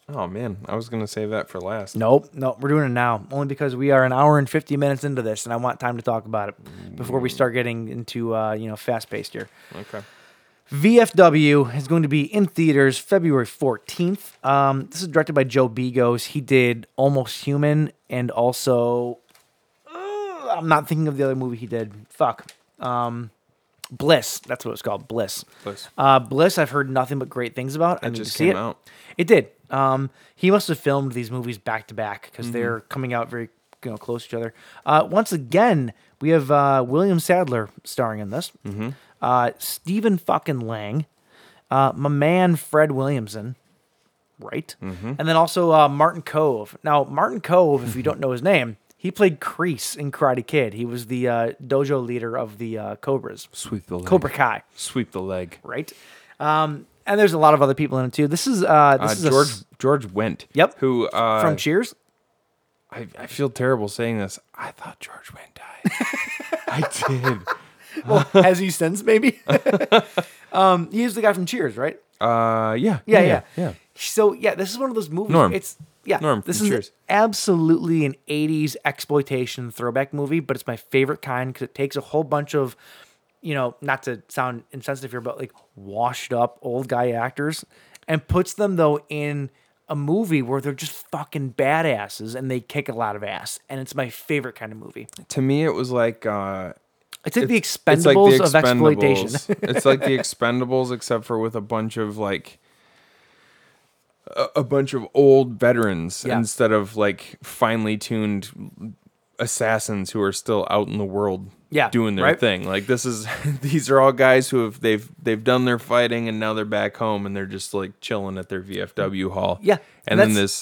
Oh man, I was gonna save that for last. Nope, nope. We're doing it now, only because we are an hour and fifty minutes into this, and I want time to talk about it before we start getting into uh, you know fast paced here. Okay. VFW is going to be in theaters February 14th. Um, this is directed by Joe Bigos. He did Almost Human and also. Ugh, I'm not thinking of the other movie he did. Fuck. Um, Bliss. That's what it's called. Bliss. Bliss. Uh, Bliss, I've heard nothing but great things about. I need just to Mm, see came it. out. It did. Um, he must have filmed these movies back to back because they're Mm-hmm. coming out very you know close to each other. Uh, once again, we have uh, William Sadler starring in this. Mm-hmm. Uh, Stephen fucking Lang, uh, my man Fred Williamson, right? Mm-hmm. And then also uh, Martin Cove. Now Martin Cove, if you don't know his name, he played Crease in Karate Kid. He was the uh, dojo leader of the uh, Cobras, Sweep the leg. Cobra Kai, Sweep the leg. right? Um, and there's a lot of other people in it too. This is uh, this Uh, is a George s- George Went. Yep. Who uh, from Cheers. I, I feel terrible saying this. I thought George Went died. I Well, has he since maybe? um, he was the guy from Cheers, right? did. Uh, yeah. Yeah, yeah, Yeah. So yeah, this is one of those movies. Norm. It's yeah, Norm this from is Cheers. absolutely an '80s exploitation throwback movie, but it's my favorite kind because it takes a whole bunch of, you know, not to sound insensitive here, but like washed up old guy actors, and puts them though in a movie where they're just fucking badasses and they kick a lot of ass, and it's my favorite kind of movie. To me, it was like uh, It's like the expendables it's like the of exploitation. Expendables. it's like the Expendables, except for with a bunch of like a, a bunch of old veterans Yeah. instead of like finely tuned assassins who are still out in the world. Yeah, doing their right? thing. Like this is these are all guys who have they've they've done their fighting and now they're back home and they're just like chilling at their VFW hall. Yeah, and and then that's-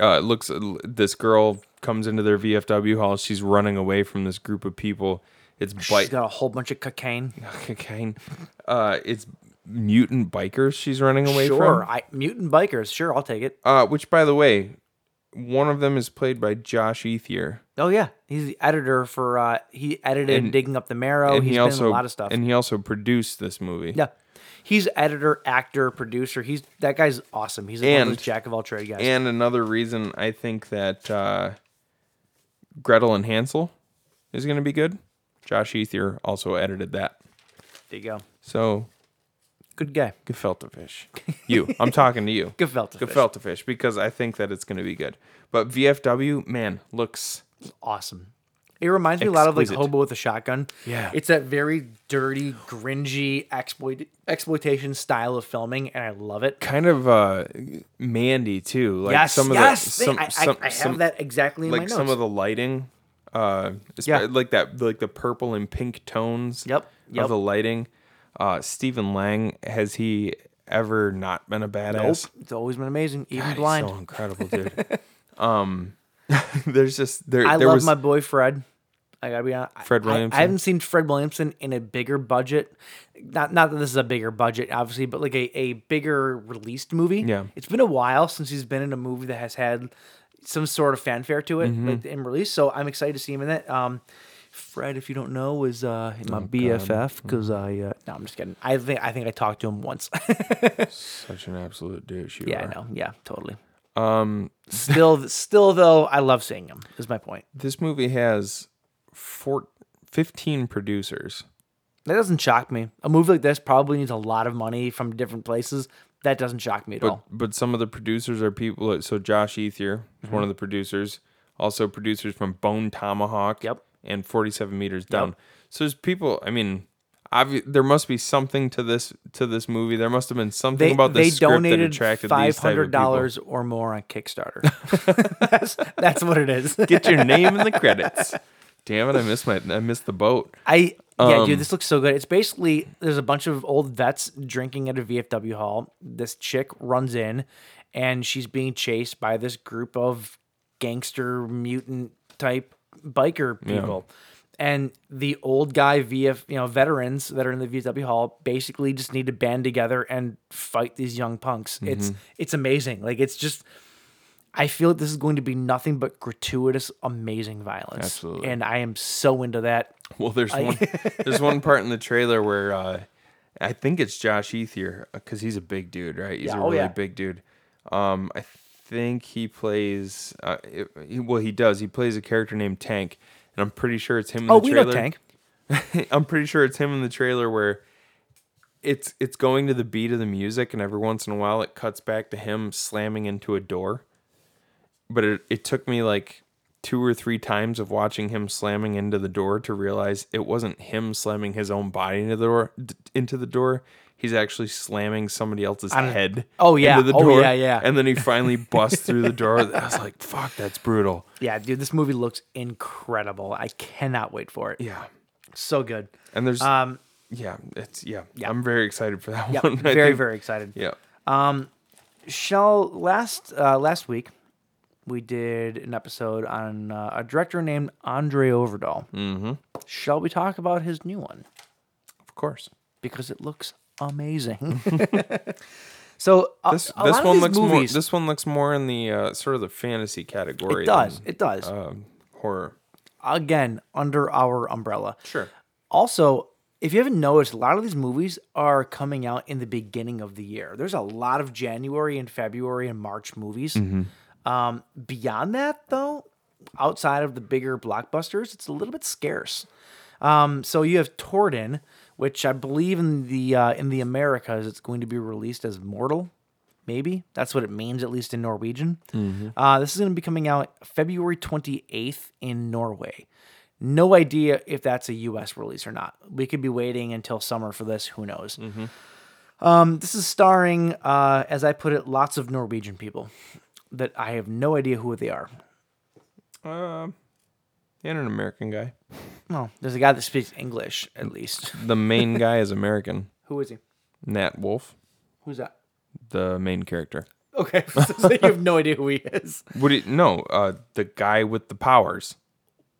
this uh, looks this girl comes into their VFW hall. She's running away from this group of people. It's She's bite got a whole bunch of cocaine. cocaine. Uh, it's mutant bikers she's running away sure, from. I, mutant bikers. Sure, I'll take it. Uh, which, by the way, one of them is played by Josh Ethier. Oh yeah, he's the editor for uh, he edited And- Digging Up the Marrow. Oh, He's and he been in also a lot of stuff. And he also produced this movie. yeah, he's editor, actor, producer. He's that guy's awesome. He's one of And- those jack of all trade guys. And another reason I think that uh, Gretel and Hansel is going to be good. Josh Ethier also edited that. there you go. So Good guy. Gefeltefish. You. I'm talking to you. Gefeltefish. Gefeltefish, because I think that it's going to be good. But VFW, man, looks. Awesome. It reminds me a lot of like Exquisite. Hobo with a Shotgun. Yeah. It's that very dirty, gringy exploit exploitation style of filming, and I love it. Kind of uh, Mandy too, like yes, some of yes. the they- some, I, I- some, I have some- that exactly in my like notes. some of the lighting, uh, Yeah. yeah. like that like the purple and pink tones. Yep, yep. of the lighting. Uh, Stephen Lang has he ever not been a Nope. badass? It's always been amazing, even God, he's blind. so incredible, dude. um, there's just there. I there love was, my boy Fred. I gotta be honest. I- I- Fred I, Williamson? haven't seen Fred Williamson in a bigger budget. Not not that this is a bigger budget, obviously, but like a, a bigger released movie. Yeah. It's been a while since he's been in a movie that has had some sort of fanfare to it like, in release. So I'm excited to see him in that. Um Fred, if you don't know, is uh, my BFF because I uh, no, I'm just kidding. I think I think I talked to him once. such an absolute douche. You yeah, I are. know. Yeah, totally. Um, still, still though, I love seeing him. Is my point. This movie has four, 15 producers. That doesn't shock me. A movie like this probably needs a lot of money from different places. That doesn't shock me at all. But some of the producers are people. So Josh Ethier is Mm-hmm. one of the producers. Also producers from Bone Tomahawk. Yep. And Forty Seven Meters Down. So there's people. I mean, obvi- there must be something to this to this movie. There must have been something They, about they this script that donated attracted five these type of hundred people. dollars or more on Kickstarter. that's, that's what it is. Get your name in the credits. Damn it! I missed my I missed the boat. I yeah, dude, this looks so good. It's basically there's a bunch of old vets drinking at a VFW hall. This chick runs in, and she's being chased by this group of gangster mutant type biker people. And the old guy VF, you know, veterans that are in the VFW hall basically just need to band together and fight these young punks. It's it's amazing. Like it's just I feel like this is going to be nothing but gratuitous, amazing violence. Absolutely. And I am so into that. Well, there's one there's one part in the trailer where uh, I think it's Josh Ethier because he's a big dude, right? He's Yeah, a oh, really yeah. big dude. Um, I think he plays. Uh, it, he- well, he does. He plays a character named Tank, and I'm pretty sure it's him. In Oh, the we know trailer. Tank. I'm pretty sure it's him in the trailer where it's it's going to the beat of the music, and every once in a while it cuts back to him slamming into a door. But it, it took me like two or three times of watching him slamming into the door to realize it wasn't him slamming his own body into the door. d- into the door. He's actually slamming somebody else's head. Oh, yeah. into the Oh, door, yeah, yeah. And then he finally busts through the door. I was like, "Fuck, that's brutal." Yeah, dude, this movie looks incredible. I cannot wait for it. Yeah. So good. And there's Um, yeah, it's yeah, yeah. I'm very excited for that yeah, one. I very think- very excited. Yeah. Shell last uh, last week we did an episode on uh, a director named Andre Overdahl. Mm-hmm. Shall we talk about his new one? Of course. Because it looks amazing. so a- This a this lot of one these looks movies, more this one looks more in the uh, sort of the fantasy category. It does. than It does. horror. Again, under our umbrella. Sure. Also, if you haven't noticed, a lot of these movies are coming out in the beginning of the year. There's a lot of January and February and March movies. Um, beyond that, though, outside of the bigger blockbusters, it's a little bit scarce. Um, so you have Torden, which I believe in the uh, in the Americas, it's going to be released as Mortal. Maybe that's what it means, at least in Norwegian. Uh, this is going to be coming out February 28th in Norway. No idea if that's a US release or not. We could be waiting until summer for this. Who knows? Um, this is starring, uh, as I put it, lots of Norwegian people that I have no idea who they are. And an American guy. Well, there's a guy that speaks English, at least. The main guy is American. who is he? Nat Wolf, Who's that? the main character. Okay, so you have no idea who he is. Would it no, uh the guy with the powers.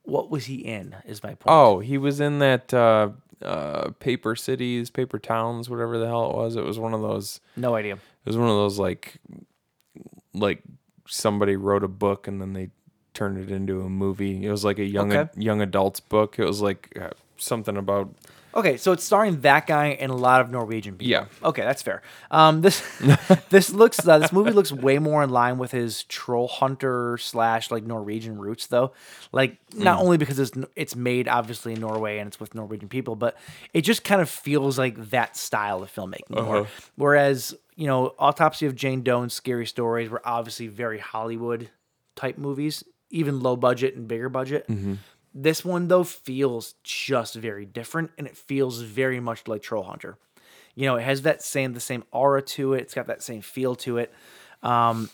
What was he in? Is my point. Oh, he was in that uh uh paper cities, paper towns, whatever the hell it was. It was one of those no idea. It was one of those like like somebody wrote a book and then they turned it into a movie. It was like a young Okay. young adults book. It was like uh, something about Okay, so it's starring that guy and a lot of Norwegian people. Yeah. Okay, that's fair. Um, this this looks uh, this movie looks way more in line with his troll hunter slash like Norwegian roots though. Like not only because it's it's made obviously in Norway and it's with Norwegian people, but it just kind of feels like that style of filmmaking. more. Whereas you know Autopsy of Jane Doe and Scary Stories were obviously very Hollywood type movies, even low budget and bigger budget. This one though feels just very different, and it feels very much like Troll Hunter. You know, it has that same the same aura to it. It's got that same feel to it. Um,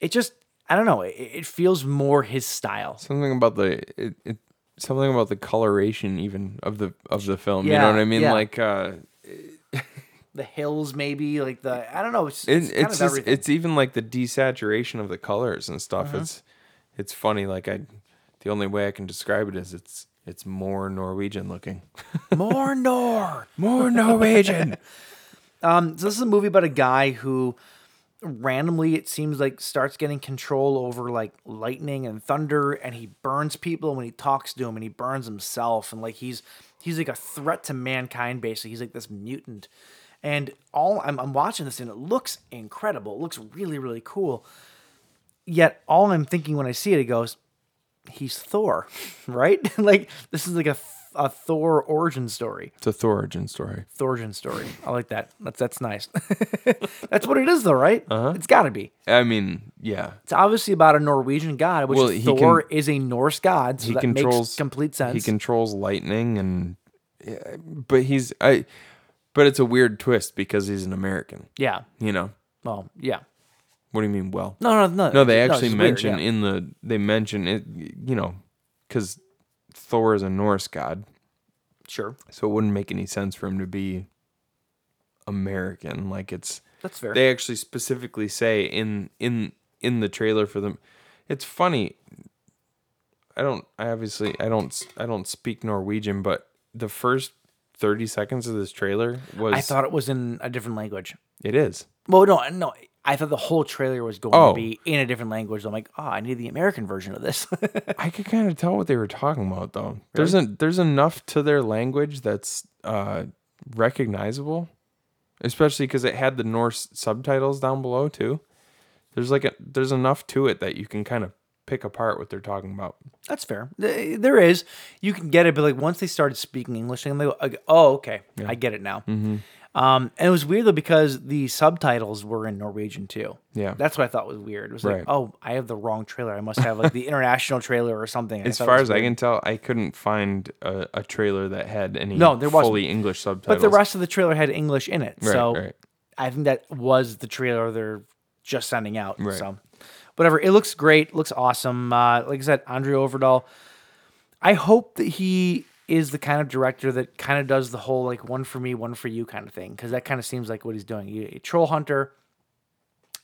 it just I don't know. It, it feels more his style. something about the it, it, something about the coloration even of the of the film. you Yeah, know what I mean? yeah. Like uh, The hills, maybe like the I don't know. It's, it, it's, it's kind just, of everything. it's even like the desaturation of the colors and stuff. It's it's funny. Like I, the only way I can describe it is it's it's more Norwegian looking. more Nor. More Norwegian. So this is a movie about a guy who randomly it seems like starts getting control over like lightning and thunder and he burns people when he talks to him and he burns himself and like he's he's like a threat to mankind basically he's like this mutant and all I'm, I'm watching this and it looks incredible it looks really really cool yet all i'm thinking when i see it it goes he's thor right like this is like a, a thor origin story it's a Thor origin story. Thorgen story. I like that. That's that's nice. that's what it is, though, right? Uh-huh. It's got to be. I mean, yeah. It's obviously about a Norwegian god, which Well, he Thor can- is a Norse god, so he that controls makes complete sense. He controls lightning and, yeah, but he's I, but it's a weird twist because he's an American. yeah. You know Well, yeah. what do you mean? Well, No, no, no. no, they it's actually just weird, mention yeah. in the they mention it. You know, because Thor is a Norse god, Sure, so it wouldn't make any sense for him to be American. Like it's that's fair. they actually specifically say in in in the trailer for them it's funny i don't i obviously i don't s- i don't speak norwegian but the first 30 seconds of this trailer was I thought it was in a different language. it is Well, no, no. I thought the whole trailer was going Oh. to be in a different language. I'm like, oh, I need the American version of this. i could kind of tell what they were talking about though there's a, there's enough to their language that's uh recognizable especially because it had the norse subtitles down below too there's like a there's enough to it that you can kind of pick apart what they're talking about That's fair. Th- There is. You can get it, but like once they started speaking English, and they go, like, "Oh, okay, I get it now." Mm-hmm. Um, and it was weird though because the subtitles were in Norwegian too. Yeah. that's what I thought was weird. It was Right. like, "Oh, I have the wrong trailer. I must have like the international trailer or something." As far as I can tell, I couldn't find a, a trailer that had any No, there wasn't. fully English but subtitles. the rest of the trailer had English in it, Right, so right. I think that was the trailer they're just sending out. Right. So, whatever. It looks great. Looks awesome. Uh, like I said, Andre Overdahl. I hope that he is the kind of director that kind of does the whole like one for me, one for you kind of thing because that kind of seems like what he's doing. He, he- Troll Hunter,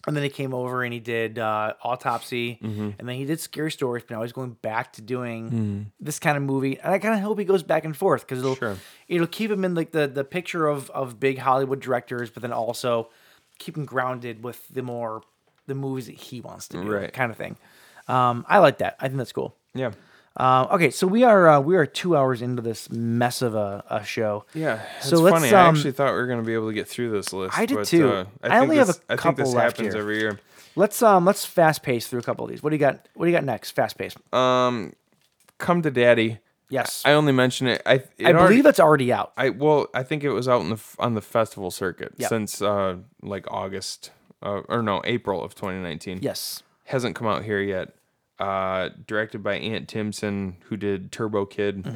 and then he came over and he did uh, Autopsy, Mm-hmm. and then he did Scary Stories. But now he's going back to doing this kind of movie, and I kind of hope he goes back and forth because it'll Sure. it'll keep him in like the the picture of of big Hollywood directors, but then also keep him grounded with the more the movies that he wants to do, Right. kind of thing. Um, I like that. I think that's cool. yeah, Uh, okay, so we are uh, we are two hours into this mess of a, a show. yeah. It's So let's, funny. I um, actually thought we were gonna be able to get through this list. I did but, too. Uh, I, I think only have this, a I think couple this left happens here. every year. Let's um let's fast pace through a couple of these. What do you got? What do you got next? Fast pace. Um, come to daddy. yes, I, I only mention it. I it already- believe that's already out. I well, I think it was out in the f- on the festival circuit Yeah. since uh like August uh, or no April of 2019. yes. hasn't come out here yet. Uh, directed by Ant Timson, who did Turbo Kid.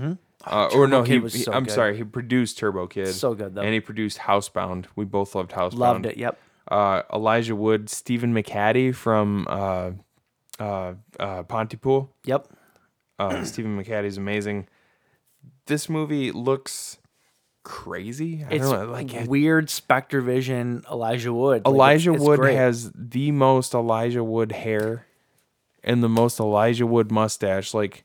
Uh, or no, Mm-hmm. Oh, he, Kid was he- so I'm good. sorry, he produced Turbo Kid. So good, though. And he produced Housebound. We both loved Housebound. Loved it. Yep. Uh, Elijah Wood, Stephen McCaddy from uh, uh, uh, Pontypool. Yep. Uh, Stephen McCaddy's amazing. This movie looks crazy. I It's don't know, like it- weird Spectre Vision Elijah Wood. Like, Elijah it's- it's Wood great. has the most Elijah Wood hair and the most Elijah Wood mustache. Like,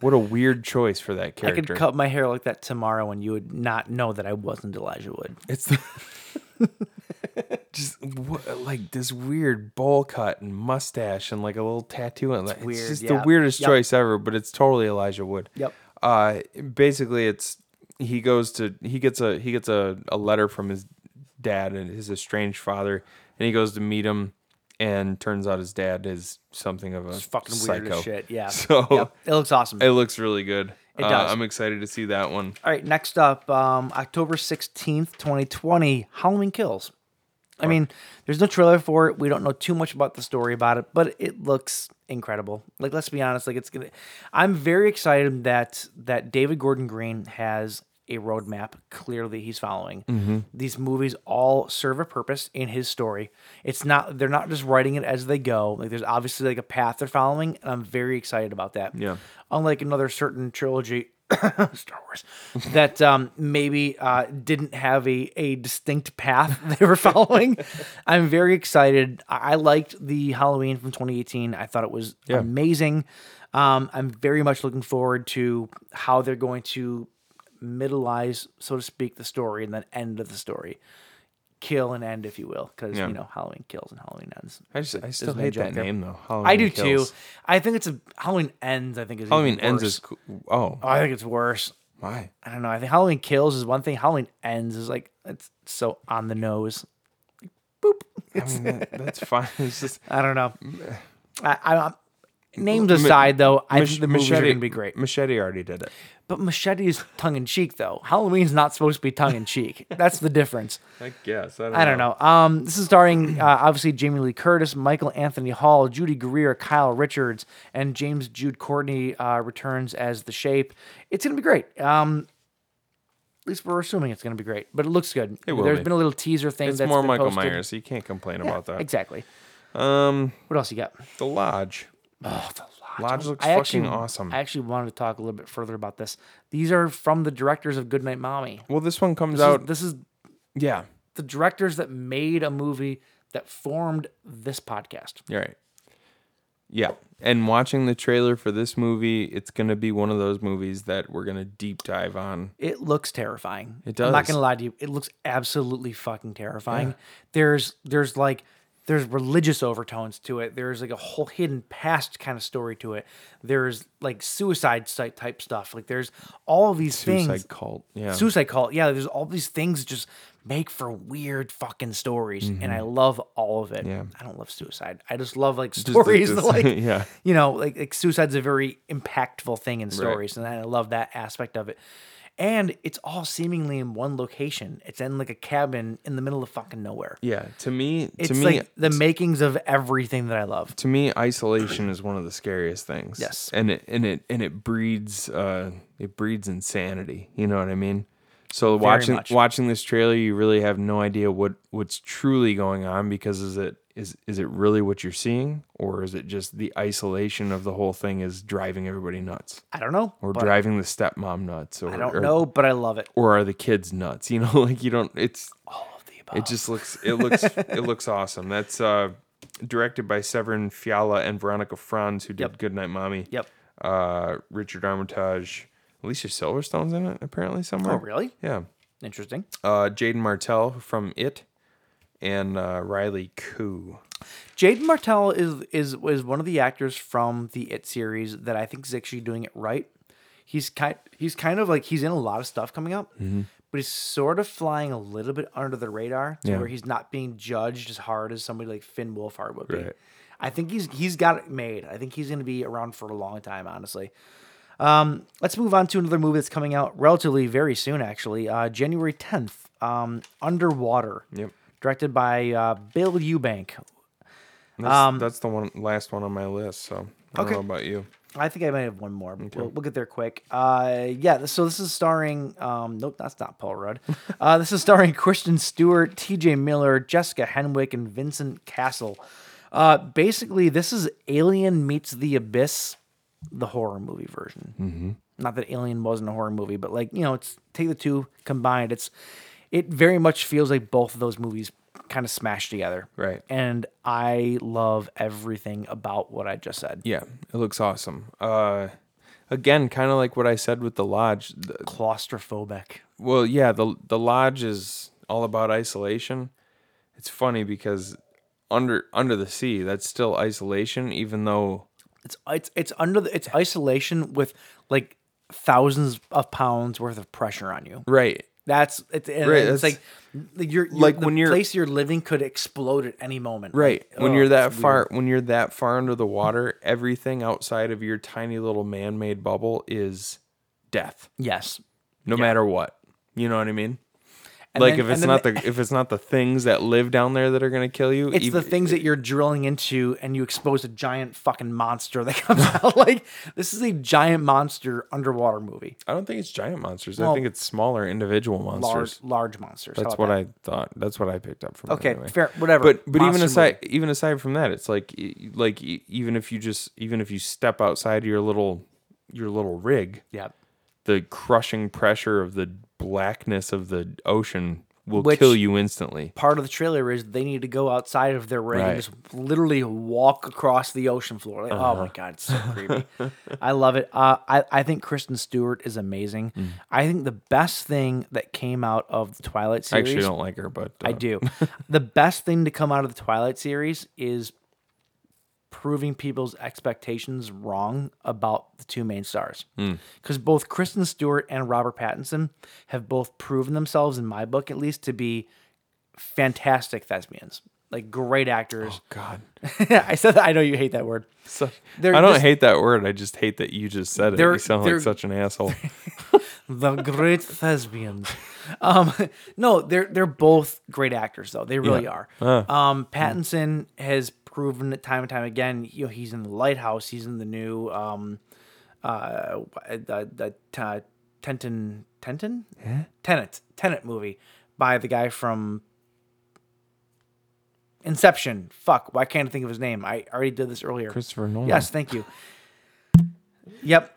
what a weird choice for that I character. could cut my hair like that tomorrow, and you would not know that I wasn't Elijah Wood. It's the just wha- like this weird bowl cut and mustache and like a little tattoo and like, weird, it's just yeah. the weirdest Yep. choice ever but it's totally elijah wood Yep. uh basically it's he goes to he gets a he gets a, a letter from his dad and his estranged father and he goes to meet him and turns out his dad is something of a It's fucking psycho. weird as shit. Yeah. so Yep. it looks awesome. it looks really good It Uh, does. i'm excited to see that one All right, next up, um, October 16th, 2020, Halloween Kills. I mean, there's no trailer for it. We don't know too much about the story about it, but it looks incredible. Like, let's be honest, like it's gonna. I'm very excited that that David Gordon Green has a roadmap clearly he's following. These movies all serve a purpose in his story. It's not they're not just writing it as they go. Like there's obviously like a path they're following, and I'm very excited about that. Yeah. Unlike another certain trilogy Star Wars that um, maybe uh, didn't have a, a distinct path they were following. I'm very excited. I I liked the Halloween from 2018. I thought it was Yeah. amazing. Um, I'm very much looking forward to how they're going to middleize, so to speak, the story and then end of the story. Kill and end, if you will, because Yeah. you know Halloween kills and Halloween ends. i just i still no hate joke that there. name though halloween I do Kills. too. I think it's a Halloween ends. I think is halloween even ends worse. is cool. oh I think it's worse. why I don't know. I think Halloween Kills is one thing. Halloween Ends is like it's so on the nose. I mean, that- that's fine it's just I don't know. I, I, I'm- names aside, though, I Mach- think the movies are going to be great. machete already did it But Machete is tongue in cheek, though. Halloween's not supposed to be tongue in cheek. That's the difference. i guess I don't know. Um, this is starring uh, obviously Jamie Lee Curtis, Michael Anthony Hall, Judy Greer, Kyle Richards, and James Jude Courtney uh, returns as the Shape. It's gonna be great. Um, at least we're assuming it's gonna be great, but it looks good. It will There's be. been a little teaser thing. it's that's more been michael posted. myers you can't complain Yeah, about that Exactly. um What else you got? the lodge oh the lodge, looks I fucking actually, awesome I actually wanted to talk a little bit further about this. These are from the directors of Goodnight Mommy. well this one comes This is- out this is yeah the directors that made a movie that formed this podcast. You're right. Yeah. And watching the trailer for this movie, it's going to be one of those movies that we're going to deep dive on. It looks terrifying. It I'm not does. gonna lie to you. It looks absolutely fucking terrifying. There's there's like there's religious overtones to it. There's like a whole hidden past kind of story to it. There's like suicide site type stuff. Like there's all of these Suicide things. Cult. Yeah. Suicide cult. Yeah, there's all these things just make for weird fucking stories, and I love all of it. Mm-hmm. Yeah. I don't love suicide. I just love like like stories. this- like, yeah. you know, like, like suicide's a very impactful thing in stories, and I love that aspect of it. And it's all seemingly in one location. It's in like a cabin in the middle of fucking nowhere. yeah. To me, It's to me, like the makings of everything that I love. to me, isolation is one of the scariest things. Yes. And it, and it, and it breeds, uh, it breeds insanity. You know what I mean? So watching, much. watching this trailer, you really have no idea what, what's truly going on because is it, is, is it really what you're seeing or is it just the isolation of the whole thing is driving everybody nuts? I don't know. or but driving the stepmom nuts or I don't or, know, but I love it. or are the kids nuts you know like you don't it's All of the above. it just looks it looks it looks awesome that's uh directed by Severin Fiala and Veronica Franz who did Yep. Goodnight Mommy Yep. uh Richard Armitage Alicia Silverstone's in it apparently somewhere Oh, really? yeah Interesting. uh Jaden Martell from It and uh Riley Koo Jaden Martell is is is one of the actors from the It series that I think is actually doing it right. He's kind he's kind of like he's in a lot of stuff coming up, Mm-hmm. but he's sort of flying a little bit under the radar to Yeah. where he's not being judged as hard as somebody like Finn Wolfhard would be. Right. I think he's he's got it made. I think he's going to be around for a long time, honestly. Um, Let's move on to another movie that's coming out relatively very soon, actually, uh, January 10th. Um, Underwater. Yep. Directed by uh, Bill Eubank. that's, that's the one last one on my list so I Um, don't Okay. know about you I think I might have one more. but We'll, we'll get there quick. Uh, yeah, th- so this is starring. Um, nope, that's not Paul Rudd. Uh, this is starring Christian Stewart, T.J. Miller, Jessica Henwick, and Vincent Castle. Uh, basically, this is Alien meets the Abyss, the horror movie version. Mm-hmm. Not that Alien wasn't a horror movie, but like you know, it's take the two combined. It's it very much feels like both of those movies kind of smashed together. Right. And I love everything about what I just said. Yeah, it looks awesome. Uh, again, kind of like what I said with the lodge. The, Claustrophobic. well, yeah, the the lodge is all about isolation, it's funny because under under the sea, that's still isolation, even though It's it's it's under the, it's isolation with like thousands of pounds worth of pressure on you. right. That's it's, and Right, it's that's- like you're, Like the when you're- place you're living could explode at any moment. Right. Like, When oh, you're that it's far weird. when you're that far under the water, everything outside of your tiny little man-made bubble is death, Yes. no matter what. You know what I mean? And like then- if and it's then not the- the, if it's not the things that live down there that are going to kill you, It's the ev- things that you're drilling into, and you expose a giant fucking monster that comes out. Like this is a giant monster underwater movie. I don't think it's giant monsters. Well, I think it's smaller individual monsters. Large, large monsters. How That's about what that? I thought. That's what I picked up from. it Okay, anyway. fair- whatever. But but even Monster aside even aside from that, it's like e- like e- even if you just even if you step outside your little your little rig, Yeah. the crushing pressure of the blackness of the ocean will Which- kill you instantly. Part of the trailer is they need to go outside of their ring Right. and just literally walk across the ocean floor. Like, Oh Uh-huh. my god, it's so creepy. I love it. Uh, I I think Kristen Stewart is amazing. Mm. I think the best thing that came out of the Twilight I series. actually don't like her, but I uh, do. the best thing to come out of the Twilight series is proving people's expectations wrong about the two main stars. Hmm. Because both Kristen Stewart and Robert Pattinson have both proven themselves, in my book at least, to be fantastic thespians. Like great actors. Oh, God, I said that. I know you hate that word. So- They're I don't just- hate that word. I just hate that you just said it. They're- You sound they're- like such an asshole. the great thespians. Um, no, they're they're both great actors though. They really Yeah. Uh. Mm. are. Um, Pattinson has proven it time and time again. You know, he's in the Lighthouse. He's in the new um, uh, the the uh, Tenton Tenton Tenet Tenet movie by the guy from Inception. Fuck, why can't I think of his name? I already did this earlier. Christopher Nolan. Yes, thank you. Yep.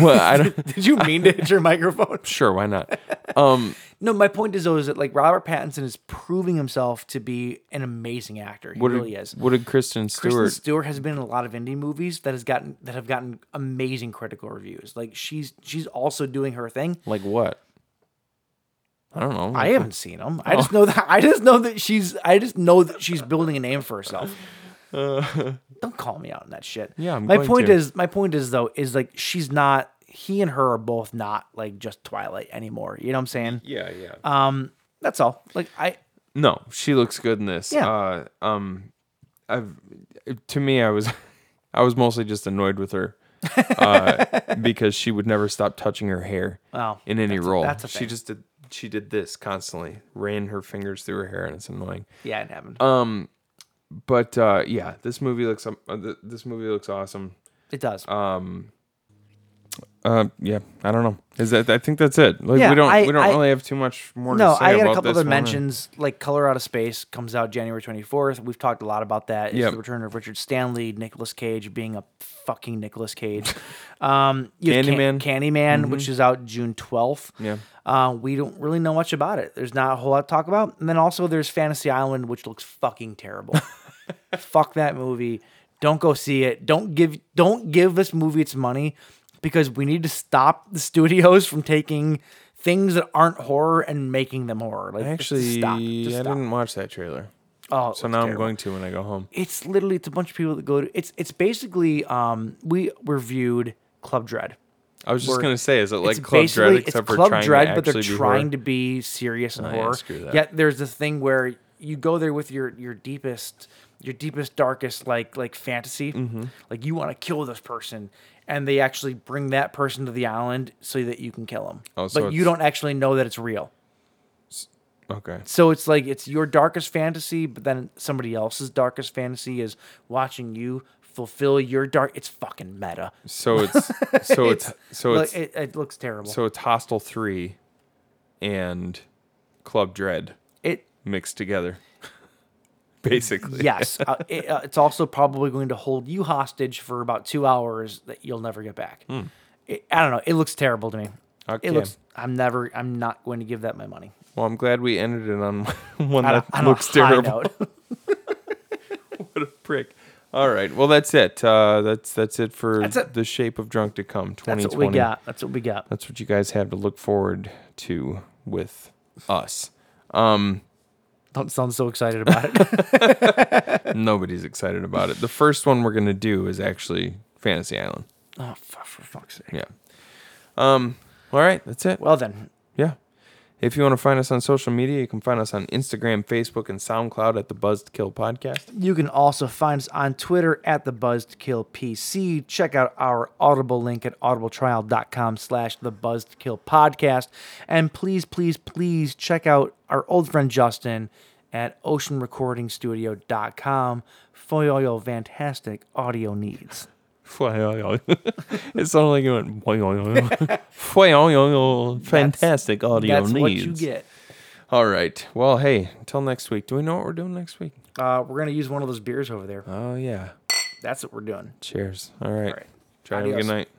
well, I don't. Did you mean to hit your microphone? Sure, why not? Um, No, my point is though is that like Robert Pattinson is proving himself to be an amazing actor. He what really did, is. What did Kristen Stewart? Kristen Stewart has been in a lot of indie movies that has gotten that have gotten amazing critical reviews. Like she's she's also doing her thing. Like what? I don't know. I haven't seen them. I Oh. just know that I just know that she's I just know that she's building a name for herself. Don't call me out on that shit. Uh. Yeah, I'm my going point to. is my point is though is like she's not. He and her are both not like just Twilight anymore. You know what I'm saying? yeah, yeah. Um, that's all. Like I no, she looks good in this. Yeah. Uh, um, I've to me, I was, I was mostly just annoyed with her, uh, because she would never stop touching her hair. Wow, in any role, Uh, that's a she thing. just did. She did this constantly, ran her fingers through her hair, and it's annoying. yeah, it happened. Uh, But uh, yeah, this movie looks. Um, uh, th- this movie looks awesome. it does. Uh, yeah, I don't know. Is that? I think that's it. Like Yeah, we don't. I- we don't I- really have too much more. No, to say I got about a couple this other one. mentions. Like Color Out of Space comes out January 24th. We've talked a lot about that. It's Yep. the return of Richard Stanley, Nicolas Cage being a fucking Nicolas Cage. Um, you have Candyman. Mm-hmm. Can- Candyman, which is out June 12th. Yeah. Uh, we don't really know much about it. There's not a whole lot to talk about. And then also there's Fantasy Island, which looks fucking terrible. Fuck that movie. Don't go see it. Don't give don't give this movie its money because we need to stop the studios from taking things that aren't horror and making them horror. Like Actually, just stop. Just I stop. didn't watch that trailer. Oh, it looks so now I'm terrible. going to when I go home. It's literally it's a bunch of people that go to it's it's basically um we reviewed Club Dread. I was just were- gonna say, is it like it's Club Dread basically- except it's for Club trying Dread, to but they're actually be trying horror? to be serious and Oh, yeah, horror. screw that. Yet there's this thing where you go there with your your deepest, your deepest, darkest like like fantasy. Mm-hmm. Like you want to kill this person, and they actually bring that person to the island so that you can kill him. Oh, so but you it's- don't actually know that it's real. Okay. So it's like it's your darkest fantasy, but then somebody else's darkest fantasy is watching you fulfill your dark. It's fucking meta. So it's so it's, so Look, it's it, it looks terrible. so it's Hostel Three and Club Dread it mixed together. Basically. yes, uh, it, uh, it's also probably going to hold you hostage for about two hours that you'll never get back. It, I don't know. It looks terrible to me. Okay. It looks. I'm never. I'm not going to give that my money. Well, I'm glad we ended it on On one a- that on a looks high terrible. note. Prick. All right. Well, that's it. Uh, that's that's it for That's it. the shape of drunk to come. 2020. That's what we got. That's what we got. that's what you guys have to look forward to with us. Um, Don't sound so excited about it. Nobody's excited about it. The first one we're gonna do is actually Fantasy Island. oh, for, for fuck's sake. Yeah. Um. All right. That's it. Well then, Yeah. If you want to find us on social media, you can find us on Instagram, Facebook, and SoundCloud at the Buzzed Kill Podcast. You can also find us on Twitter at the Buzzkill PC. Check out our Audible link at audibletrial.com slash the Buzzkill Podcast. And please, please, please check out our old friend Justin at oceanrecordingstudio.com for all your fantastic audio needs. oh, it sounded like it went oh, fantastic audio That's needs. what you get. All right. Well, hey, until next week. Do we know what we're doing next week? Uh, we're going to use one of those beers over there. Oh yeah. That's what we're doing. Cheers. All right. right. Try and have a Adios. good night.